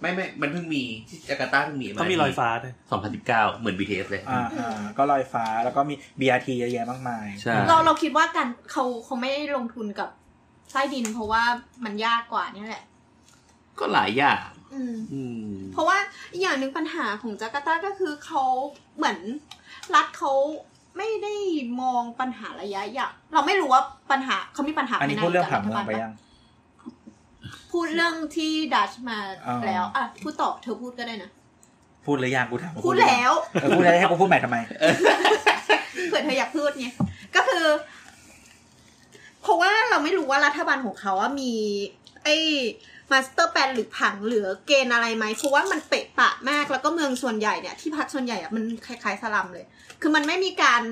[SPEAKER 2] ไม่ไม่มันเพิ่งมีที่จาการ์ตาเพิ่งมี MRT
[SPEAKER 3] เขามีรอยฟ้าด้วย
[SPEAKER 2] สองพันสิบเก้าเหมือน BTS เลย
[SPEAKER 6] อ่าอ่าก็ลอยฟ้าแล้วก็มี BRT เยอะแยะมากมาย
[SPEAKER 2] ใช่
[SPEAKER 5] เราเราคิดว่าการเขาเขาไม่ได้ลงทุนกับใต้ดิน เพราะว่ามันยากกว่าเนี่ยแหละ
[SPEAKER 2] ก็หลายอย่าง
[SPEAKER 5] อืม
[SPEAKER 2] อืม
[SPEAKER 5] เพราะว่าอีกอย่างหนึ่งปัญหาของจาการ์ตาก็คือเขาเหมือนรัฐเขาไม่ได้มองปัญหาระยะยาวเราไม่รู้ว่าปัญหาเขามีปัญหา
[SPEAKER 6] อันนี้
[SPEAKER 5] ภายใ
[SPEAKER 6] พูดเรื่องผังเมืองไปยัง
[SPEAKER 5] พูดเรื่องที่ดัชมา
[SPEAKER 6] อ๋อ
[SPEAKER 5] แล้วอ่ะพูดต่อเธอพูดก็ได้นะ
[SPEAKER 6] พูดหรือยังกูถามว่า
[SPEAKER 5] พูด
[SPEAKER 6] หรือยัง
[SPEAKER 5] แล้ว
[SPEAKER 6] เออพูดแล้วให้กูพูดใหม่ทำไม
[SPEAKER 5] เผื่อเธออยากพูดไงก็คือ เพราะว่าเราไม่รู้ว่ารัฐบาลของเขาว่ามี ไอ้มาสเตอร์แปนหรือผังหรือเกณฑ์อะไรไหมเพราะว่ามันเปะปะมากแล้วก็เมืองส่วนใหญ่เนี่ยที่พักส่วนใหญ่อะมันคล้ายๆสลัมเลย คือมันไม่มีการ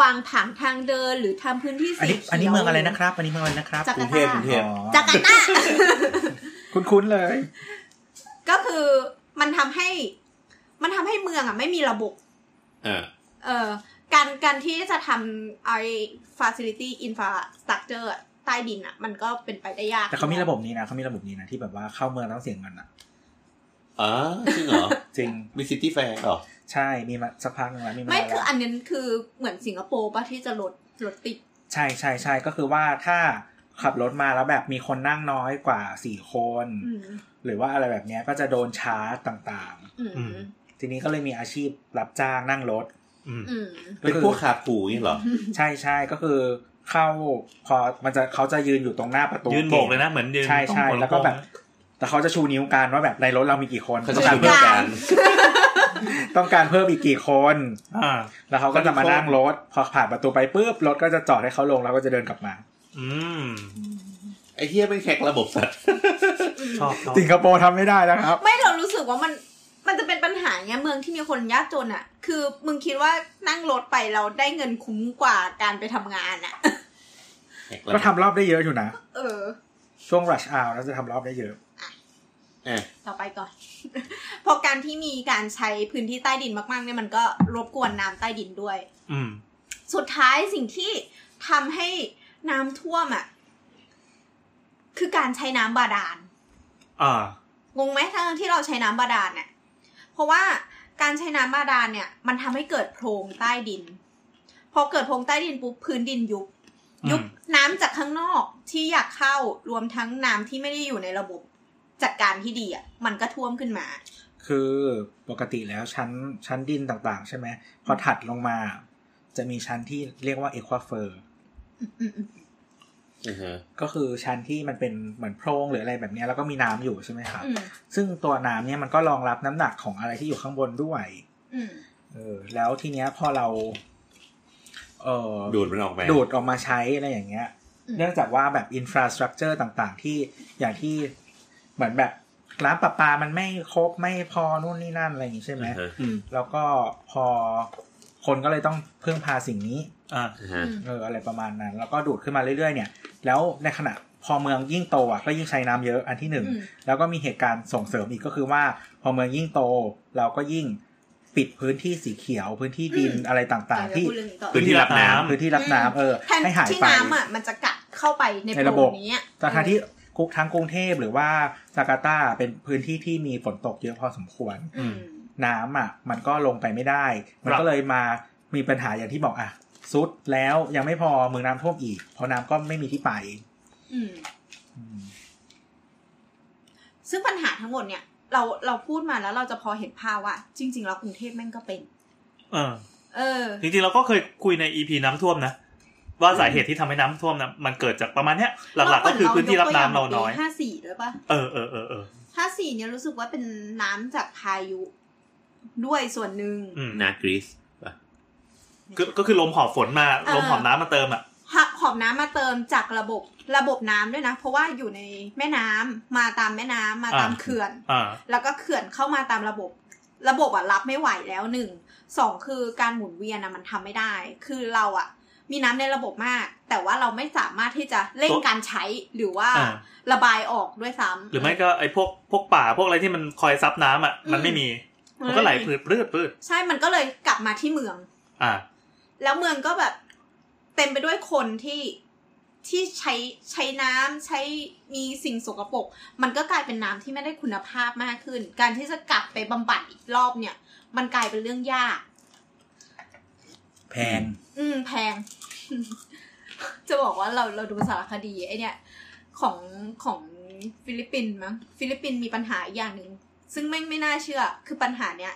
[SPEAKER 5] วางผังทางเดินหรือทำพื้นที่
[SPEAKER 6] อั
[SPEAKER 5] สี
[SPEAKER 6] นนี้อันนี้เมืองอะไรนะครับ อันนี้เมืองอะไรนะครับ
[SPEAKER 5] จาก
[SPEAKER 2] รุ
[SPEAKER 5] กาง ร์
[SPEAKER 2] เทพกรุงเทพ
[SPEAKER 5] ตา
[SPEAKER 6] อ๋อ
[SPEAKER 5] จาการ์ตา
[SPEAKER 6] คุ้นๆเลย
[SPEAKER 5] ก็คือมันทำให้ มันทำให้เมืองอะไม่มีระบบ
[SPEAKER 2] เออ
[SPEAKER 5] เอ่อการการที่จะทำไอ้ facility infrastructure อะใต้ดินอะมันก็เป็นไปได้ยาก
[SPEAKER 6] แต่เขามีระบบนี้นะเขามีระบบนี้นะที่แบบว่าเข้าเมืองต้องเสียเงินอ่ะ
[SPEAKER 2] เออจริงเหรอ
[SPEAKER 6] จริง
[SPEAKER 2] มีซิตี้แฟร์หรอ
[SPEAKER 6] ใช่มีมาสักพักหนึงแล้วมีมา
[SPEAKER 5] ไม่
[SPEAKER 6] แล้ว
[SPEAKER 5] คืออันนั้นคือเหมือนสิงคโปร์ปะที่จะลดลดติด
[SPEAKER 6] ใช่ใช่ใช่ก็คือว่าถ้าขับรถมาแล้วแบบมีคนนั่งน้อยกว่าสี่คน
[SPEAKER 5] อืม
[SPEAKER 6] หรือว่าอะไรแบบเนี้ยก็จะโดนชาร์จต่าง
[SPEAKER 5] อืม
[SPEAKER 3] อืม
[SPEAKER 6] ๆ ทีนี้ก็เลยมีอาชีพรับจ้างนั่งรถ
[SPEAKER 3] อืม
[SPEAKER 5] อืม
[SPEAKER 2] เป็นพวกคาผูนี่เหรอ
[SPEAKER 6] ใช่ใช่ก็คือเข้าพอมันจะเขาจะยืนอยู่ตรงหน้าประตู
[SPEAKER 3] ยืนโบกเลยนะ เหมือนยืน
[SPEAKER 6] ใช่ใช่
[SPEAKER 3] ต้องน
[SPEAKER 6] แล้วก็แบบ แต่เขาจะชูนิ้วกันว่าแบบในรถเรามีกี่คน
[SPEAKER 2] เขา
[SPEAKER 6] ต้
[SPEAKER 2] จะ
[SPEAKER 6] อ
[SPEAKER 2] ชู
[SPEAKER 6] งการ
[SPEAKER 2] เพื่อการ
[SPEAKER 6] ต้องการเพิ่มอีกกี่คน
[SPEAKER 3] อ่า
[SPEAKER 6] แล้วเขาก็จะมา
[SPEAKER 2] คน
[SPEAKER 6] นั่งรถ พอผ่านประตูไปปุ๊บรถก็จะจอดให้เขาลงแล้วก็จะเดินกลับมา
[SPEAKER 3] อืม
[SPEAKER 2] ไอ้เฮียเป็นแขกระบบสัตว์
[SPEAKER 3] ชอบชอบ
[SPEAKER 6] สิงคโปร์ทำไม่ได้นะครับ
[SPEAKER 5] ไม่เรารู้สึกว่ามันมันจะเป็นปัญหาเงี้ยเมืองที่มีคนยากจนอะคือมึงคิดว่านั่งรถไปเราได้เงินคุ้มกว่าการไปทำงานอะ
[SPEAKER 2] แขกระบ
[SPEAKER 6] ก็
[SPEAKER 2] บ
[SPEAKER 6] ทำรอบได้เยอะอยู่นะ
[SPEAKER 5] เออ
[SPEAKER 6] ช่วง rush hour แล้วจะทำรอบได้เยอะ
[SPEAKER 2] เออ
[SPEAKER 5] ต่อไปก่อน พอการที่มีการใช้พื้นที่ใต้ดินมากๆเนี่ยมันก็รบกวนน้ำใต้ดินด้วย
[SPEAKER 3] อืม
[SPEAKER 5] สุดท้ายสิ่งที่ทำให้น้ำท่วมอ่ะ คือการใช้น้ำบาดาล
[SPEAKER 3] อ่า
[SPEAKER 5] งงไหมทั้งที่เราใช้น้ำบาดาลเนี่ยเพราะว่า การใช้น้ำบาดาลเนี่ย มันทำให้เกิดโพรงใต้ดิน พอเกิดโพรงใต้ดินปุ๊บพื้นดินยุบ
[SPEAKER 3] อืม
[SPEAKER 5] ยุบน้ำจากข้างนอกที่อยากเข้ารวมทั้งน้ำที่ไม่ได้อยู่ในระบบจัดการที่ดีอ่ะมันก็ท่วมขึ้นมา
[SPEAKER 6] คือปกติแล้วชั้นชั้นดินต่างๆ ใช่ไหมพอถัดลงมา จะมีชั้นที่เรียกว่าเอควาเฟอร์
[SPEAKER 2] อือฮะ
[SPEAKER 6] ก็คือชั้นที่มันเป็นเหมือนโพรงหรืออะไรแบบเนี้ยแล้วก็มีน้ำอยู่ใช่ไหมครับ
[SPEAKER 5] อืม
[SPEAKER 6] ซึ่งตัวน้ำเนี่ยมันก็รองรับน้ำหนักของอะไรที่อยู่ข้างบนด้วย
[SPEAKER 5] อืม
[SPEAKER 6] เออแล้วทีเนี้ยพอเราเออ
[SPEAKER 2] ดูดมันออกไป
[SPEAKER 6] ดูดออกมาใช้อะไรอย่างเงี้ย เนื่องจากว่าแบบอินฟราสตรักเจอร์ต่างๆ ที่อย่างที่เหมือนแบบร้านประปามันไม่ครบไม่พอนู่นนี่นั่นอะไรอย่างงี้ใช่ไหม
[SPEAKER 2] อือฮะ
[SPEAKER 3] อืม
[SPEAKER 6] แล้วก็พอคนก็เลยต้องพึ่งพาสิ่งนี้
[SPEAKER 3] อ่า
[SPEAKER 2] อือฮะ
[SPEAKER 6] เอออะไรประมาณนั้น แล้วก็ดูดขึ้นมาเรื่อยๆเนี่ย แล้วในขณะพอเมืองยิ่งโตอ่ะก็ยิ่งใช้น้ำเยอะอันที่หนึ่ง
[SPEAKER 5] อืม
[SPEAKER 6] แล้วก็มีเหตุการณ์ส่งเสริมอีกก็คือว่า พอเมืองยิ่งโต เราก็ยิ่งปิดพื้นที่สีเขียวพื้นที่ดินอะไรต่าง
[SPEAKER 5] เดี๋
[SPEAKER 6] ๆ
[SPEAKER 5] ยว
[SPEAKER 6] ที่
[SPEAKER 5] พูดเรื่องนี้ต่อ
[SPEAKER 2] พื้นที่รับน้
[SPEAKER 6] พื้นที่รับน้ำเออ
[SPEAKER 5] แทน
[SPEAKER 6] ให้หาย
[SPEAKER 5] ที่
[SPEAKER 6] ไป
[SPEAKER 5] น้ำอ่ะมันจะกัดเข้าไปใน
[SPEAKER 6] ใน
[SPEAKER 5] โพ
[SPEAKER 6] ระ
[SPEAKER 5] ร
[SPEAKER 6] บบ
[SPEAKER 5] งเนี้ย
[SPEAKER 6] แต่ทางที่คุกทั้งกรุงเทพหรือว่าจาการ์ตาเป็นพื้นที่ที่มีฝนตกเยอะพอสมควร
[SPEAKER 5] อืม
[SPEAKER 6] น้ำอ่ะ มันก็ลงไปไม่ได้ มันก็เลยมามีปัญหาอย่างที่บอกอ่ะซุดแล้วยังไม่พอเมืองน้ำท่วมอีกเพราะน้ำก็ไม่มีที่ไป
[SPEAKER 5] อืม
[SPEAKER 6] อืม
[SPEAKER 5] ซึ่งปัญหาทั้งหมดเนี่ย เราเราพูดมาแล้วเราจะพอเห็นภาพว่า จริง ๆ แล้วกรุงเทพแม่งก็เป็น
[SPEAKER 3] เออ
[SPEAKER 5] เออ
[SPEAKER 3] จริงๆเราก็เคยคุยในอีพีน้ำท่วมนะ ว่าสาเหตุที่ทำให้น้ำท่วมนะมันเกิดจากประมาณเนี้ย หลักๆก็คือพื้นที่รับน้ำเราน้อย
[SPEAKER 5] ห้าสี่ด้วยปะ
[SPEAKER 3] เออเออเออเออ
[SPEAKER 5] ห้าสี่เนี่ยรู้สึกว่าเป็นน้ำจากพายุ ด้วยส่วนหนึ่ง
[SPEAKER 3] อืม
[SPEAKER 2] ำนากรีซ
[SPEAKER 3] ก็ก็คือลมหอบฝนมา
[SPEAKER 5] เออ
[SPEAKER 3] ลมหอบน้ำมาเติมอ่ะ
[SPEAKER 5] หักขอบน้ำมาเติมจากระบบระบบน้ำด้วยนะ เพราะว่าอยู่ในแม่น้ำมาตามแม่น้ำมาตาม
[SPEAKER 3] อ่า
[SPEAKER 5] เขื่อน
[SPEAKER 3] อ่า
[SPEAKER 5] แล้วก็เขื่อนเข้ามาตามระบบ ระบบอะรับไม่ไหวแล้วหนึ่งสองคือการหมุนเวียนอะมันทำไม่ได้ คือเราอะมีน้ำในระบบมาก แต่ว่าเราไม่สามารถที่จะเร่งการใช้หรือว่า
[SPEAKER 3] อ่า
[SPEAKER 5] ระบายออกด้วยซ้ำ
[SPEAKER 3] หรือไม่ก็ไอ้พวกพวกป่าพวกอะไรที่มันคอยซับน้ำอ่ะมันไม่มี
[SPEAKER 5] อืม
[SPEAKER 3] มันก็ไหลพืดพืดพืด
[SPEAKER 5] ใช่มันก็เลยกลับมาที่เมือง
[SPEAKER 3] อ่า
[SPEAKER 5] แล้วเมืองก็แบบเต็มไปด้วยคนที่ที่ใช้ใช้น้ำใช้มีสิ่งสกปรกมันก็กลายเป็นน้ำที่ไม่ได้คุณภาพมากขึ้น การที่จะกลับไปบำบัดอีกรอบเนี่ย มันกลายเป็นเรื่องยาก
[SPEAKER 6] แพง
[SPEAKER 5] อืมแพง จะบอกว่าเราเราดูสารคดีไอเนี่ย ของของฟิลิปปินส์มั้งฟิลิปปินส์มีปัญหาอีกอย่างหนึ่งซึ่งไม่ไม่น่าเชื่อ คือปัญหาเนี้ย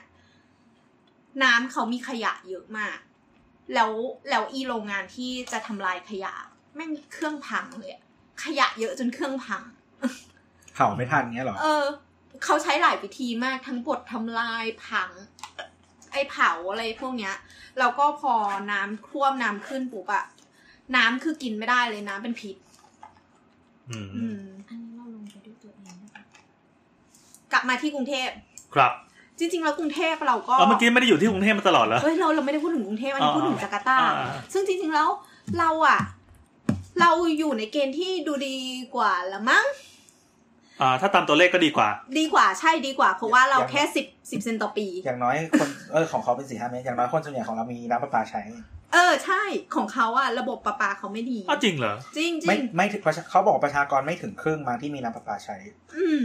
[SPEAKER 5] น้ำเขามีขยะเยอะมาก แล้วแล้วอีโรงงานที่จะทำลายขยะแม่งเครื่องพังเลยอะขยะเยอะจนเครื่องพัง
[SPEAKER 6] เผาไม่ทันเงี้ยเหรอ
[SPEAKER 5] เออ เขาใช้หลายวิธีมากทั้งบดทำลายผัง ไอเผาอะไรพวกเนี้ย แล้วก็พอน้ำท่วมน้ำขึ้นปุ๊บอะน้ำคือกินไม่ได้เลยน้ำเป็นพิษ
[SPEAKER 3] อืม
[SPEAKER 5] อืม
[SPEAKER 1] อันนี้เราลงไปด้วยตัวเองนะคะ
[SPEAKER 5] กลับมาที่กรุงเทพ
[SPEAKER 3] ครับ
[SPEAKER 5] จริง ๆ แล้วกรุงเทพเราก็
[SPEAKER 3] เออเมื่อกี้ไม่ได้อยู่ที่กรุงเทพมาตลอดเหรอ
[SPEAKER 5] เฮ้ยเราเราไม่ได้พูดถึงกรุงเทพอันนี้
[SPEAKER 3] อ่า
[SPEAKER 5] พูดถึงจาการ์ตา
[SPEAKER 3] อ่าอ่า
[SPEAKER 5] ซึ่งจริง ๆ แล้วเราอะเราอยู่ในเกณฑ์ที่ดูดีกว่าละมั้ง
[SPEAKER 3] อ่าถ้าตามตัวเลขก็ดีกว่า
[SPEAKER 5] ดีกว่าใช่ดีกว่า เพราะว่าเรา
[SPEAKER 6] ยัง
[SPEAKER 5] แค่สิบสิบเซนต่อปี
[SPEAKER 6] อย่างน้อยคนเออของเขาเป็นสี่ห้าเมตรอย่างน้อยคนส่วนใหญ่ของเรามีน้ำประปาใช้
[SPEAKER 5] เออใช่ของเขาอะระบบประปาเขาไม่ดี
[SPEAKER 3] อ้าวจริงเหรอ
[SPEAKER 5] จริงจริ
[SPEAKER 6] ไม่
[SPEAKER 5] ง
[SPEAKER 6] ไม่ถึงประชาเขาบอกประชากรไม่ถึงครึ่งมาที่มีน้ำประปาใช้
[SPEAKER 5] อืม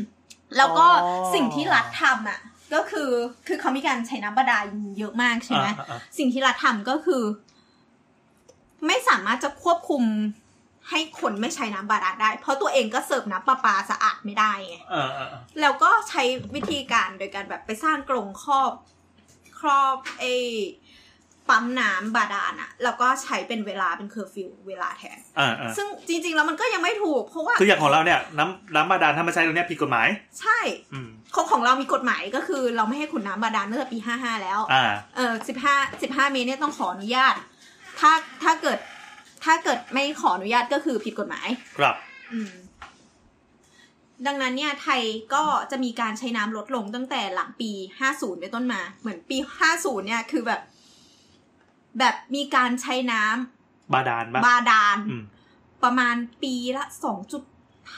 [SPEAKER 5] แล้วก็
[SPEAKER 3] อ๋อ
[SPEAKER 5] สิ่งที่รัฐทำอ่ะ ก็คือคือเขามีการใช้น้ำบาดาลเยอะมากใช่ไหม
[SPEAKER 3] อ่าอ่าอ่า
[SPEAKER 5] สิ่งที่รัฐทำก็คือ ไม่สามารถจะควบคุมให้คนไม่ใช้น้ำบาดาลได้ เพราะตัวเองก็เสิร์ฟน้ำประปาสะอาดไม่ได้ไง
[SPEAKER 3] อ่าอ่าอ่า
[SPEAKER 5] แล้วก็ใช้วิธีการโดยการแบบไปสร้างกรงครอบครอบไอ้ปั๊มน้ำบาดาลอะแล้วก็ใช้เป็นเวลาเป็นเคอร์ฟิวเวลาแทน
[SPEAKER 3] อ่าอ่า
[SPEAKER 5] ซึ่งจริง ๆ แล้วมันก็ยังไม่ถูก เพราะว่า
[SPEAKER 3] คืออย่างของเราเนี่ยน้ำน้ำบาดาลถ้ามาใช้ตรงเนี้ยผิดกฎหมาย
[SPEAKER 5] ใช่
[SPEAKER 3] อืม
[SPEAKER 5] ของของเรามีกฎหมายก็คือ เราไม่ให้ขุดน้ำบาดาลตั้งแต่ปี 55 แล้ว
[SPEAKER 3] อ่า
[SPEAKER 5] เออ15 15 เมตรเนี่ยต้องขออนุญาต ถ้าถ้าเกิดถ้าเกิดไม่ขออนุญาตก็คือผิดกฎหมาย
[SPEAKER 3] ครับ
[SPEAKER 5] อืม ดังนั้นเนี่ยไทยก็จะมีการใช้น้ำลดลงตั้งแต่หลังปี 50 เป็นต้นมา เหมือนปี 50 เนี่ยคือแบบ แบบมีการใช้น้
[SPEAKER 3] บาดาลบ้าง
[SPEAKER 5] ำบาดาล
[SPEAKER 3] อืม
[SPEAKER 5] ประมาณปีละสองจุด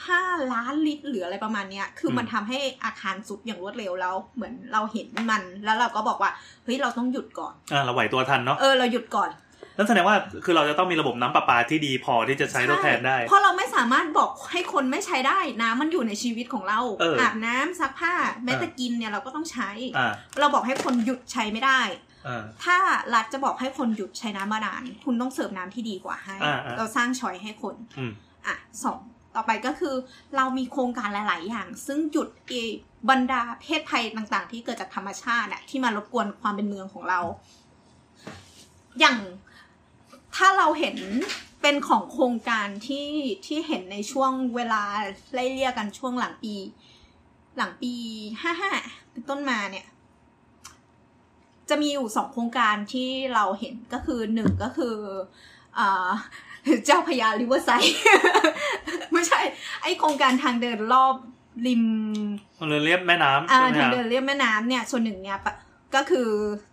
[SPEAKER 5] ห้าล้านลิตรหรืออะไรประมาณเนี้ย คืออ
[SPEAKER 3] ม
[SPEAKER 5] มันทำให้อาคารสุดอย่างรวดเร็วแล้ว เหมือนเราเห็นมัน แล้วเราก็บอกว่า เฮ้ย เราต้องหยุดก่อน
[SPEAKER 3] อ่าเราไหวตัวทันเนาะ
[SPEAKER 5] เออ เราหยุดก่อน
[SPEAKER 3] นั่นแสดงว่าคือเราจะต้องมีระบบน้ำประปาที่ดีพอที่จะใช้ทดแทนได้
[SPEAKER 5] เพราะเราไม่สามารถบอกให้คนไม่ใช้ได้น้ำมันอยู่ในชีวิตของเรา
[SPEAKER 3] เอออ
[SPEAKER 5] อาบน้ำซักผ้า แม้แต่
[SPEAKER 3] เออ
[SPEAKER 5] กินเนี่ยเราก็ต้องใช้
[SPEAKER 3] อ่า
[SPEAKER 5] เราบอกให้คนหยุดใช้ไม่ได้
[SPEAKER 3] อ่า
[SPEAKER 5] ถ้ารัฐจะบอกให้คนหยุดใช้น้ำบาดาลคุณต้องเสิร์ฟน้ำที่ดีกว่าให้
[SPEAKER 3] อ่าอ่า
[SPEAKER 5] เราสร้างชอยให้คน
[SPEAKER 3] อืม
[SPEAKER 5] อ่ะสองต่อไปก็คือเรามีโครงการหลาย ๆ อย่าง ซึ่งหยุดไอ้บรรดาเพศภัยต่าง ๆ ที่เกิดจากธรรมชาติน่ะที่มารบกวนความเป็นเมืองของเรา อย่างถ้าเราเห็นเป็นของโครงการที่ที่เห็นในช่วงเวลาไล่เลี่ยกันช่วงหลังปี หลังปีห้าห้าเป็นต้นมาเนี่ย จะมีอยู่สองโครงการที่เราเห็นก็คือหนึ่งก็คืออ่ า เจ้าพญาริเวอร์ไซด์ ไม่ใช่ ไอโครงการทางเดินรอบริม
[SPEAKER 3] เรือเรียบแม่น้ำ
[SPEAKER 5] อ่า
[SPEAKER 3] ใช่ไหม
[SPEAKER 5] ทาง
[SPEAKER 3] ฮะ
[SPEAKER 5] เดินเรียบแม่น้ำเนี่ย ส่วนหนึ่งเนี่ยปะก็คือ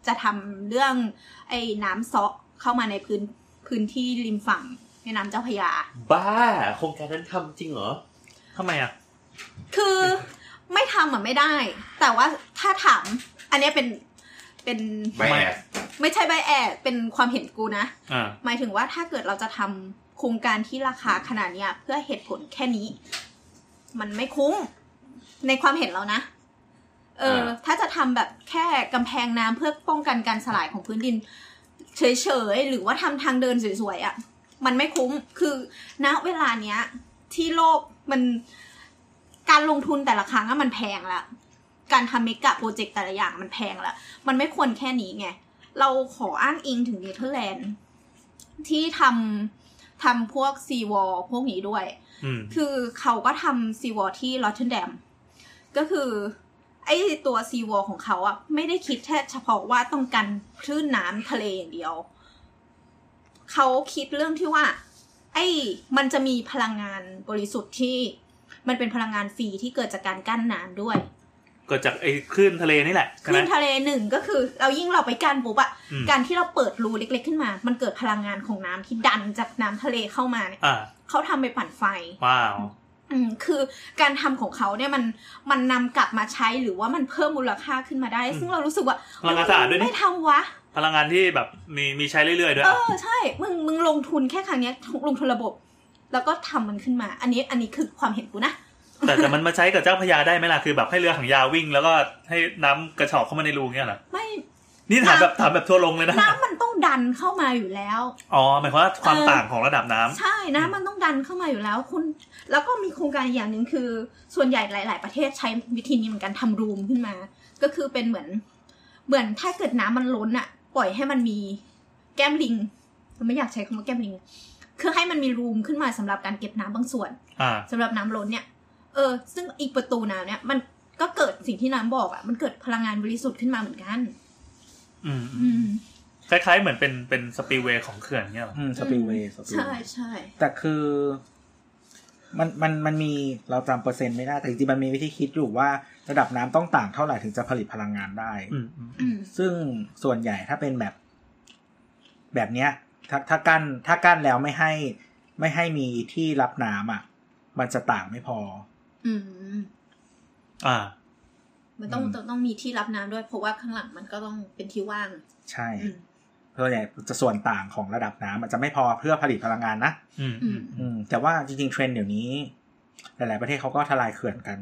[SPEAKER 5] จะทำเรื่องไอ้น้ำเซาะเข้ามาในพื้นพื้นที่ริมฝั่งแม่น้ำเจ้าพระยา
[SPEAKER 2] บ้าโครงการนั้นทำจริงเหรอ
[SPEAKER 3] ทำไมอ่ะ
[SPEAKER 5] คือไม่ทำอ่ะไม่ได้ แต่ว่าถ้าถาม อันเนี้ยเป็นเป็น
[SPEAKER 2] ไม่แอบ
[SPEAKER 5] ไม่ใช่ใบแอดเป็นความเห็นกูนะ
[SPEAKER 3] อ่า
[SPEAKER 5] หมายถึงว่าถ้าเกิดเราจะทำโครงการที่ราคาขนาดเนี้ย เพื่อเหตุผลแค่นี้ มันไม่คุ้ม ในความเห็นเรานะ เออ
[SPEAKER 2] อ่า
[SPEAKER 5] ถ้าจะทำแบบแค่กำแพงน้ำเพื่อป้องกันการสลายของพื้นดิน เฉยๆ หรือว่าทำทางเดินสวยๆอะ่ะ มันไม่คุ้มคือณเวลาเนี้ย ที่โลกมันการลงทุนแต่ละครั้งอะมันแพงละ การทำเมกะโปรเจกต์แต่ละอย่างมันแพงละ มันไม่ควรแค่นี้ไง เราขออ้างอิงถึงเนเธอร์แลนด์ที่ทำทำพวกซีวอลพวกนี้ด้วย
[SPEAKER 3] อืม
[SPEAKER 5] คือเขาก็ทำซีวอลที่ลอตเทนแดม ก็คือ ไอตัวซีวอลของเขาอะไม่ได้คิดแค่เฉพาะว่าต้องกันคลื่นน้ำทะเลอย่างเดียว เขาคิดเรื่องที่ว่า ไอ้มันจะมีพลังงานบริสุทธิ์ที่ มันเป็นพลังงานฟรีที่เกิดจากการกั้นน้ำด้วย
[SPEAKER 3] เกิดจากไอ้คลื่นทะเลนี่แหละ
[SPEAKER 5] ค
[SPEAKER 3] ใช่ไห
[SPEAKER 5] ลื่
[SPEAKER 3] ม
[SPEAKER 5] นทะเลหนึ่งก็คือ เรายิ่งเราไปกันปุ๊บอะ
[SPEAKER 3] อืม
[SPEAKER 5] การที่เราเปิดรูเล็ก ๆ ขึ้นมา มันเกิดพลังงานของน้ำที่ดันจากน้ำทะเลเข้ามาเนี่ย
[SPEAKER 3] อ่า
[SPEAKER 5] เขาทำไปปั่นไฟ
[SPEAKER 3] ว้าว
[SPEAKER 5] อืมคือการทำของเขาเนี่ยมันมันนำกลับมาใช้หรือว่ามันเพิ่มมูลค่าขึ้นมาได้
[SPEAKER 3] อืม
[SPEAKER 5] ซึ่งเรารู้สึกว่า
[SPEAKER 3] พลังงานสะอาดด้วยนี่
[SPEAKER 5] ไม่ทำวะ
[SPEAKER 3] พลังงานที่แบบมีมีใช้เรื่อยๆด้วย
[SPEAKER 5] เอ
[SPEAKER 3] อ่ะ
[SPEAKER 5] อใช่ มึงมึงลงทุนแค่ครั้งเนี้ยลงทุนระบบ แล้วก็ทำมันขึ้นมา อันนี้อันนี้คือความเห็นกูนะ
[SPEAKER 3] แต่แต่มันมาใช้กับเจ้าพระยาได้ไหมล่ะ คือแบบให้เรือหางยาววิ่ง แล้วก็ให้น้ำกระฉอกเข้ามาในรูเงี้ยเหรอ
[SPEAKER 5] ไม่
[SPEAKER 3] นี่ถาม
[SPEAKER 5] น้ำ
[SPEAKER 3] แบบถามแบบทั่วลงเลยนะ
[SPEAKER 5] น้ำมันต้องดันเข้ามาอยู่แล้ว
[SPEAKER 3] อ๋อ หมายความว่าความ
[SPEAKER 5] เออ
[SPEAKER 3] ต่างของระดับน้ำ
[SPEAKER 5] ใช่นะมันต้องดันเข้ามาอยู่แล้วคุณ แล้วก็มีโครงการอีกอย่างหนึ่งคือ ส่วนใหญ่หลาย ๆ ประเทศใช้วิธีนี้เหมือนกันทำรูมขึ้นมา ก็คือเป็นเหมือน เหมือนถ้าเกิดน้ำมันล้นอะปล่อยให้มันมีแก้มลิงไม่อยากใช้คำว่าแก้มลิงคือให้มันมีรูมขึ้นมาสำหรับการเก็บน้ำบางส่วน
[SPEAKER 3] อ่า
[SPEAKER 5] สำหรับน้ำล้นเนี่ย เออ ซึ่งอีกประตูน้ำเนี่ย มันก็เกิดสิ่งที่น้ำบอกอะมันเกิดพลังงานบริสุทธิ์ขึ้นมาเหมือนกัน
[SPEAKER 3] อืมอื
[SPEAKER 5] อื
[SPEAKER 3] ม
[SPEAKER 5] ม
[SPEAKER 3] คล้ายๆเหมือนเป็นเป็นสปีเวย์ของเขื่อนเงี้ยเหรอ
[SPEAKER 6] สปีเวย์สปีเว
[SPEAKER 5] ใช่
[SPEAKER 6] ย์
[SPEAKER 5] ใช่
[SPEAKER 6] แต่คือมันมันมันมีเราจำเปอร์เซ็นต์ไม่ได้ แต่จริงๆมันมีวิธีคิดอยู่ว่าระดับน้ำต้องต่างเท่าไหร่ถึงจะผลิตพลังงานได้
[SPEAKER 3] อืมอืม
[SPEAKER 5] อืม
[SPEAKER 6] ซึ่งส่วนใหญ่ถ้าเป็นแบบ แบบเนี้ย ถ้าถ้ากั้นถ้ากั้นแล้วไม่ให้ ไม่ให้มีที่รับน้ำอ่ะ มันจะต่างไม่พอ
[SPEAKER 5] อืม
[SPEAKER 3] อ่า
[SPEAKER 5] มันต้อง
[SPEAKER 6] อืม
[SPEAKER 5] ต้องต้องมีที่รับน้ำด้วยเพราะว่าข้างหลังมันก็ต้องเป็นที่ว่าง
[SPEAKER 6] ใช่
[SPEAKER 5] อืม
[SPEAKER 6] ส่วนใหญ่จะส่วนต่างของระดับน้ำมันจะไม่พอเพื่อผลิตพลังงานนะ
[SPEAKER 3] อืม
[SPEAKER 5] อื
[SPEAKER 3] อืม
[SPEAKER 5] ม
[SPEAKER 6] อืม แต่ว่าจริง ๆ เทรนด์เดี๋ยวนี้ หลาย ๆ ประเทศเขาก็ทลายเขื่อนกัน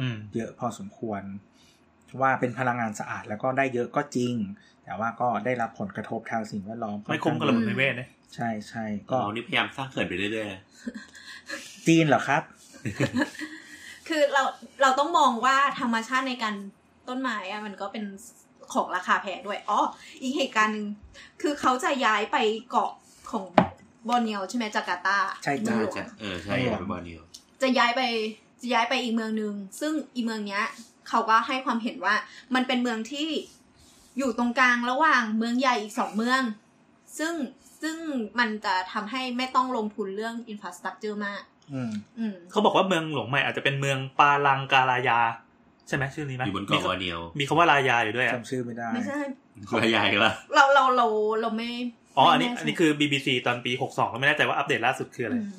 [SPEAKER 3] อืม
[SPEAKER 6] เยอะพอสมควร ว่าเป็นพลังงานสะอาดแล้วก็ได้เยอะก็จริง แต่ว่าก็ได้รับผลกระทบทางสิ่งแวดล้อม
[SPEAKER 3] ไม่คุ้มกับ
[SPEAKER 6] เล
[SPEAKER 3] ระ
[SPEAKER 6] ย
[SPEAKER 3] บบ
[SPEAKER 5] อืม
[SPEAKER 3] นิเวศเนี่ย
[SPEAKER 6] ใช่ใช่
[SPEAKER 2] ก็
[SPEAKER 6] ก็
[SPEAKER 2] เรานี่พยายามสร้างเขื่อนไปเรื่อยๆนะ
[SPEAKER 6] จีนเหรอครับ
[SPEAKER 5] คือเราเราต้องมองว่าธรรมชาติในการต้นไม้อะมันก็เป็นของราคาแพงด้วยอ๋ออีกเหตุการณ์หนึ่งคือเขาจะย้ายไปเกาะของบอร์เนียวใช่ไหมจาการ์ตา
[SPEAKER 6] ใช่จ้ะ
[SPEAKER 5] เมืองหลวง
[SPEAKER 2] จะเออใช่ไปบอร์เนียว
[SPEAKER 5] จะย้ายไปจะย้ายไปอีกเมืองหนึ่งซึ่งอีเมืองเนี้ย เขาก็ให้ความเห็นว่ามันเป็นเมืองที่อยู่ตรงกลางระหว่างเมืองใหญ่อีกสองเมือง ซึ่งซึ่งมันจะทำให้ไม่ต้องลงทุนเรื่องอินฟราสตรักเจอร์มาก
[SPEAKER 6] อืม
[SPEAKER 5] อืม
[SPEAKER 3] เขาบอกว่าเมืองหลวงใหม่อาจจะเป็นเมืองปาลังการายา ใช่ไหมชื่อนี้ไหม
[SPEAKER 2] อยู่บนเกาะบอร์เนียว
[SPEAKER 3] มีคำว่ารายาอยู่ด้วยอะ
[SPEAKER 6] จำชื่อไม่ได้
[SPEAKER 5] ไม่ใช่
[SPEAKER 2] รายใหญ่ละ
[SPEAKER 5] เราเราเราเราไม่
[SPEAKER 3] อ๋ออันนี้
[SPEAKER 5] ไม่แใจ
[SPEAKER 3] อันนี้คือ BBC ตอนปี 62ก็ไม่แน่ใจว่าอัปเดตล่าสุดคืออะไร
[SPEAKER 5] อืม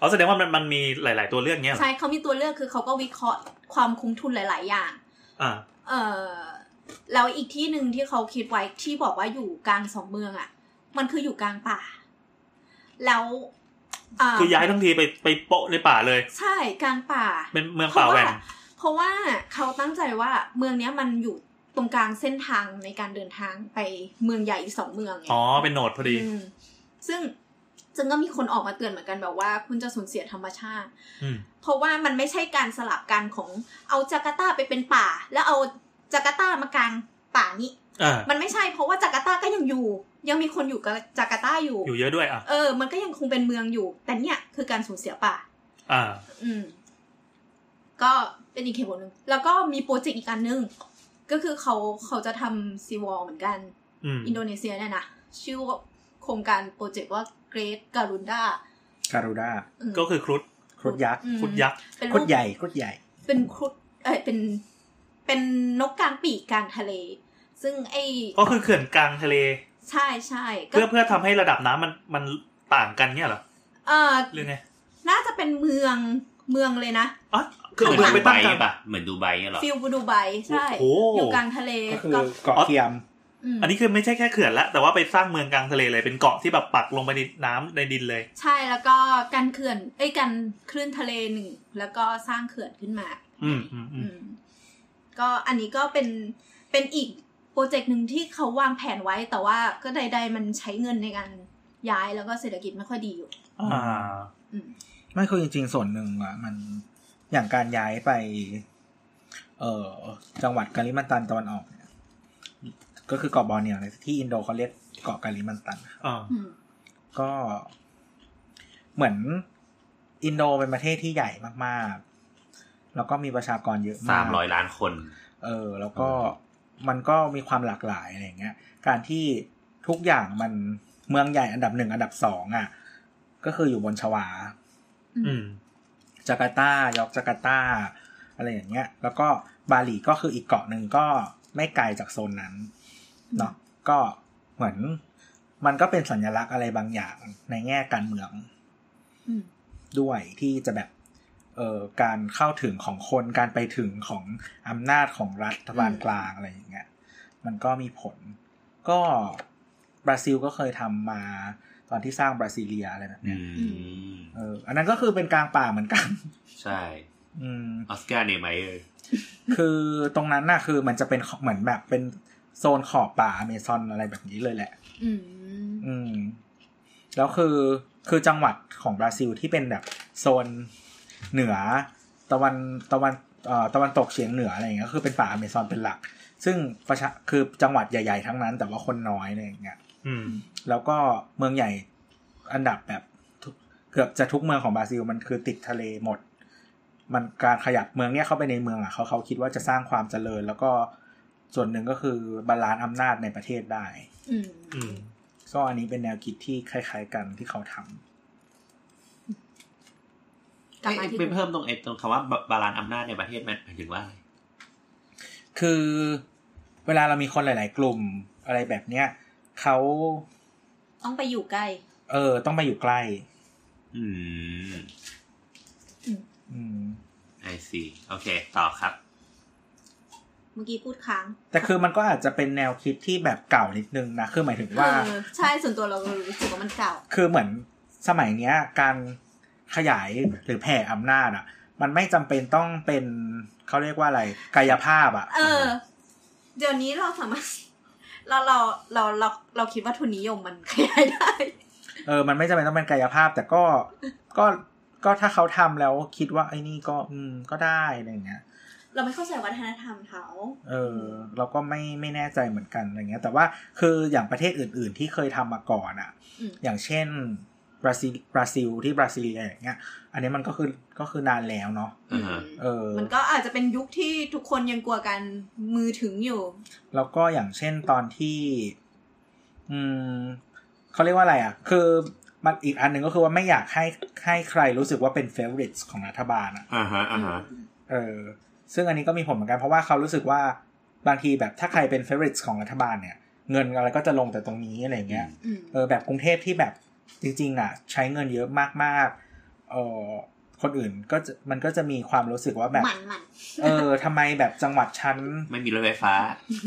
[SPEAKER 3] อ๋อแสดงว่ามันมันมีหลาย ๆ ตัวเลือกเงี้ยเหรอ
[SPEAKER 5] ใช่เขามีตัวเลือกคือเขาก็วิเคราะห์ความคุ้มทุนหลาย ๆ อย่าง
[SPEAKER 3] อ่า
[SPEAKER 5] เอ่อ แล้วอีกที่หนึ่งที่เขาคิดไว้ที่บอกว่าอยู่กลางสองเมืองอะ่ะ มันคืออยู่กลางป่า แล้วเ
[SPEAKER 3] คือย้ายทั้งทีไปไปโปะในป่าเลย
[SPEAKER 5] ใช่กลางป่า
[SPEAKER 3] เป็นเมืองป่าแหว่ง
[SPEAKER 5] เพราะว่าเขาตั้งใจว่าเมืองเนี้ยมันอยู่ตรงกลางเส้นทางในการเดินทางไปเมืองใหญ่อีกสองเมืองไง
[SPEAKER 3] อ๋อเป็นโหนดพอดี
[SPEAKER 5] อืมซึ่งจึงก็มีคนออกมาเตือนเหมือนกันแบบว่าคุณจะสูญเสียธรรมชาติ
[SPEAKER 3] อืม
[SPEAKER 5] เพราะว่ามันไม่ใช่การสลับกันของเอาจาการ์ตาไปเป็นป่า แล้วเอาจาการ์ตามากลางป่านี้
[SPEAKER 3] อ่า
[SPEAKER 5] มันไม่ใช่เพราะว่าจาการ์ตาก็ยังอยู่ ยังมีคนอยู่กับจาการ์ตาอยู่
[SPEAKER 3] อยู่เยอะด้วยอ่ะ
[SPEAKER 5] เออ มันก็ยังคงเป็นเมืองอยู่ แต่เนี่ยคือการสูญเสียป่า
[SPEAKER 3] อ่า
[SPEAKER 5] อืม ก็เป็นอีกเหตุผลหนึ่งแล้วก็มีโปรเจกต์อีกอันหนึง ก็คือเขาเขาจะทำซีวอลเหมือนกัน
[SPEAKER 3] อืม
[SPEAKER 5] อินโดนีเซียเนี่ยนะชื่อว่าโครงการโปรเจกต์ว่า Great Garuda
[SPEAKER 6] การูด้า
[SPEAKER 5] อืม
[SPEAKER 3] ก็คือครุฑ
[SPEAKER 6] ครุฑยักษ์
[SPEAKER 5] อืม
[SPEAKER 3] ครุฑยักษ์
[SPEAKER 5] เป็น
[SPEAKER 6] ค
[SPEAKER 5] รู
[SPEAKER 6] รุฑ
[SPEAKER 5] ป
[SPEAKER 6] ใหญ่ครุฑใหญ่
[SPEAKER 5] เป็นครุฑเอ้ยเป็นเป็นนกกลางปีกกลางทะเล ซึ่งไอ้
[SPEAKER 3] ก็คือเขื่อนกลางทะเล
[SPEAKER 5] ใช่ใช่ก็
[SPEAKER 3] เพื่อเพื่อทำให้ระดับน้ำมันมันต่างกันเนี่ยเหรอ
[SPEAKER 5] เออ
[SPEAKER 3] หรือไง
[SPEAKER 5] น่าจะเป็นเมืองเมืองเลยนะ
[SPEAKER 3] อ๋อ
[SPEAKER 2] คือ
[SPEAKER 3] เขื่อน
[SPEAKER 2] เห
[SPEAKER 3] เมื
[SPEAKER 2] มื
[SPEAKER 3] อ
[SPEAKER 2] อง นดูไบ
[SPEAKER 3] ไปตั้งกัน
[SPEAKER 2] ป่ะเหมือนดูไบเนี่ยเหรอ
[SPEAKER 5] ฟิลบูดูไบใช่
[SPEAKER 3] โอ้โห
[SPEAKER 5] อยู่กลางทะเล
[SPEAKER 6] ก็คือ
[SPEAKER 5] ก็
[SPEAKER 6] เกาะเทียม
[SPEAKER 5] ม
[SPEAKER 3] อันนี้คือไม่ใช่แค่เขื่อนละแต่ว่าไปสร้างเมืองกลางทะเลเลยเป็นเกาะที่แบบปักลงไปในน้ำในดินเลย
[SPEAKER 5] ใช่แล้วก็การเขื่อนเอ้ยการคลื่นทะเลหนึ่งแล้วก็สร้างเขื่อนขึ้นมา
[SPEAKER 3] อืมอืมอื
[SPEAKER 5] อื
[SPEAKER 3] ม
[SPEAKER 5] มก็อันนี้ก็เป็นเป็นอีกโปรเจกต์หนึ่งที่เขาวางแผนไว้ แต่ว่าก็ใด ๆ มันใช้เงินในการย้ายแล้วก็เศรษฐกิจไม่ค่อยดีอยู่
[SPEAKER 3] อ่า
[SPEAKER 5] อืม
[SPEAKER 6] ไม่คือจริงๆ ส่วนหนึ่งอะมันอย่างการย้ายไป เออจังหวัดกาลิมันตันตะวันออกเนี่ยก็คือเกาะบอร์เนียวเนี่ยที่อินโดเขาเรียกเกาะกาลิมันตัน
[SPEAKER 3] อ่า
[SPEAKER 5] อืม
[SPEAKER 6] ก็เหมือนอินโดเป็นประเทศที่ใหญ่มากๆ แล้วก็มีประชากรเยอะมาก
[SPEAKER 2] สามร้อยล้านคน
[SPEAKER 6] เออแล้วก็มันก็มีความหลากหลายอะไรอย่างเงี้ย การที่ทุกอย่างมันเมืองใหญ่อันดับหนึ่งอันดับสองอ่ะ ก็คืออยู่บนชวา
[SPEAKER 3] อืม
[SPEAKER 6] จาการ์ตายอกจาการ์ตาอะไรอย่างเงี้ย แล้วก็บาหลีก็คืออีกเกาะหนึ่งก็ไม่ไกลจากโซนนั้นเนาะก็เหมือนมันก็เป็นสัญลักษณ์อะไรบางอย่างในแง่การเมือง
[SPEAKER 5] อืม
[SPEAKER 6] ด้วยที่จะแบบเอ่อการเข้าถึงของคนการไปถึงของอำนาจของรัฐบาลกลางอะไรอย่างเงี้ยมันก็มีผล ก็บราซิลก็เคยทำมาตอนที่สร้างบราซิเลียอะไรแบบ
[SPEAKER 2] อื
[SPEAKER 6] เนี้ย
[SPEAKER 2] ม
[SPEAKER 6] เอออันนั้นก็คือเป็นกลางป่าเหมือนกัน
[SPEAKER 2] ใช่
[SPEAKER 6] อืม
[SPEAKER 2] ออสการ์เนไมเออร์
[SPEAKER 6] คือตรงนั้นน่ะคือมันจะเป็นเหมือนแบบเป็นโซนขอบป่าอเมซอนอะไรแบบนี้เลยแหละ
[SPEAKER 5] อืม
[SPEAKER 6] อืม แล้วคือคือจังหวัดของบราซิลที่เป็นแบบโซนเหนือตะวันตะวันเอ่อตะวันตกเฉียงเหนืออะไรอย่างเงี้ยก็คือเป็นป่าอเมซอนเป็นหลัก ซึ่งประชาคือจังหวัดใหญ่ๆทั้งนั้น แต่ว่าคนน้อยอะไรอย่างเงี้ย
[SPEAKER 3] อืม
[SPEAKER 6] แล้วก็เมืองใหญ่อันดับแบบทุกเกือบจะทุกเมืองของบราซิลมันคือติดทะเลหมด มันการขยับเมืองเนี้ยเข้าไปในเมืองอ่ะเขาเขาคิดว่าจะสร้างความเจริญ แล้วก็ส่วนหนึ่งก็คือบาลานซ์อำนาจในประเทศได้
[SPEAKER 5] อืม
[SPEAKER 3] อืม
[SPEAKER 6] ก็อันนี้เป็นแนวคิดที่คล้าย ๆ กันที่เขาทำ
[SPEAKER 5] กลับมาที่
[SPEAKER 2] ไปเพิ่มตรงไอ้ตรงคำว่าบาลานซ์อำนาจในประเทศมันหมายถึงว่าอะไร
[SPEAKER 6] คือเวลาเรามีคนหลาย ๆ กลุ่มอะไรแบบเนี้ยเขา
[SPEAKER 5] ต้องไปอยู่ใกล้
[SPEAKER 6] เออต้องไปอยู่ใกล้
[SPEAKER 2] อืม
[SPEAKER 6] อืม
[SPEAKER 2] I see โอเค ต่อครับ
[SPEAKER 5] เมื่อกี้พูดค้าง
[SPEAKER 6] แต่คือมันก็อาจจะเป็นแนวคิดที่แบบเก่านิดนึงนะคือหมายถึงว่า
[SPEAKER 5] เออใช่ส่วนตัวเรารู้สึกว่ามันเก่า
[SPEAKER 6] คือเหมือนสมัยเนี้ย การขยายหรือแผ่อำนาจอ่ะ มันไม่จำเป็นต้องเป็นเขาเรียกว่าอะไรกายภาพอ่ะ
[SPEAKER 5] เออ เดี๋ยวนี้เราสามารถ เราเราเราเราเราคิดว่าทุนนิยมมันขยายได้
[SPEAKER 6] เออ มันไม่จำเป็นต้องเป็นกายภาพ แต่ก็ก็ก็ถ้าเขาทำแล้วคิดว่าไอ้นี่ก็อืมก็ได้อะไรอย่างเงี้ย
[SPEAKER 5] เราไม่เข้าใจวัฒนธรรมเขา
[SPEAKER 6] เออเราก็ไม่ไม่แน่ใจเหมือนกันอะไรเงี้ย แต่ว่าคืออย่างประเทศอื่น ๆ ที่เคยทำมาก่อนอะ่ะ
[SPEAKER 5] อืม
[SPEAKER 6] อย่างเช่นบราซิลบราซิลที่บราซิเลียอย่างเงี้ย อันนี้มันก็คือก็คือนานแล้วเนาะ
[SPEAKER 2] อ่าฮะ
[SPEAKER 6] เออ
[SPEAKER 5] มันก็อาจจะเป็นยุคที่ทุกคนยังกลัวกันมือถึงอยู่
[SPEAKER 6] แล้วก็อย่างเช่นตอนที่ อืมเขาเรียกว่าอะไรอ่ะ คือมันอีกอันหนึ่งก็คือว่าไม่อยากให้ให้ใครรู้สึกว่าเป็น favorites ของรัฐบาลอ่ะ
[SPEAKER 2] อ่าฮะอ่าฮะ
[SPEAKER 6] เออ ซึ่งอันนี้ก็มีผลเหมือนกันเพราะว่าเขารู้สึกว่าบางทีแบบถ้าใครเป็น favorites ของรัฐบาลเนี่ย เงินอะไรก็จะลงแต่ตรงนี้อะไรเงี้ย
[SPEAKER 5] อืม
[SPEAKER 6] เออแบบกรุงเทพที่แบบจริงๆอ่ะ ใช้เงินเยอะมากๆ เออ คนอื่นก็จะมันก็จะมีความรู้สึกว่าแบบ
[SPEAKER 5] หมันหมัน
[SPEAKER 6] เออทำไมแบบจังหวัดชั้น
[SPEAKER 2] ไม่มีรถไฟฟ้า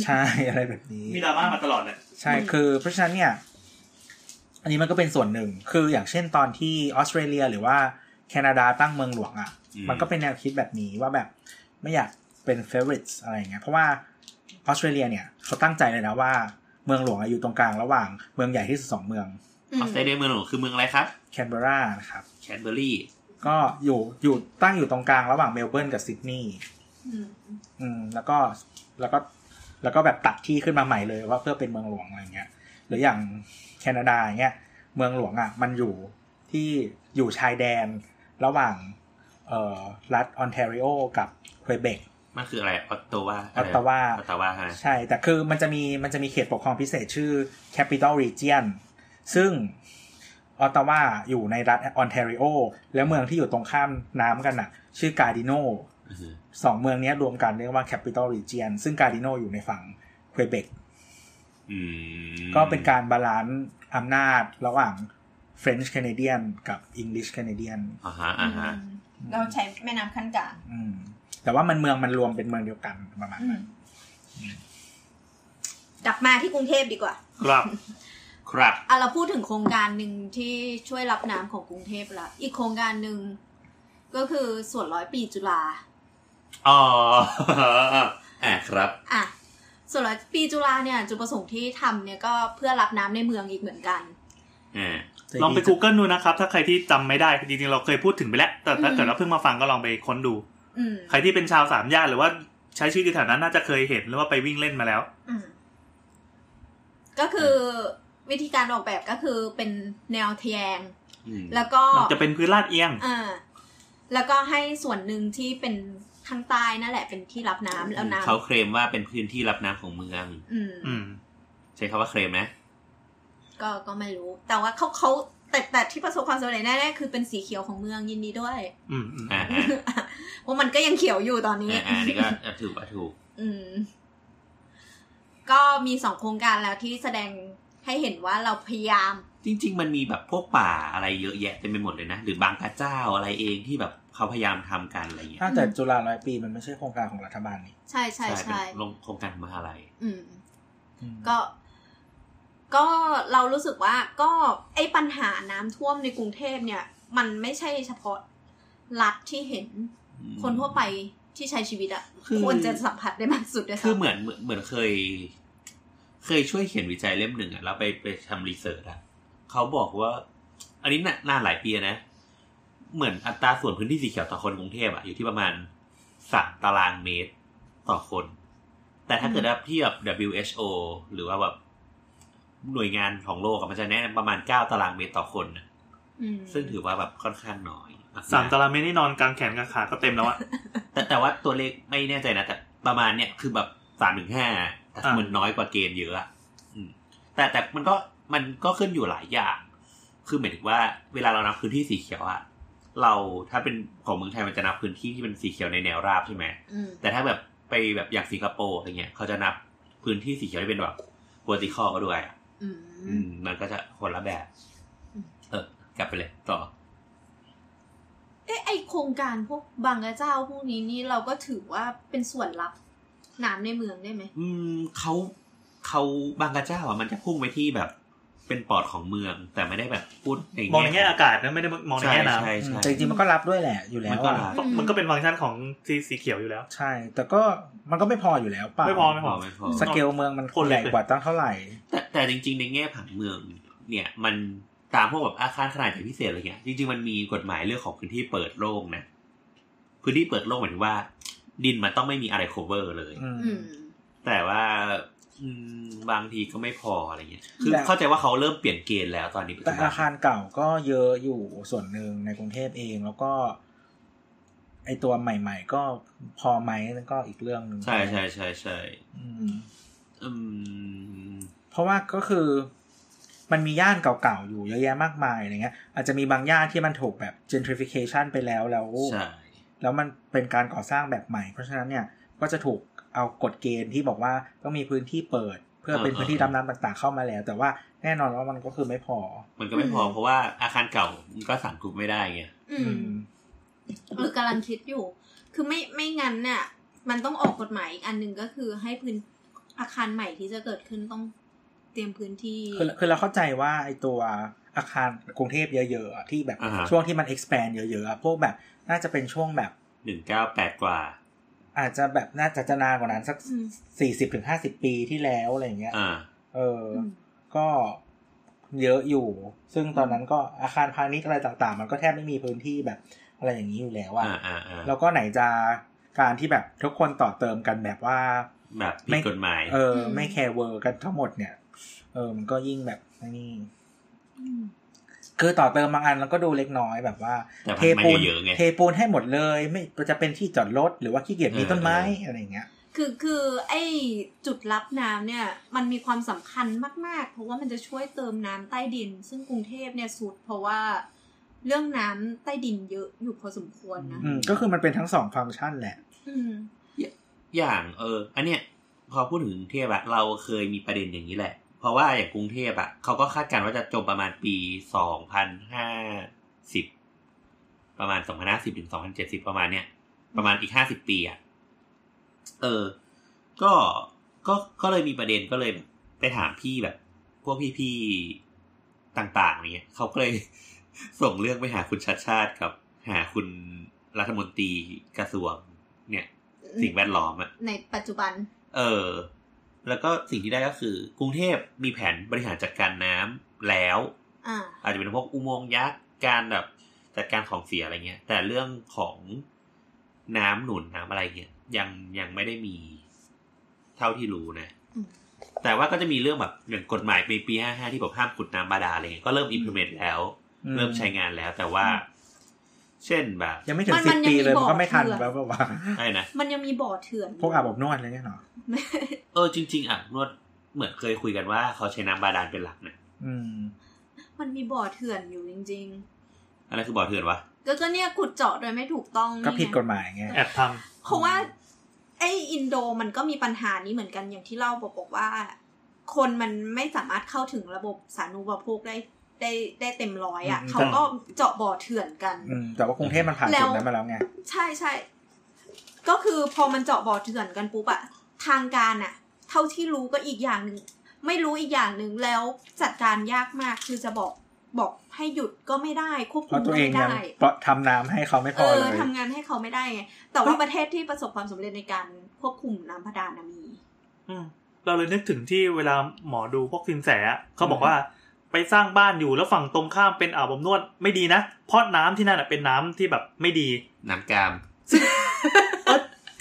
[SPEAKER 6] ใช่อะไรแบบนี้
[SPEAKER 3] มีดราม่ามาตลอดเลย
[SPEAKER 6] ใช่คือเพราะฉะนั้นเนี่ย อันนี้มันก็เป็นส่วนหนึ่ง คืออย่างเช่นตอนที่ออสเตรเลียหรือว่าแคนาดาตั้งเมืองหลวงอะ่ะ
[SPEAKER 2] อืม
[SPEAKER 6] มันก็เป็นแนวคิดแบบนี้ว่าแบบไม่อยากเป็น favorites อะไรอย่างเงี้ยเพราะว่าออสเตรเลียเนี่ยเขาตั้งใจเลยนะว่าเมืองหลวงอะอยู่ตรงกลางระหว่างเมืองใหญ่ที่สุดสองเมือง
[SPEAKER 5] อืม
[SPEAKER 2] ออสเตรเลียเมืองหลวงคือเมืองอะไรครับ
[SPEAKER 6] แคนเบอรานะครับ
[SPEAKER 2] แคนเบอร์รี่
[SPEAKER 6] ก็อยู่อยู่ตั้งอยู่ตรงกลางระหว่างเมลเบิร์นกับซิดนีย์
[SPEAKER 5] อืม
[SPEAKER 6] อืมแล้วก็แล้วก็แล้วก็แบบตัดที่ขึ้นมาใหม่เลยว่าเพื่อเป็นเมืองหลวงอะไรเงี้ย หรืออย่างแคนาดาอย่างเงี้ยเมืองหลวงอ่ะมันอยู่ที่อยู่ชายแดนระหว่างเอ่อรัฐออนแทริโอกับเคเบก
[SPEAKER 2] มันคืออะไรออตโตวา
[SPEAKER 6] ออตตาวา
[SPEAKER 2] ออตตาวาใช่ไหม
[SPEAKER 6] ใช่ แต่คือมันจะมีมันจะมีเขตปกครองพิเศษชื่อ Capital Region ซึ่งออตตาวาอยู่ในรัฐออนแทริโอแล้วเมืองที่อยู่ตรงข้ามน้ำกันอ่ะ ชื่อกาดิโน
[SPEAKER 2] อือฮึ
[SPEAKER 6] สองเมืองเนี้ยรวมกันเรียกว่า Capital Region ซึ่งการิโนอยู่ในฝั่งเควเบก
[SPEAKER 2] อืม
[SPEAKER 6] ก็เป็นการบาลานซ์อำนาจระหว่าง French Canadian กับ English Canadian
[SPEAKER 2] อ่าฮะอ่าฮะ
[SPEAKER 5] เราใช้แม่น้ำขั้นกลาง
[SPEAKER 6] อืมแต่ว่ามันเมืองมันรวมเป็นเมืองเดียวกันประมาณนั้น
[SPEAKER 5] กลับมาที่กรุงเทพดีกว่า
[SPEAKER 2] ครับครับ
[SPEAKER 5] อ่ะเราพูดถึงโครงการหนึ่งที่ช่วยรับน้ำของกรุงเทพละอีกโครงการหนึ่งก็คือส่วนร้อยปีจุฬา
[SPEAKER 2] อ๋อ อ่าครับ
[SPEAKER 5] อ่ะส่วนร้อยปีจุฬาเนี่ยจุดประสงค์ที่ทำเนี่ยก็เพื่อรับน้ำในเมืองอีกเหมือนกัน
[SPEAKER 2] อ่า
[SPEAKER 3] ลองไป Google ดูนะครับ ถ้าใครที่จำไม่ได้จริงๆเราเคยพูดถึงไปแล้ว แต่ถ้า
[SPEAKER 5] อืม
[SPEAKER 3] เกิดเราเพิ่งมาฟังก็ลองไปค้นดู
[SPEAKER 5] อืม
[SPEAKER 3] ใครที่เป็นชาวสามย่านหรือว่าใช้ชีวิตอยู่แถวนั้นน่าจะเคยเห็นหรือว่าไปวิ่งเล่นมาแล้ว
[SPEAKER 5] อืมก็คือวิธีการออกแบบก็คือเป็นแนวทะแยง
[SPEAKER 2] อืม
[SPEAKER 5] แล้วก็
[SPEAKER 3] มันจะเป็นพื้นลาดเอียง
[SPEAKER 5] อ่าแล้วก็ให้ส่วนหนึ่งที่เป็นทางใต้นั่นแหละเป็นที่รับน้ำแล้วน้
[SPEAKER 2] เขาเคลมว่าเป็นพื้นที่รับน้ำของเมือง
[SPEAKER 5] ำอืม
[SPEAKER 3] อืม
[SPEAKER 2] ใช้คำว่าเคลมนะ
[SPEAKER 5] ก็ก็ไม่รู้ แต่ว่าเขาเขาแต่แต่ที่ประสบความสำเร็จแน่ๆคือเป็นสีเขียวของเมืองยินดีด้วย
[SPEAKER 3] อืมอืม
[SPEAKER 2] อ่าฮะ
[SPEAKER 5] เพราะมันก็ยังเขียวอยู่ต อนนี้
[SPEAKER 2] อ่าอ่านี่ก็ถูกว่าถูก
[SPEAKER 5] อืม ก็มีสองโครงการแล้วที่แสดงให้เห็นว่าเราพยายาม
[SPEAKER 2] จริง ๆ มันมีแบบพวกป่าอะไรเยอะแยะเต็มไปหมดเลยนะ หรือบางกระเจ้าอะไรเองที่แบบเขาพยายามทำกันอะไรอย่างเงี้ย
[SPEAKER 6] ถ้าแต่จุฬาร้อยปีมันไม่ใช่โครงการของรัฐบาลนี่
[SPEAKER 5] ใช่ใช่ใช่
[SPEAKER 2] เป็นลงโครงการมหาลัย
[SPEAKER 5] อืม
[SPEAKER 6] อืม
[SPEAKER 5] ก็ ก็เรารู้สึกว่าก็ไอ้ปัญหาน้ำท่วมในกรุงเทพเนี่ย มันไม่ใช่เฉพาะรัฐที่เห็น
[SPEAKER 2] อืม
[SPEAKER 5] คนทั่วไปที่ใช้ชีวิตอะ
[SPEAKER 2] คือ
[SPEAKER 5] ควรจะสัมผัสได้มากสุดด้วย
[SPEAKER 2] คือเห
[SPEAKER 5] ซ้ำ
[SPEAKER 2] มือนเหมือนเหมือนเคย เคยช่วยเขียนวิจัยเล่มหนึ่งอ่ะแล้วไปไปทำรีเสิร์ชอ่ะเขาบอกว่า อันนี้น่ะนานหลายปีแล้วนะ เหมือนอัตราส่วนพื้นที่สีเขียวต่อคนกรุงเทพอ่ะอยู่ที่ประมาณสามตารางเมตรต่อคน แต่ถ้าเกิดว่าเทียบ WHO หรือว่าแบบหน่วยงานของโลกอะมันจะแนะนำประมาณเก้าตารางเมตรต่อคนนะ
[SPEAKER 5] อืม
[SPEAKER 2] ซึ่งถือว่าแบบค่อนข้างน้อยมกๆ
[SPEAKER 3] สามตารางเมตรนี่นอนกลางแขนกลางขาก็เต็มแล้วอะ
[SPEAKER 2] แต่แต่ว่าตัวเลขไม่แน่ใจนะแต่ประมาณเนี่ยคือแบบสามถึงห้าแต่
[SPEAKER 3] อ่า
[SPEAKER 2] มันน้อยกว่าเกณฑ์เยอะอะอืมแต่แต่มันก็มันก็ขึ้นอยู่หลายอย่าง คือหมายถึงว่าเวลาเรานับพื้นที่สีเขียวอะเราถ้าเป็นของเมืองไทยมันจะนับพื้นที่ที่เป็นสีเขียวในแนวราบใช่ไหม
[SPEAKER 5] อืม
[SPEAKER 2] แต่ถ้าแบบไปแบบอย่างสิงคโปร์อะไรเงี้ยเขาจะนับพื้นที่สีเขียวที่เป็นแบบวัวติคอก็ด้วยอะ
[SPEAKER 5] อื
[SPEAKER 2] อื
[SPEAKER 5] ม
[SPEAKER 2] มมันก็จะคนละแบบ
[SPEAKER 5] อืม
[SPEAKER 2] เออกลับไปเลยต่อ
[SPEAKER 5] เอ๊ะไอโครงการพวกบางกระเจ้าพวกนี้นี่เราก็ถือว่าเป็นส่วนรับน้ำในเมืองได้ไหม
[SPEAKER 2] อืมเขาเขาบางกระเจ้าอ่ะมันจะพุ่งไปที่แบบเป็นปอดของเมือง แต่ไม่ได้แบบพูดใน
[SPEAKER 3] มองในแง่อากาศนะไม่ได้มองใน
[SPEAKER 2] ใช่
[SPEAKER 3] แง่น้
[SPEAKER 2] ใช่ใช่
[SPEAKER 6] แต่จริงๆมันก็รับด้วยแหละอยู่แล้
[SPEAKER 2] มัน
[SPEAKER 6] ว
[SPEAKER 2] ก็
[SPEAKER 6] อะ
[SPEAKER 2] ลา
[SPEAKER 5] อืม
[SPEAKER 3] ำมันก็เป็นฟังก์ชันของสีสีเขียวอยู่แล้ว
[SPEAKER 6] ใช่ แต่ก็มันก็ไม่พออยู่แล้วเปล่า
[SPEAKER 3] ไม่พอ
[SPEAKER 2] ไม่พอไม่พอ
[SPEAKER 6] สเกลเมืองมันใหญ่กว่าตั้งเท่าไหร่
[SPEAKER 2] แต่แต่จริง ๆ ในแง่ผังเมือง เนี่ย มันตามพวกแบบอาคารขนาดใหญ่พิเศษอะไรเงี้ยจริงๆมันมีกฎหมายเรื่องของพื้นที่เปิดโล่งนะพื้นที่เปิดโล่งหมายถึงว่า ดินมันต้องไม่มีอะไรโคเวอร์เลย
[SPEAKER 6] อืม
[SPEAKER 5] อืม
[SPEAKER 2] แต่ว่าอืมบางทีก็ไม่พออะไรเงี้ยคือ
[SPEAKER 6] แต่
[SPEAKER 2] เข้าใจว่าเขาเริ่มเปลี่ยนเกณฑ์แล้วตอนนี้ปัจ
[SPEAKER 6] แต่
[SPEAKER 2] จุบัน
[SPEAKER 6] อาคารเก่าก็เยอะอยู่ส่วนหนึ่งในกรุงเทพเองแล้วก็ ไอตัวใหม่ ๆ ก็พอไหมนั่นก็อีกเรื่องหนึ่ง
[SPEAKER 2] ใช่ใช่ใช่ใช่
[SPEAKER 6] อืม
[SPEAKER 2] อืม
[SPEAKER 6] เพราะว่าก็คือมันมีย่านเก่าๆอยู่เยอะแยะมากมายอะไรเงี้ย อาจจะมีบางย่านที่มันถูกแบบ gentrification ไปแล้วแล้ว
[SPEAKER 2] ใช่
[SPEAKER 6] แล้วมันเป็นการก่อสร้างแบบใหม่ เพราะฉะนั้นเนี่ยก็จะถูกเอากฎเกณฑ์ที่บอกว่าต้องมีพื้นที่เปิด เพื่อเป็น
[SPEAKER 2] อ่า
[SPEAKER 6] พื้นที่ดำน้ำต่าง ๆ เข้ามาแล้ว แต่ว่าแน่นอนว่ามันก็คือไม่พอ
[SPEAKER 2] มันก็ไม่พอ
[SPEAKER 5] อืม
[SPEAKER 2] เพราะว่าอาคารเก่ามันก็สั่งกรุ๊ปไม่ได้ไง
[SPEAKER 5] อืม เออกำลังคิดอยู่ คือไม่ไม่งั้นน่ะ มันต้องออกกฎหมายอีกอันหนึ่งก็คือให้พื้นอาคารใหม่ที่จะเกิดขึ้นต้องเตรียมพื้นที่
[SPEAKER 6] คือคือเราเข้าใจว่าไอตัวอาคารกรุงเทพเยอะๆอะที่แบบ
[SPEAKER 2] อ่าฮะ
[SPEAKER 6] ช่วงที่มัน expand เยอะๆอะพวกแบบน่าจะเป็นช่วงแบบ
[SPEAKER 2] หนึ่งเก้าแปดกว่า
[SPEAKER 6] อาจจะแบบน่าจะจะนานกว่านั้นสัก
[SPEAKER 5] อืม
[SPEAKER 6] สี่สิบถึงห้าสิบปีที่แล้วอะไรอย่างเงี้ย
[SPEAKER 2] อ่า
[SPEAKER 6] เอออ
[SPEAKER 5] ม
[SPEAKER 6] ก็เยอะอยู่ ซึ่งตอนนั้นก็อาคารพาณิชย์อะไรต่างๆ มันก็แทบไม่มีพื้นที่แบบอะไรอย่างนี้อยู่แล้วอะ
[SPEAKER 2] อ่าอ่าอ่า
[SPEAKER 6] แล้วก็ไหนจะการที่แบบทุกคนต่อเติมกันแบบว่า
[SPEAKER 2] แบบผิ
[SPEAKER 6] ไม่
[SPEAKER 2] ดกฎหมาย
[SPEAKER 6] เอออ
[SPEAKER 5] ม
[SPEAKER 6] ไม่แคร์เวอร์กันทั้งหมดเนี่ย เออ มันก็ยิ่งแบบนี่ คือต่อเติมบางอันแล้วก็ดูเล็กน้อยแบบว่า
[SPEAKER 2] แต่มัน
[SPEAKER 6] เทปูน
[SPEAKER 2] ไม่เยอะๆไง
[SPEAKER 6] เทปูนให้หมดเลย ไม่จะเป็นที่จอดรถหรือว่าขี้เกียจมีต้นไม้
[SPEAKER 2] เออเอออ
[SPEAKER 6] อะไรอย่างเงี้ย
[SPEAKER 5] คือคือไอ้จุดรับน้ำเนี่ย มันมีความสำคัญมาก ๆ เพราะว่ามันจะช่วยเติมน้ำใต้ดิน ซึ่งกรุงเทพเนี่ยสุดเพราะว่าเรื่องน้ำใต้ดินเยอะอยู่พอสมควรนะ
[SPEAKER 6] อืมก็คือมันเป็นทั้งสองฟังก์ชันแหละ
[SPEAKER 5] อืม
[SPEAKER 2] อย่างเออ อันเนี้ยพอพูดถึงกรุงเทพอะเราเคยมีประเด็นอย่างนี้แหละ เพราะว่าอย่างกรุงเทพอะเขาก็คาดการณ์ว่าจะจบประมาณปีสองพันห้าสิบประมาณสองพันห้าสิบถึงสองพันเจ็ดสิบประมาณเนี้ยประมาณอีกห้าสิบปีอะเออ ก็ก็ก็เลยมีประเด็นก็เลยแบบไปถามพี่แบบ พวกพี่ๆต่างๆอะไรเงี้ยเขาก็เลย ส่งเรื่องไปหาคุณชาติชาติกับ หาคุณรัฐมนตรีกระทรวง เนี่ย สิ่งแวดล้อมอะ
[SPEAKER 5] ในปัจจุบัน
[SPEAKER 2] เออ แล้วก็สิ่งที่ได้ก็คือกรุงเทพมีแผนบริหารจัดการน้ำแล้ว
[SPEAKER 5] อ่า
[SPEAKER 2] อาจจะเป็นพวกอุโมงค์ยักษ์การแบบจัดการของเสียอะไรเงี้ย แต่เรื่องของน้ำหนุนน้ำอะไรเงี้ยยังยังไม่ได้มีเท่าที่รู้นะ
[SPEAKER 5] อืม
[SPEAKER 2] แต่ว่าก็จะมีเรื่องแบบอย่างกฎหมายปีปีห้าห้าที่แบบห้ามขุดน้ำบาดาลอะไรเงี้ยก็เริ่ม implement แล้ว
[SPEAKER 6] อืม
[SPEAKER 2] เริ่มใช้งานแล้ว แต่ว่า เช่นแบบ
[SPEAKER 6] ยังไม่ถึง
[SPEAKER 5] มัน
[SPEAKER 6] สิ
[SPEAKER 5] มั
[SPEAKER 6] บ
[SPEAKER 5] นยัง
[SPEAKER 6] ปีเลย
[SPEAKER 5] มี
[SPEAKER 6] มั
[SPEAKER 5] บ
[SPEAKER 6] น
[SPEAKER 5] อ
[SPEAKER 6] ก็
[SPEAKER 5] ก
[SPEAKER 6] ไม่ทัน
[SPEAKER 5] เผื่อ
[SPEAKER 6] แล้วแบบว่า
[SPEAKER 2] อะไรนะ
[SPEAKER 5] มันยังมีบ่อเถื่อน
[SPEAKER 6] พวกอาบอบนวดอะไรเงี้ยเนาะ
[SPEAKER 2] เออจริง ๆอ่ะนวดเหมือนเคยคุยกันว่าเขาใช้น้ำบาดาลเป็นหลักนะ
[SPEAKER 6] อืม
[SPEAKER 5] มันมีบ่อเถื่อนอยู่จริง
[SPEAKER 2] อันนั้นคือบ่อเถื่อนวะ
[SPEAKER 5] ๆ ก็ก็เนี่ยขุดเจาะโดยไม่ถูกต้องนี่ไง
[SPEAKER 6] ก็ผิดกฎหมายไง
[SPEAKER 3] แอบท
[SPEAKER 5] เพราะว่าไออินโดมันก็มีปัญหานี้เหมือนกันอย่างที่เล่าบอกบอกว่า คนมันไม่สามารถเข้าถึงระบบสาธารณูปโภคได้ได้ได้เต็มร้อยอะ่ะเขาก็เจาะบ่อเถื่อนกัน
[SPEAKER 6] อืมแต่ว่ากรุงเทพมันผ่าน
[SPEAKER 5] แล้ว
[SPEAKER 6] จุดนั้นมาแล้วไง
[SPEAKER 5] ใช่ใช่ก็คือพอมันเจาะบ่อเถื่อนกันปุ๊บอะทางการอะเท่าที่รู้ก็อีกอย่างหนึ่งไม่รู้อีกอย่างหนึ่งแล้วจัดการยากมากคือจะบอกบอกให้หยุดก็ไม่ได้ควบ
[SPEAKER 6] เพ
[SPEAKER 5] คุ
[SPEAKER 6] ราะ
[SPEAKER 5] ม
[SPEAKER 6] ตัว
[SPEAKER 5] ก็
[SPEAKER 6] เอง
[SPEAKER 5] ไม่
[SPEAKER 6] ยัง
[SPEAKER 5] ได้
[SPEAKER 6] ปะทำน้ำให้เขาไม่พ
[SPEAKER 5] เอ
[SPEAKER 6] อ
[SPEAKER 5] อ
[SPEAKER 6] เลย
[SPEAKER 5] ทำงานให้เขาไม่ได้ไง แต่ว่าประเทศที่ประสบความสำเร็จในการควบคุมน้ำพดานน่ะมี
[SPEAKER 3] ำอืมเราเลยนึกถึงที่เวลาหมอดูพวกสินแสอะเขาบอกว่าไปสร้างบ้านอยู่แล้วฝั่งตรงข้ามเป็นอาบอบนวดไม่ดีนะ เพราะน้ำที่นั่นอะเป็นน้ำที่แบบไม่ดี
[SPEAKER 2] น้ำกาม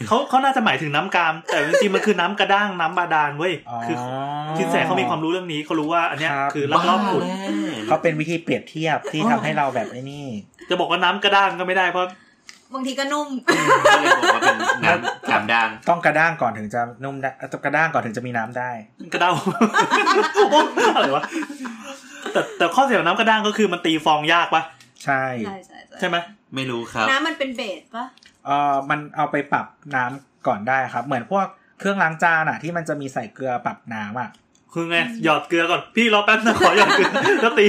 [SPEAKER 3] เขาเขาน่าจะหมายถึงน้ำกาม แต่จริงๆมันคือน้ำกระด้างน้ำบาดาลเว้ย
[SPEAKER 6] อ๋อ
[SPEAKER 3] คือสินแสเขามีความรู้เรื่องนี้เขารู้ว่าอันเนี้ย
[SPEAKER 6] ครับ
[SPEAKER 3] คือลักลอบขุด
[SPEAKER 6] เขาเป็นวิธีเปรียบเทียบที่
[SPEAKER 3] อ๋อ
[SPEAKER 6] ทำให้เราแบบไอ้นี่
[SPEAKER 3] จะบอกว่าน้ำกระด้างก็ไม่ได้เพราะ
[SPEAKER 5] บางทีก็นุ่ม
[SPEAKER 2] ก็เลยบอกว่าเป็นน้ำกามด้าน
[SPEAKER 6] ต้องกระด้างก่อนถึงจะนุ่มได้เอ่อกระด้างก่อนถึงจะมีน้ำได้
[SPEAKER 3] กระเด้า โอ้โห อะไรวะแต่แต่ข้อเสียของน้ำกระด้างก็คือมันตีฟองยากปะ
[SPEAKER 6] ใช่
[SPEAKER 5] ใช่ใช่ใช่
[SPEAKER 3] ใช่ไหม
[SPEAKER 2] ไม่รู้ครับ
[SPEAKER 5] น้ำมันเป็นเบสปะ
[SPEAKER 6] เออมันเอาไปปรับน้ำก่อนได้ครับ เหมือนพวกเครื่องล้างจานอะที่มันจะมีใส่เกลือปรับน้ำอะ
[SPEAKER 3] คือไงหยอดเกลือก่อนพี่รอแป๊บนะขอหยอดเกลือ แล้วตี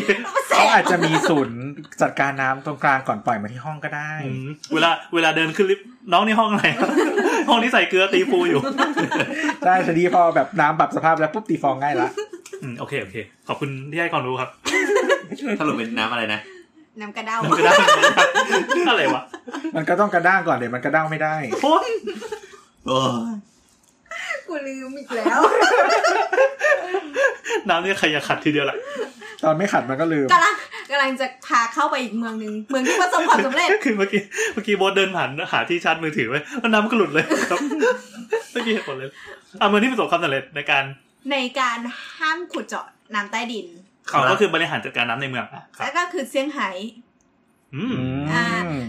[SPEAKER 6] เขาอาจจะมีศูนย์จัดการน้ำตรงกลางก่อนปล่อยมาที่ห้องก็ได้
[SPEAKER 3] อืมเวลาเวลาเดินขึ้นลิฟต์น้องนี่ห้อง อะไร ห้องที่ใส่เกลือตีฟูอยู่
[SPEAKER 6] ได้ทีนี้พอแบบน้ำปรับสภาพแล้วปุ๊บตีฟองง่ายละ
[SPEAKER 3] อืมโอเคโอเค ขอบคุณที่ให้ความรู้ครับ
[SPEAKER 2] สรุปเป็นน้ำอะไรนะ
[SPEAKER 5] น้ำกระเด้า
[SPEAKER 3] น้ำกระด้างอะไรวะ
[SPEAKER 6] มันก็ต้องกระด้างก่อนเลยวมันกระด้างไม่ได้
[SPEAKER 3] โอ้ย
[SPEAKER 2] โอ้
[SPEAKER 5] กูลืมอีกแล้ว
[SPEAKER 3] น้ำนี่ใครอยากขัดทีเดียวล่ะ
[SPEAKER 6] ตอนไม่ขัดมันก็ลืม
[SPEAKER 5] กำลังกำลังจะพาเข้าไปอีกเมืองหนึง เมืองที่ประสบความสำเร็จ
[SPEAKER 3] คือเมื่อกี้เมื่อกี้โบทเดินผ่านหาที่ชาร์จมือถือไว้แล้วน้ำก็หลุดเลยครับ ไม่มีเหตุผลเลยอ่ะเมืองที่ประสบความสำเร็จในการ
[SPEAKER 5] ในการห้ามขุดเจาะน้ำใต้ดิน
[SPEAKER 3] เขาก็คือบริหารจัดการน้ำในเมืองอ่ะครับ
[SPEAKER 5] แล้วก็คือเซี่ยงไฮ้
[SPEAKER 3] อืม
[SPEAKER 6] อืม
[SPEAKER 5] อ่า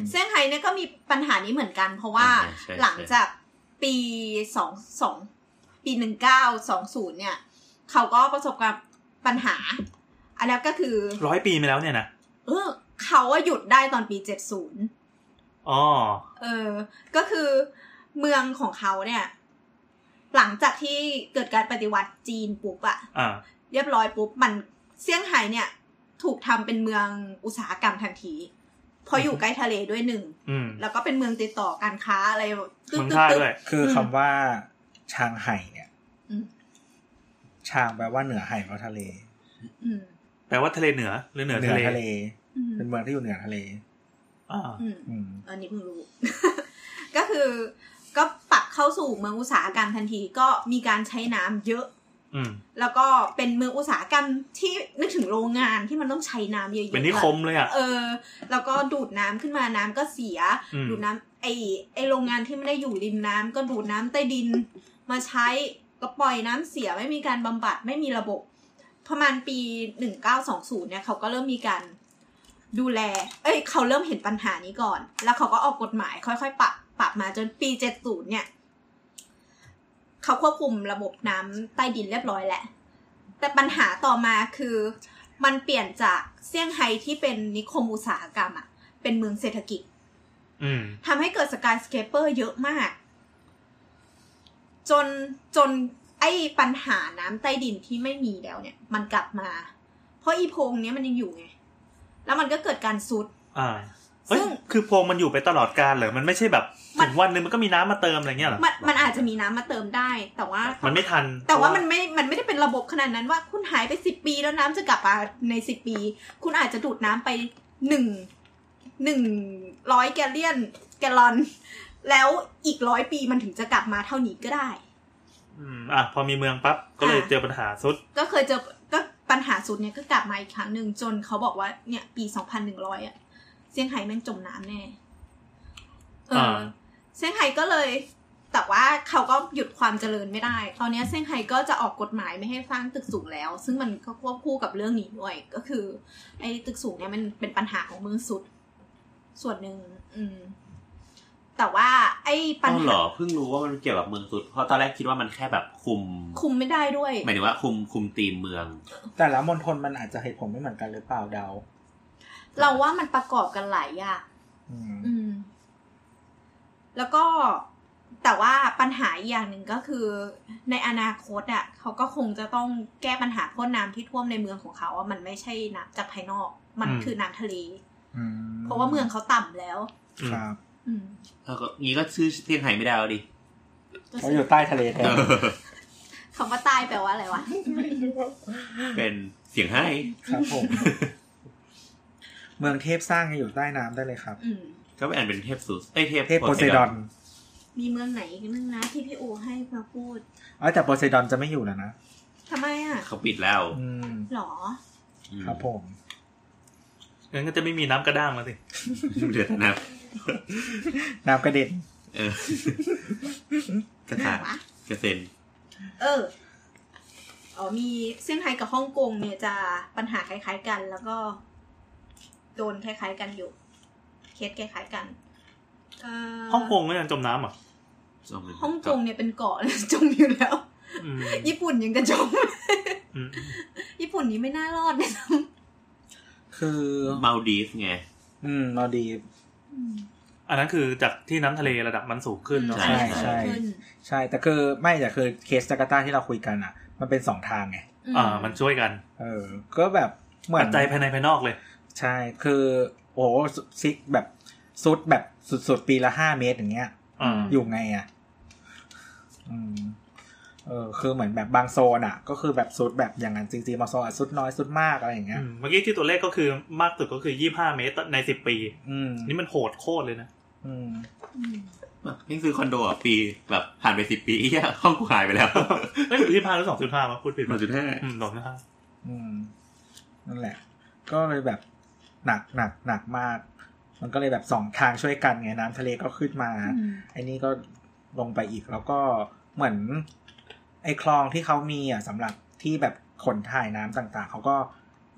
[SPEAKER 5] เซี่ยงไฮ้เนี่ยก็มีปัญหานี้เหมือนกัน เพราะว่า
[SPEAKER 2] ใช่
[SPEAKER 5] หลังจากปีสองสองปีหนึ่งเก้าสองศูนย์เนี่ย เขาก็ประสบกับปัญหา อันนั้นก็คือ
[SPEAKER 3] ร้อยปีมาแล้วเนี่ยนะ
[SPEAKER 5] เออเขาว่าหยุดได้ตอนปีเจ็ดศูนย์
[SPEAKER 3] อ๋อ
[SPEAKER 5] เออ ก็คือเมืองของเขาเนี่ย หลังจากที่เกิดการปฏิวัติจีนปุ๊บอะ
[SPEAKER 3] อ่า
[SPEAKER 5] เรียบร้อยปุ๊บ มันเซี่ยงไฮ้เนี่ย ถูกทำเป็นเมืองอุตสาหกรรมทันที พ ราะอยู่ใกล้ทะเลด้วยหนึ่ง
[SPEAKER 3] อืม
[SPEAKER 5] แล้วก็เป็นเมืองติดต่อการค้าอะไรแบบ
[SPEAKER 3] เมืองท่า
[SPEAKER 5] ตึ๊
[SPEAKER 3] ด้วย
[SPEAKER 6] คือคำว่าชางไห่เนี่ย
[SPEAKER 5] อืม
[SPEAKER 6] ชางแปลว่าเหนือไห่เพราะทะเล
[SPEAKER 5] อืม
[SPEAKER 3] แปลว่าทะเลเหนือหรือเหนือทะเล
[SPEAKER 5] อืม
[SPEAKER 6] เป็นเมืองที่อยู่เหนือทะเล
[SPEAKER 3] อ่า
[SPEAKER 5] อืม
[SPEAKER 6] อืม
[SPEAKER 5] อันนี้เพิ่งรู้ ก็คือก็ปรับเข้าสู่เมืองอุตสาหกรรมทันทีก็มีการใช้น้ำเยอะ
[SPEAKER 3] อืม
[SPEAKER 5] แล้วก็เป็นเมืองอุตสาหกรรมที่นึกถึงโรงงานที่มันต้องใช้น้ำเยอะๆ
[SPEAKER 3] เป็นนิคมเลยอ่ะ
[SPEAKER 5] เออ แล้วก็ดูดน้ำขึ้นมาน้ำก็เสีย
[SPEAKER 3] อืม
[SPEAKER 5] ดูดน้ำไอไอโรงงานที่ไม่ได้อยู่ริมน้ำก็ดูดน้ำใต้ดิน มาใช้ก็ปล่อยน้ำเสียไม่มีการบำบัดไม่มีระบบประมาณปี 1920 เนี่ยเขาก็เริ่มมีการดูแล เอ้ย เขาเริ่มเห็นปัญหานี้ก่อน แล้วเขาก็ออกกฎหมายค่อยๆปรับปรับมาจนปี 70 เนี่ย เขาควบคุมระบบน้ำใต้ดินเรียบร้อยแล้วแต่ปัญหาต่อมาคือมันเปลี่ยนจากเซี่ยงไฮ้ที่เป็นนิคมอุตสาหกรรมอะเป็นเมืองเศรษฐกิจ
[SPEAKER 3] อืม
[SPEAKER 5] ทำให้เกิดสกายสเคเปอร์เยอะมาก จนจนไอ้ปัญหาน้ำใต้ดินที่ไม่มีแล้วเนี่ย มันกลับมา เพราะอีโพรงเนี้ยมันยังอยู่ไง แล้วมันก็เกิดการซุด
[SPEAKER 3] อ่าเอ้ย
[SPEAKER 5] ซึ่ง
[SPEAKER 3] คือโพรงมันอยู่ไปตลอดกาลเหรอมันไม่ใช่แบบถึงวันหนึงมันก็มีน้ำมาเติมอะไรเงี้ยเหรอ
[SPEAKER 5] มันมันอาจจะมีน้ำมาเติมได้ แต่ว่า
[SPEAKER 3] มันไม่ทัน
[SPEAKER 5] แต่ว่ามันไม่ มันไม่ได้เป็นระบบขนาดนั้นว่าคุณหายไปสิบปีแล้วน้ำจะกลับมาในสิบปี คุณอาจจะดูดน้ำไปหนึ่งหนึ่งร้อยแกลเลียนแกลลอน แล้วอีกร้อยปีมันถึงจะกลับมาเท่านี้ก็ได้
[SPEAKER 3] อืมอ่ะพอมีเมืองปั๊บก็เลย
[SPEAKER 5] อ่ะ
[SPEAKER 3] เจอปัญหาสุด
[SPEAKER 5] ก็เคยเจอก็ปัญหาสุดเนี่ยก็กลับมาอีกครั้งหนึ่งจนเขาบอกว่าเนี่ยปีสองพันหนึ่งร้อยอะเซี่ยงไฮ้แม่งจมน้ำแน่เอออา เซี่ยงไฮ้ก็เลย แต่ว่าเขาก็หยุดความเจริญไม่ได้ ตอนเนี้ยเซี่ยงไฮ้ก็จะออกกฎหมายไม่ให้สร้างตึกสูงแล้ว ซึ่งมันก็ควบคู่กับเรื่องนี้ด้วย ก็คือ ไอ้ตึกสูงเนี่ยมันเป็นปัญหาของเมืองสุด ส่วนหนึ่งอืม แต่ว่า ไอ้ปั
[SPEAKER 2] อ๋
[SPEAKER 5] ญ
[SPEAKER 2] อเหร
[SPEAKER 5] หา
[SPEAKER 2] อเพิ่งรู้ว่ามันเกี่ยวกับเมืองสุด เพราะตอนแรกคิดว่ามันแค่แบบคุม
[SPEAKER 5] คุมไม่ได้ด้วย
[SPEAKER 2] หมายถึงว่าคุมคุมตีมเมือง
[SPEAKER 6] แต่ละมณฑลมันอาจจะเหตุผลไม่เหมือนกันหรือเปล่าเดา
[SPEAKER 5] เราว่ามันประกอบกันหลายอย่าง
[SPEAKER 6] อืม
[SPEAKER 5] อืม แล้วก็แต่ว่าปัญหาอีกอย่างหนึ่งก็คือ ในอนาคตอ่ะเขาก็คงจะต้องแก้ปัญหาพ่นน้ำที่ท่วมในเมืองของเขาอ่ะมันไม่ใช่น้ำจากภายนอก มัน
[SPEAKER 3] อืม
[SPEAKER 5] คือน้ำทะเล
[SPEAKER 6] อืม
[SPEAKER 5] เพราะว่าเมืองเขาต่ำแล้ว
[SPEAKER 3] อืม
[SPEAKER 6] ครับ
[SPEAKER 5] อืม
[SPEAKER 2] แล้วก็งี้ก็ชื่อเซี่ยงไฮ้ไม่ได้แล้วดิ
[SPEAKER 6] เขาอยู่ใต้ทะเลแทน
[SPEAKER 2] เออ
[SPEAKER 5] คำว่าใต้แปลว่าอะไรวะ
[SPEAKER 2] เป็นเสียงไห้
[SPEAKER 6] ครับ ผม เมืองเทพสร้างยังอยู่ใต้น้ำได้เลยครับ
[SPEAKER 5] อืม
[SPEAKER 2] ก็เป็นอันเป็นเทพสุดเอ้ยเทพ
[SPEAKER 6] เทพโพไซดอน
[SPEAKER 5] มีเมืองไหนอีกนึงนะที่พี่โอให้มาพูด
[SPEAKER 6] อ๋อแต่โพไซดอนจะไม่อยู่แล้วนะ
[SPEAKER 5] ทำไมอ่ะ
[SPEAKER 2] เขาปิดแล้ว
[SPEAKER 6] อืม
[SPEAKER 5] หรอ
[SPEAKER 2] อืม
[SPEAKER 6] ครับผม
[SPEAKER 3] งั้นก็จะไม่มีน้ำกระด้างมาสิ
[SPEAKER 2] เดือดนะ
[SPEAKER 6] น้ำกระเด็น
[SPEAKER 2] เออ กระตากกระเซ็น
[SPEAKER 5] เอออ๋อมีเซี่ยงไฮ้กับฮ่องกงเนี่ยจะปัญหาคล้ายๆกัน แล้วก็โดนคล้ายๆกันอยู่ เคสคล้ายๆกันเ
[SPEAKER 3] ฮ่องกงก็ยังจมน้ำเหรอ่ะ
[SPEAKER 5] ฮ่องกงเนี่ยเป็นเกาะ จมอยู่แล้ว
[SPEAKER 3] อืม
[SPEAKER 5] ญี่ปุ่นยังจะจม
[SPEAKER 3] อืม
[SPEAKER 5] ญี่ปุ่นนี้ไม่น่ารอดเลยนะ
[SPEAKER 6] คือ
[SPEAKER 2] มาดีฟไง
[SPEAKER 6] อืมเราดี
[SPEAKER 5] อืม
[SPEAKER 3] อันนั้นคือจากที่น้ำทะเลระดับมันสูงขึ้นเนอะ
[SPEAKER 2] ใช่
[SPEAKER 6] ใช่
[SPEAKER 5] ขึ้น
[SPEAKER 6] ใช่ แต่คือไม่แต่คือเคสจาการ์ตาที่เราคุยกันอ่ะ มันเป็นสองทางไง
[SPEAKER 5] ม
[SPEAKER 3] อ่า มันช่วยกัน
[SPEAKER 6] เออ ก็แบบเหมือ
[SPEAKER 3] ปั
[SPEAKER 6] น
[SPEAKER 3] จจัยภายในภายนอกเลย
[SPEAKER 6] ใช่ คือ โอ้โหซิกแบบสุดแบบสุดๆ ปีละห้าเมตรอย่างเงี้ย
[SPEAKER 3] อ่า
[SPEAKER 6] อยู่ไงอ่ะ อืม เออ คือเหมือนแบบบางโซนอ่ะ ก็คือแบบสุดแบบอย่างนั้นจริงๆบางโซนอะสุดน้อยสุดมากอะไรอย่างเงี้
[SPEAKER 3] อื
[SPEAKER 6] ย
[SPEAKER 3] มเมื่อกี้ที่ตัวเลขก็คือมากสุดก็คือยี่ห้าเมตรในสิบปี
[SPEAKER 6] อืม
[SPEAKER 3] นี่มันโหดโคตรเลยนะ
[SPEAKER 6] อืม
[SPEAKER 5] อืม
[SPEAKER 2] นี่ซื้อคอนโดอ่ะปีแบบผ่านไปสิบปีเหี้ยห้องกูหายไปแล้ว
[SPEAKER 3] เอ้ยยี่ห้าหรือสองจุดห้ามาพูดผิด
[SPEAKER 2] หนึ่
[SPEAKER 3] มาง
[SPEAKER 2] จุดห้า
[SPEAKER 3] อืมสองจุดห้า
[SPEAKER 6] อืม นั่นแหละ ก็เลยแบบหนักหนักหนักมาก มันก็เลยแบบสองทางช่วยกันไงน้ำทะเลก็ขึ้นมา
[SPEAKER 5] อืม
[SPEAKER 6] ไอ้นี่ก็ลงไปอีกแล้วก็เหมือน ไอ้คลองที่เขามีอ่ะสำหรับที่แบบขนถ่ายน้ำต่าง ๆ เขาก็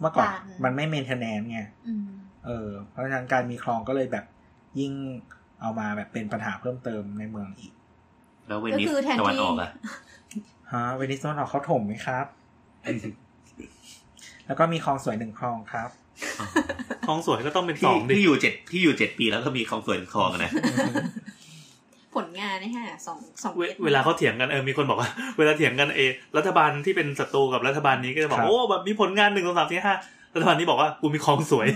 [SPEAKER 6] เมื่อก่อนมันไม่เมนเทนแนนไง
[SPEAKER 5] อืม
[SPEAKER 6] เออ เพราะฉะนั้นการมีคลองก็เลยแบบยิ่งเอามาแบบเป็นปัญหาเพิ่มเติมในเมืองอีก
[SPEAKER 2] แล้วเว
[SPEAKER 5] ก็
[SPEAKER 2] นิส
[SPEAKER 5] คือแทน
[SPEAKER 2] ตะวัน
[SPEAKER 5] ที่
[SPEAKER 2] ออกอ่ะ
[SPEAKER 6] ฮะเวนิสโซนออกเขาถมไหมครับ แล้วก็มีคลองสวยหนึ่งคลองครับ
[SPEAKER 3] คลองสวยก็ต้องเป็นส
[SPEAKER 2] ที่
[SPEAKER 3] องดิ
[SPEAKER 2] ที่อยู่เจ็ดที่อยู่เจ็ดปีแล้วก็มีคลองสวนคลองอะนะ
[SPEAKER 5] ผลงานนะฮะสองสอง
[SPEAKER 3] เว
[SPEAKER 5] ม็ด
[SPEAKER 3] เวลาเขาเถียงกันเออมีคนบอกว่า เวลาเถียงกันเออรัฐบาลที่เป็นศัตรูกับรัฐบาลนี้ก็จะบอก
[SPEAKER 6] ครับ
[SPEAKER 3] โอ้แบบมีผลงานหนึ่งสองสามสี่ห้า รัฐบาลนี้บอกว่ากูมีคลองสวย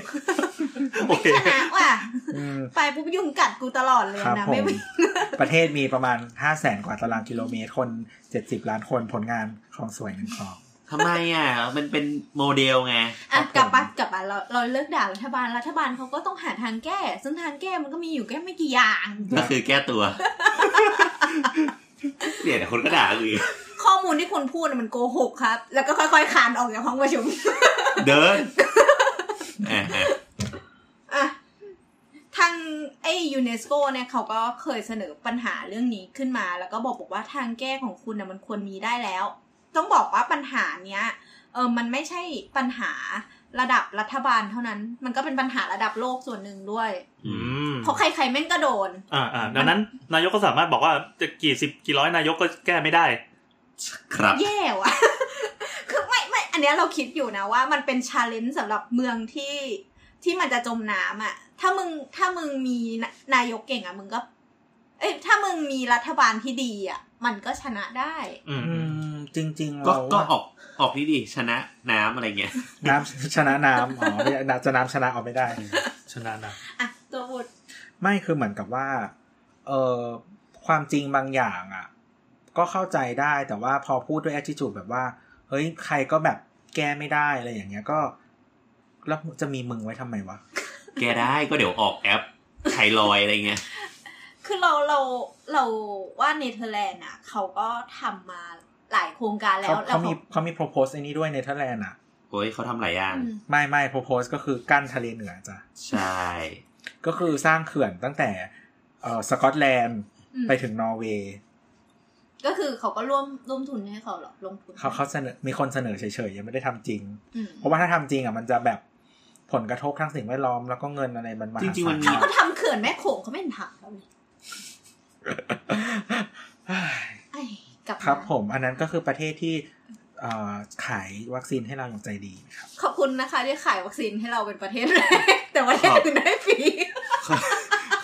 [SPEAKER 3] โอ
[SPEAKER 5] ไม่
[SPEAKER 3] เค
[SPEAKER 5] ชนะว่ะ
[SPEAKER 6] อืม
[SPEAKER 5] ไปปุ๊บยุงกัดกูตลอดเลย
[SPEAKER 6] ครับ
[SPEAKER 5] นะ
[SPEAKER 6] ผ
[SPEAKER 5] ไม่
[SPEAKER 6] ม
[SPEAKER 5] ไม่
[SPEAKER 6] ประเทศมีประมาณ 5 0 0แสนกว่าตารางกิโลเมตร คน 70 ล้านคนผลงานคลองสวยหนึ่งคลอง
[SPEAKER 2] ทำไมอ่ะ มันเป็นโมเดลไง
[SPEAKER 5] อ่ะ
[SPEAKER 6] ครับผม
[SPEAKER 5] กลับปะกลับปะเราเราเลิกด่ารัฐบาลรัฐบาลเขาก็ต้องหาทางแก้ ซึ่งทางแก้มันก็มีอยู่แค่ไม่กี่อย่าง
[SPEAKER 2] ก็คือแก้ตัวเนี่ยเดี๋ยวคนก็ด่ากูอีก
[SPEAKER 5] ข้อมูลที่คุณพูดน่ะมันโกหกครับ แล้วก็ค่อยๆคานออกจากห้องประชุม
[SPEAKER 2] เดินอ่ะอ่ะ
[SPEAKER 5] อ่ะทางไอ้ยูเนสโกเนี่ยเขาก็เคยเสนอปัญหาเรื่องนี้ขึ้นมา แล้วก็บอกบอกว่าทางแก้ของคุณน่ะมันควรมีได้แล้ว ต้องบอกว่าปัญหาเนี้ยเออมันไม่ใช่ปัญหาระดับรัฐบาลเท่านั้น มันก็เป็นปัญหาระดับโลกส่วนหนึ่งด้วย
[SPEAKER 2] อื
[SPEAKER 3] อื
[SPEAKER 2] ม
[SPEAKER 3] ม
[SPEAKER 5] เพราะใครๆแม่งก็โดน
[SPEAKER 3] อ่าอ่าดังนั้นนายกก็สามารถบอกว่าจะกี่สิบกี่ร้อยนายกก็แก้ไม่ได้
[SPEAKER 2] ครับ
[SPEAKER 5] แย่ว่ะ คือไม่ไม่ อันเนี้ยเราคิดอยู่นะว่ามันเป็นชาเลนจ์สำหรับเมืองที่ที่มันจะจมน้ำอ่ะ ถ้ามึงถ้ามึงมีนะนายกเก่งอ่ะมึงก็ เอ้ยถ้ามึงมีรัฐบาลที่ดีอ่ะ มันก็ชนะได้
[SPEAKER 3] อืม
[SPEAKER 6] อืม จริง ๆ
[SPEAKER 2] ก็
[SPEAKER 6] เรา
[SPEAKER 2] ก็ออกออกนี่ดิชนะน้ำอะไรเงี้ย
[SPEAKER 6] น้ำช นะน้ำอ๋อไม่ น้ำจะน้ำชนะออกไม่ได้
[SPEAKER 3] ชนะนะ
[SPEAKER 5] อ่ะ ตัวบุตร
[SPEAKER 6] ไม่คือเหมือนกับว่า เออความจริงบางอย่างอ่ะ ก็เข้าใจได้แต่ว่าพอพูดด้วย attitude แบบว่า เฮ้ย ใครก็แบบแก้ไม่ได้อะไรอย่างเงี้ยก็ แล้วจะมีมึงไว้ทำไมวะ
[SPEAKER 2] แก้ได้ก็เดี๋ยวออกแอปไทรอยด์อะไรเงี้ย
[SPEAKER 5] คือเราเราเราว่าเนเธอร์แลนด์อ่ะ เขาก็ทำมาหลายโครงการแล้ว
[SPEAKER 6] เขา
[SPEAKER 5] แล้
[SPEAKER 6] เขา
[SPEAKER 5] ว
[SPEAKER 6] มีเขามี propose อันนี้ด้วยเนเธอร์แลนด์อ่ะ
[SPEAKER 2] โอ้ยเขาทำหลายอย่าง
[SPEAKER 5] อืม
[SPEAKER 6] ไม่ไม่ propose ก็คือกั้นทะเลเหนือจ้ะ
[SPEAKER 2] ใช่
[SPEAKER 6] ก็คือสร้างเขื่อนตั้งแต่เอ่อสกอตแลนด์
[SPEAKER 5] อืม
[SPEAKER 6] ไปถึงนอร์เวย์
[SPEAKER 5] ก็คือเขาก็ร่วมร่วมทุนให้เขาเหรอลงทุน
[SPEAKER 6] เขาเขาเสนอมีคนเสนอเฉยๆ ยังไม่ได้ทำจริง
[SPEAKER 5] อืม
[SPEAKER 6] เพราะว่าถ้าทำจริงอ่ะมันจะแบบผลกระทบทั้งสิ่งแวดล้อมแล้วก็เงินอะไรมันมหา
[SPEAKER 2] จริงๆมันมี
[SPEAKER 6] ศา
[SPEAKER 5] เขา
[SPEAKER 6] ล
[SPEAKER 5] ก็ทำเขื่อนแม่โขงเขาไม่เห็นทำแล้วนี่ไอ้กลับมา
[SPEAKER 6] ครับผมอันนั้นก็คือประเทศที่เอ่อขายวัคซีนให้เราอย่างใจดีครับ
[SPEAKER 5] ขอบคุณนะคะที่ขายวัคซีนให้เราเป็นประเทศแรก แต่ประเทศอื่นได้ฟรี
[SPEAKER 2] ขอบ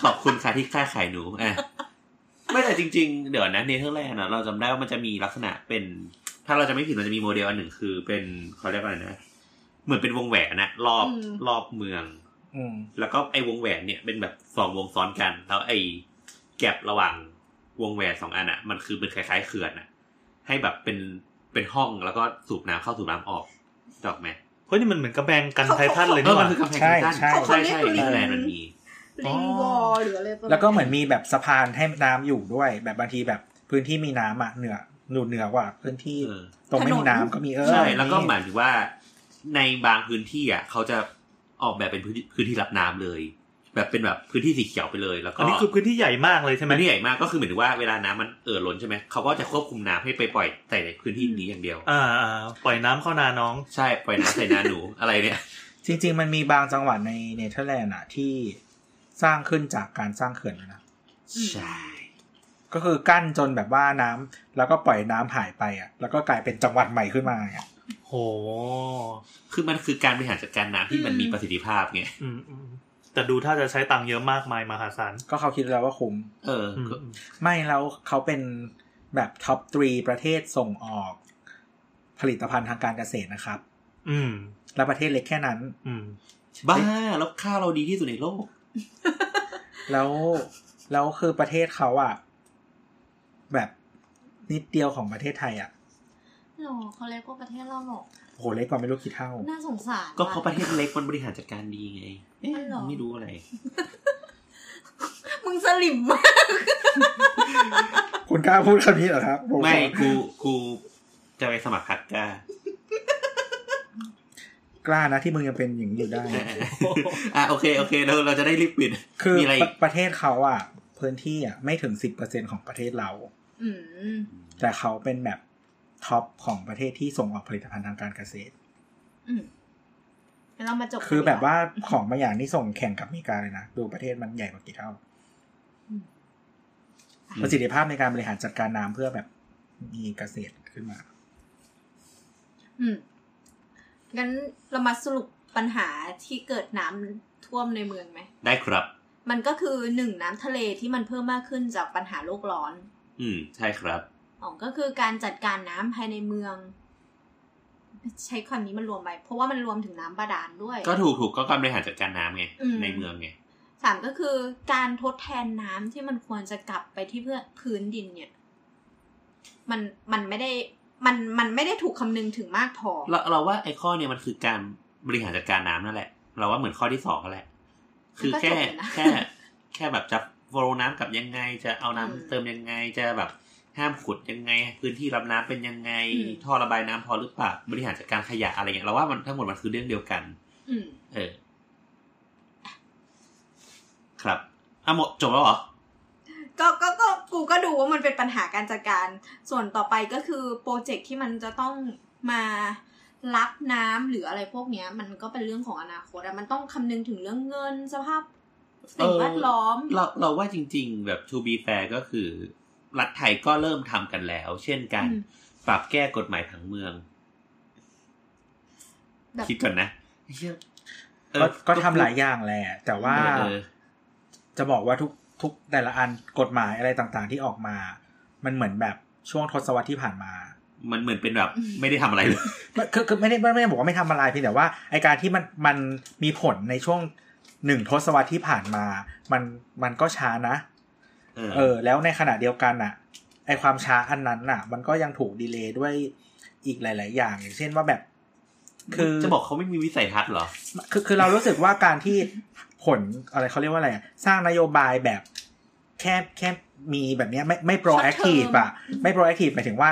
[SPEAKER 2] ขอบคุณค่ะที่ค่าขายหนูอ่ะไม่แต่จริง ๆ เดี๋ยวนะเนเธอร์แลนด์อะเราจำได้ว่ามันจะมีลักษณะเป็น ถ้าเราจะไม่ผิดมันจะมีโมเดลอันหนึ่งคือเป็นเขาเรียกว่าอะไรนะ เหมือนเป็นวงแหวนนะรอบ
[SPEAKER 5] อืม
[SPEAKER 2] รอบเมือง
[SPEAKER 6] อืม
[SPEAKER 2] แล้วก็ไอ้วงแหวนเนี่ยเป็นแบบสองวงซ้อนกัน แล้วไอ้แก็บระหว่างวงแหวนสองอันอะมันคือเป็นคล้าย ๆ เขื่อนอะให้แบบเป็นเป็นห้องแล้วก็สูบน้ำเข้าสูบน้ำออกจอกไหม
[SPEAKER 3] เฮ้ยนี่มันเหมือนกระแพงกัน
[SPEAKER 5] เขา
[SPEAKER 3] ไททันเลย
[SPEAKER 2] เอ
[SPEAKER 3] นี่
[SPEAKER 2] อ
[SPEAKER 3] ห
[SPEAKER 2] มัน
[SPEAKER 3] ว่า
[SPEAKER 2] คือกำแพง
[SPEAKER 6] ใช่
[SPEAKER 2] กั้น
[SPEAKER 6] ใช่
[SPEAKER 5] เขา
[SPEAKER 2] ใช่ใช่เนเธอร์แลนด์มันมี
[SPEAKER 5] ลิงวอหรืออะไรประมาณ
[SPEAKER 6] แล้วก็เหมือนมีแบบสะพานให้น้ำอยู่ด้วย แบบบางทีแบบพื้นที่มีน้ำอ่ะเหนือหนูเหนือกว่าพื้นที่
[SPEAKER 2] เออ
[SPEAKER 6] ตรงไม่มีน้ำก็มีเออ
[SPEAKER 2] ใช่แล้วก็
[SPEAKER 6] มี
[SPEAKER 2] หมายถึงว่าในบางพื้นที่อ่ะเขาจะออกแบบเป็นพื้นที่พื้นที่รับน้ำเลย แบบเป็นแบบพื้นที่สีเขียวไปเลย แล้วก็
[SPEAKER 3] อันนี้คือพื้นที่ใหญ่มากเลยใช่ไหม
[SPEAKER 2] พื้นที่ใหญ่มากก็คือเหมือนถึงว่าเวลาน้ำมันเอ่อล้นใช่ไหมเขาก็จะควบคุมน้ำให้ไปปล่อยใส่ในพื้นที่นี้อย่างเดียว
[SPEAKER 3] อ่าอ่าปล่อยน้ำเข้านาน้อง
[SPEAKER 2] ใช่ปล่อยน้ำใส่นาหนู อะไรเนี่ย
[SPEAKER 6] จริงๆ มันมีบางจังหวัดในเนเธอร์แลนด์อะที่สร้างขึ้นจากการสร้างเขื่อนนะ
[SPEAKER 2] ใช่
[SPEAKER 6] ก็คือกั้นจนแบบว่าน้ำแล้วก็ปล่อยน้ำหายไปอะแล้วก็กลายเป็นจังหวัดใหม่ขึ้นมาอะ
[SPEAKER 3] โห
[SPEAKER 2] คือมันคือการบริหารจัดการน้ำที่มันมีประสิทธิภาพไง
[SPEAKER 3] อืมอืมแต่ดูถ้าจะใช้ตังค์เยอะมากมายมหาศาล
[SPEAKER 6] ก็เขาคิดแล้วว่าคุ้ม
[SPEAKER 2] เออ
[SPEAKER 3] อืม
[SPEAKER 2] ก็
[SPEAKER 3] อืม
[SPEAKER 6] ไม่แล้วเขาเป็นแบบท็อปทรีประเทศส่งออก ผลิตภัณฑ์ทางการเกษตรนะครับ
[SPEAKER 3] อืม
[SPEAKER 6] และประเทศเล็กแค่นั้น
[SPEAKER 3] อืม
[SPEAKER 2] บ้าแล้วข้าวเราดีที่สุดในโลก
[SPEAKER 6] แล้วแล้วคือประเทศเขาอะแบบนิดเดียวของประเทศไทยอะ
[SPEAKER 5] หรอเขาเรียกว่าประเทศเราหรอก
[SPEAKER 6] โอ้โหเล็กกว่าไม่รู้กี่เท่า
[SPEAKER 5] น่าสงสาร
[SPEAKER 2] ก็เพราะประเท
[SPEAKER 5] ว่
[SPEAKER 2] ศเล็กมันบริหารจัดการดีไงเอ๊ะ
[SPEAKER 5] อ๋อเหรอ
[SPEAKER 2] ไม่รู้อะไร
[SPEAKER 5] มึงสลิมมาก
[SPEAKER 6] คุณกล้าพูดคำนี้เหรอครับผ
[SPEAKER 2] ไม่
[SPEAKER 6] ขอ
[SPEAKER 2] กูกูจะไปสมัครพักกล้า
[SPEAKER 6] กล้านะที่มึงยังเป็นอย่างนี้อยู่ได้
[SPEAKER 2] อ่ะโอเคโอเคเราเราจะได้รีบปิด
[SPEAKER 6] คือ
[SPEAKER 2] มีอะไรอี
[SPEAKER 6] ป
[SPEAKER 2] ก
[SPEAKER 6] ระประเทศเขาอ่ะ พื้นที่อ่ะ ไม่ถึงสิบเปอร์เซ็นของประเทศเรา
[SPEAKER 5] อืม
[SPEAKER 6] แต่เขาเป็นแบบท็อปของประเทศที่ส่งออกผลิตภัณฑ์ทางการเกษตร
[SPEAKER 5] อืมงั้นเรามาจบ
[SPEAKER 6] คือแบบว่าของบางอย่างนี่ส่งแข่งกับอเมริกาเลยนะ ดูประเทศมันใหญ่กว่ากี่เท่า ประสิทธิภาพในการบริหารจัดการน้ำเพื่อแบบมีเกษตรขึ้นมา
[SPEAKER 5] อืมงั้นเรามาสรุปปัญหาที่เกิดน้ำท่วมในเมืองไหม
[SPEAKER 2] ได้ครับ
[SPEAKER 5] มันก็คือหนึ่งน้ำทะเลที่มันเพิ่มมากขึ้นจากปัญหาโลกร้อน
[SPEAKER 2] อืมใช่ครับ
[SPEAKER 5] อ๋อก็คือการจัดการน้ำภายในเมือง ใช้คำนี้มันรวมไป เพราะว่ามันรวมถึงน้ำบาดาลด้วย
[SPEAKER 2] ก็ถูกถูกก็การบริหารจัดการน้ำไง
[SPEAKER 5] อืม
[SPEAKER 2] ในเมืองไง
[SPEAKER 5] สามก็คือการทดแทนน้ำที่มันควรจะกลับไปที่เพื่อพื้นดินเนี่ย มันมันไม่ได้มันมันไม่ได้ถูกคำนึงถึงมากพอ
[SPEAKER 2] เราเราว่าไอ้ข้อเนี่ยมันคือการบริหารจัดการน้ำนั่นแหละ เราว่าเหมือนข้อที่สองนั่นแหละ คือแค่
[SPEAKER 5] มันก็จบอยู่นะ
[SPEAKER 2] แค่แค่แบบจะโฟลน้ำกลับยังไง จะเอาน้ำเติมยังไง จะแบบห้ามขุดยังไง พื้นที่รับน้ำเป็นยังไง
[SPEAKER 5] อืม
[SPEAKER 2] ท่อระบายน้ำพอหรือเปล่าบริหารจัดการขยะอะไรเงี้ยเราว่ามันทั้งหมดมันคือเรื่องเดียวกัน
[SPEAKER 5] อืม
[SPEAKER 2] เออ ครับอ่ะหมดจบแล้วเหรอ
[SPEAKER 5] ก็ก็ก็กูก็ดูว่ามันเป็นปัญหาการจัดการ ส่วนต่อไปก็คือโปรเจกต์ที่มันจะต้องมารับน้ำหรืออะไรพวกเนี้ย มันก็เป็นเรื่องของอนาคตอะมันต้องคำนึงถึงเรื่องเงินสภาพสิ่งแวดล้อม
[SPEAKER 2] เราเราว่าจริง ๆ แบบ to be fair ก็คือ รัฐไทยก็เริ่มทำกันแล้ว เช่นการ
[SPEAKER 5] อืม
[SPEAKER 2] ปรับแก้กฎหมายผังเมือง
[SPEAKER 5] แบบ
[SPEAKER 2] คิดก่อนนะเหี้ยเออ
[SPEAKER 6] ก็ก็ทำหลายอย่างแหละ แต่ว่า
[SPEAKER 2] เออ
[SPEAKER 6] จะบอกว่าทุกทุกแต่ละอันกฎหมายอะไรต่างๆที่ออกมา มันเหมือนแบบช่วงทศวรรษที่ผ่านมา
[SPEAKER 2] มันเหมือนเป็นแบบไม่ได้ทำอะไรเลย
[SPEAKER 6] มันคือคือไม่ได้ไม่ไม่ได้บอกว่าไม่ทำอะไรเพียงแต่ว่าไอการที่มันมันมีผลในช่วงหนึ่งทศวรรษที่ผ่านมา มันมันก็ช้านะ
[SPEAKER 2] เออ
[SPEAKER 6] เออ แล้วในขณะเดียวกันน่ะไอความช้าอันนั้นน่ะ มันก็ยังถูกดีเลย์ด้วยอีกหลาย ๆ อย่าง อย่างเช่นว่าแบบ คือ
[SPEAKER 2] จะบอกเขาไม่มีวิสัยทัศน์เหรอ
[SPEAKER 6] คือคือเรารู้สึกว่าการที่ผลอะไรเขาเรียกว่าอะไรอะสร้างนโยบายแบบแค่แค่มีแบบเนี้ยไม่ไม่ proactive อะไม่ proactive หมายถึงว่า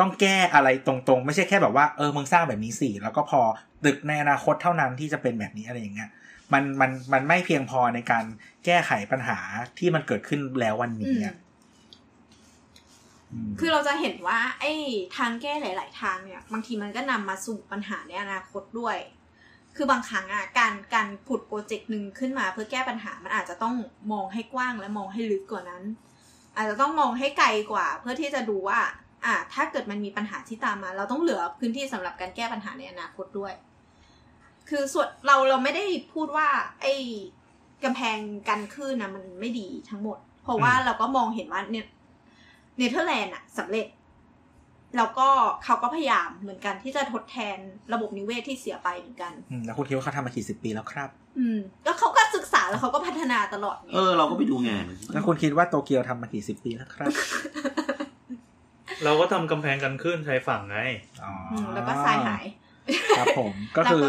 [SPEAKER 6] ต้องแก้อะไรตรงๆ ไม่ใช่แค่แบบว่าเออมึงสร้างแบบนี้สิแล้วก็พอตึกในอนาคตเท่านั้นที่จะเป็นแบบนี้อะไรอย่างเงี้ยมันมันมันไม่เพียงพอในการแก้ไขปัญหาที่มันเกิดขึ้นแล้ววัน
[SPEAKER 5] อืม
[SPEAKER 6] นี้อะอืม
[SPEAKER 5] คือเราจะเห็นว่าไอ้ทางแก้หลาย ๆ ทางเนี่ย บางทีมันก็นำมาสู่ปัญหาในอนาคตด้วย คือบางครั้งอ่ะการการผุดโปรเจกต์หนึ่งขึ้นมาเพื่อแก้ปัญหามันอาจจะต้องมองให้กว้างและมองให้ลึกกว่านั้น อาจจะต้องมองให้ไกลกว่า เพื่อที่จะดูว่า อ่ะถ้าเกิดมันมีปัญหาที่ตามมา เราต้องเหลือพื้นที่สำหรับการแก้ปัญหาในอนาคตด้วย คือส่วนเราเราไม่ได้พูดว่า ไอ้กำแพงกันคลื่นนะมันไม่ดีทั้งหมด เพราะว่าเราก็มองเห็นว่าเนี่ยเนเธอร์แลนด์อะสำเร็จ แล้วก็เขาก็พยายามเหมือนกันที่จะทดแทนระบบนิเวศที่เสียไปเหมือนกัน
[SPEAKER 6] อืมแล้วคุณคิดว่าเขาทำมากี่สิบปีแล้วครับ
[SPEAKER 5] อืมแล้วเขาก็ศึกษาแล้วเขาก็พัฒนาตลอดไง
[SPEAKER 2] เออ เราก็ไปดูงาน
[SPEAKER 6] แล้วคุณคิดว่าโตเกียวทำมากี่สิบปีแล้วครับ
[SPEAKER 3] เราก็ทำกำแพงกันขึ้นชายฝั่งไง
[SPEAKER 6] อ๋อ
[SPEAKER 5] อื
[SPEAKER 6] อ
[SPEAKER 5] มแล้วก็ทรายหาย
[SPEAKER 6] ครับผมก็คือ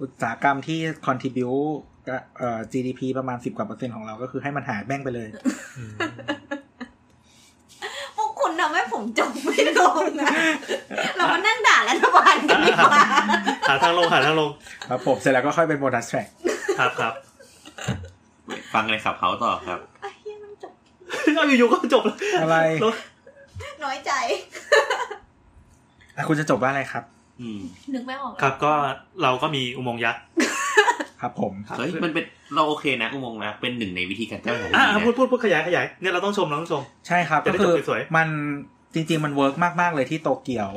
[SPEAKER 6] อุตสาหกรรมที่ contribu กับเอ่อ GDP ประมาณ 10กว่าเปอร์เซ็นต์ของเราก็คือให้มันหายแบ่งไปเลย
[SPEAKER 5] พวกคุณทำให้ผมจบไม่ลงนะ เรามานั่งด่ารัฐบาลกันดีก ว่า
[SPEAKER 3] หาทางลงหาทางลง
[SPEAKER 6] ครับผมเสร็จแล้วก็ค่อยเป็นโบนัสแทร็ก
[SPEAKER 3] ครับครับ
[SPEAKER 2] ฟังเลยครับเขาต่อครับ
[SPEAKER 5] ไอ้เหี้ยมันจบ
[SPEAKER 3] เอาอยู่ๆก็จบแล้ว
[SPEAKER 6] อะไร
[SPEAKER 3] แล้ว
[SPEAKER 5] น้อยใจ
[SPEAKER 6] อ่ะคุณจะจบว่าอะไรครับ
[SPEAKER 2] อืม
[SPEAKER 5] นึกไม่ออกเลย
[SPEAKER 3] ครับก็เราก็มีอุโมงค์ยักษ์
[SPEAKER 6] ครับผม
[SPEAKER 2] เฮ้ยมันเป็นเราโอเคนะอุโมงค์นะเป็นหนึ่งในวิธีการแก้ปัญหาที่ดี
[SPEAKER 3] อ่ะอ่ะ
[SPEAKER 2] นะ
[SPEAKER 3] พูดพูดพูดขยายขยายเนี่ยเราต้องชมเราต้องชม
[SPEAKER 6] ใช่ครับ
[SPEAKER 3] จะได้
[SPEAKER 6] ก็คือ
[SPEAKER 3] จบสวยๆ
[SPEAKER 6] มันจริง ๆ มันเวิร์กมาก ๆ เลยที่โตเกียว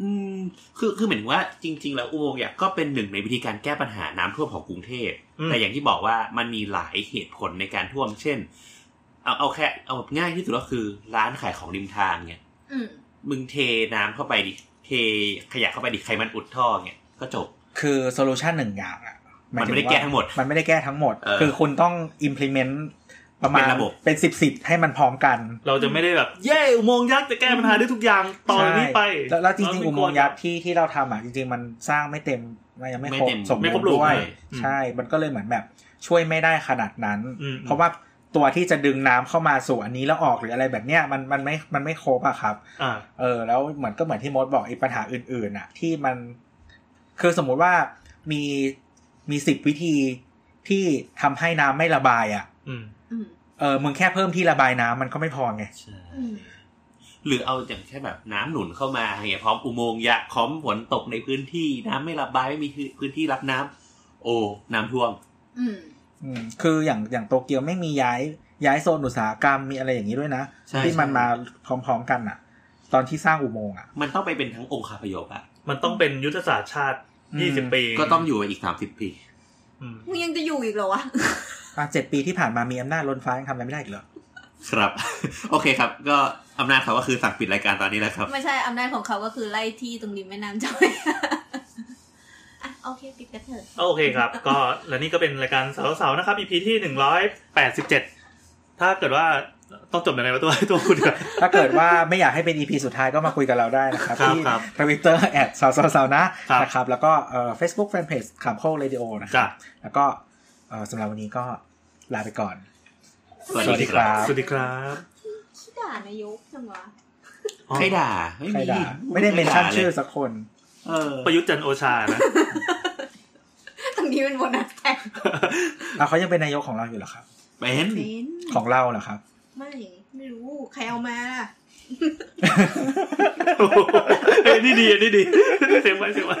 [SPEAKER 2] อืมคือคือเหมือนว่าจริง ๆ แล้วอุโมงค์เนี่ยก็เป็นหนึ่งในวิธีการแก้ปัญหาน้ำท่วมของกรุงเทพ
[SPEAKER 3] อืม
[SPEAKER 2] แต่อย่างที่บอกว่ามันมีหลายเหตุผลในการท่วม เช่น เอาเอาแค่เอาแบบง่ายที่สุดก็คือร้านขายของริมทางเนี่ย
[SPEAKER 5] อืม
[SPEAKER 2] มึงเทน้ำเข้าไปดิเทขยะเข้าไปดิใครมันอุดท่อเนี่ยก็จบ
[SPEAKER 6] คือโซลูชันหนึ่งอย่างอ่ะหาย
[SPEAKER 2] มัน
[SPEAKER 6] ถึ
[SPEAKER 2] ไม่ได้แก้ทั้งหมด
[SPEAKER 6] ว่ามันไม่ได้แก้ทั้งหมด
[SPEAKER 2] เออ
[SPEAKER 6] คือคุณต้อง implement ประมาณ
[SPEAKER 2] เป็นระบบ
[SPEAKER 6] เป็นสิบสิบให้มันพร้อมกัน
[SPEAKER 3] เราจะไม่ได้แบบเย้อุโมงค์ยักษ์จะแก้ปัญหาได้ทุกอย่างต่อจากนี้ไป
[SPEAKER 6] ใช่แล้วแล้วจริงๆอุ
[SPEAKER 3] เาไก
[SPEAKER 6] โม
[SPEAKER 3] ลัว
[SPEAKER 6] งค์ยักษ์ที่ที่เราทำอ่ะจริงๆ มันสร้างไม่เต็มมันยังไม่
[SPEAKER 2] ไม่
[SPEAKER 6] ครบ
[SPEAKER 2] เต็ม
[SPEAKER 6] สม
[SPEAKER 3] ไม่คร
[SPEAKER 6] บู
[SPEAKER 3] บ
[SPEAKER 6] ร
[SPEAKER 3] รู
[SPEAKER 6] ณ์
[SPEAKER 3] ป
[SPEAKER 6] ด้วย
[SPEAKER 3] เลยอืม
[SPEAKER 6] ใช่ มันก็เลยเหมือนแบบช่วยไม่ได้ขนาดนั้น
[SPEAKER 3] อืม
[SPEAKER 6] เพราะว่าตัวที่จะดึงน้ำเข้ามาสู่อันนี้แล้วออกหรืออะไรแบบเนี้ยมันมันไม่มันไม่ครบอะครับ
[SPEAKER 3] อ่า
[SPEAKER 6] เออแล้วเหมือนก็เหมือนที่มดบอกไอ้ปัญหาอื่นๆน่ะ ที่มันคือสมมุติว่ามีมีสิบวิธีที่ทำให้น้ำไม่ระบายอ่ะ
[SPEAKER 3] อืม
[SPEAKER 5] อืม
[SPEAKER 6] เออมึงแค่เพิ่มที่ระบายน้ำมันก็ไม่พอไง
[SPEAKER 5] อืม
[SPEAKER 2] หรือเอาอย่างแค่แบบน้ำหนุนเข้ามาเนี่ยพร้อมอุโมงค์ยักษ์พร้อมฝนตกในพื้นที่น้ำไม่ระบายไม่มีพื้นที่รับน้ำโอ้น้ำท่วม
[SPEAKER 5] อืม
[SPEAKER 6] อืมคืออย่างอย่างโตเกียวไม่มีย้ายย้ายโซนอุตสาหกรรมมีอะไรอย่างนี้ด้วยนะ
[SPEAKER 2] ใช่
[SPEAKER 6] ที่มัน
[SPEAKER 2] ใช่
[SPEAKER 6] มาพร้อมๆกันอ่ะ ตอนที่สร้างอุโมงค์อ่ะ
[SPEAKER 2] มันต้องไปเป็นทั้งองค์คาพยพอะ
[SPEAKER 3] มันต้องเป็นยุทธศาสตร์ชาติ
[SPEAKER 6] อืม
[SPEAKER 3] 20 ปี
[SPEAKER 2] ก็ต้องอยู่ไปอีกสามสิบปี
[SPEAKER 3] อืม
[SPEAKER 5] มึงยังจะอยู่อีกเหรอ วะ
[SPEAKER 6] อ่ะเจ็ดปีที่ผ่านมามีอำนาจล้นฟ้ายังทำอะไรไม่ได้อีกเหรอ
[SPEAKER 2] ครับ โอเคครับ ก็ อำนาจเขาก็คือสั่งปิดรายการตอนนี้แล้วครับ
[SPEAKER 5] ไม่ใช่อำนาจของเขาก็คือไล่ที่ตรงริมแม่น้ำเจ้าพระยาอ่ะโอเคปิดกันเถอะ
[SPEAKER 3] โอเคครับ ก็และนี่ก็เป็นรายการเสาๆนะครับ EP ที่หนึ่งร้อยแปดสิบเจ็ดถ้าเกิดว่าต้องจบยังไงวะ ตัวตัวคุณครับ
[SPEAKER 6] ถ้าเกิดว่าไม่อยากให้เป็น EP สุดท้ายก็มาคุยกับเราได้นะครับ
[SPEAKER 3] ครับ
[SPEAKER 6] ที่
[SPEAKER 3] ครับ
[SPEAKER 6] ทวิตเตอร์แอดสาวสาวๆๆนะครับ นะครับแล้วก็เอ่อ Facebook Fanpage ขามโคกเรดิโอนะครั
[SPEAKER 3] จ้ะ
[SPEAKER 6] บแล้วก็เอ่อสำหรับวันนี้ก็ลาไปก่อน
[SPEAKER 2] สวัสดีครับ
[SPEAKER 3] สวัสดีครับ
[SPEAKER 5] ขี้ด่านายกจังวะ
[SPEAKER 2] ใครด่า ไม่
[SPEAKER 6] ใคร
[SPEAKER 2] มี
[SPEAKER 6] ด่าไม่ได้เมนชั่น
[SPEAKER 2] ใครด่าลย
[SPEAKER 6] ชื่อสักคน
[SPEAKER 2] เออ
[SPEAKER 3] ประยุทธ์จันทร์โอชานะ
[SPEAKER 5] ตรงนี้เป็นโบนัสแต่ง
[SPEAKER 6] แล้วเขายังเป็นนายกของเราอยู่เหรอครับ
[SPEAKER 2] เป็น
[SPEAKER 5] เป็น
[SPEAKER 6] ของเราเหรอครับ
[SPEAKER 5] ไม่ไม่รู้ใครเอามาล่ะ
[SPEAKER 3] เอ้ยนี่ดีอันนี่ดีเสียงไว้เสียงไว้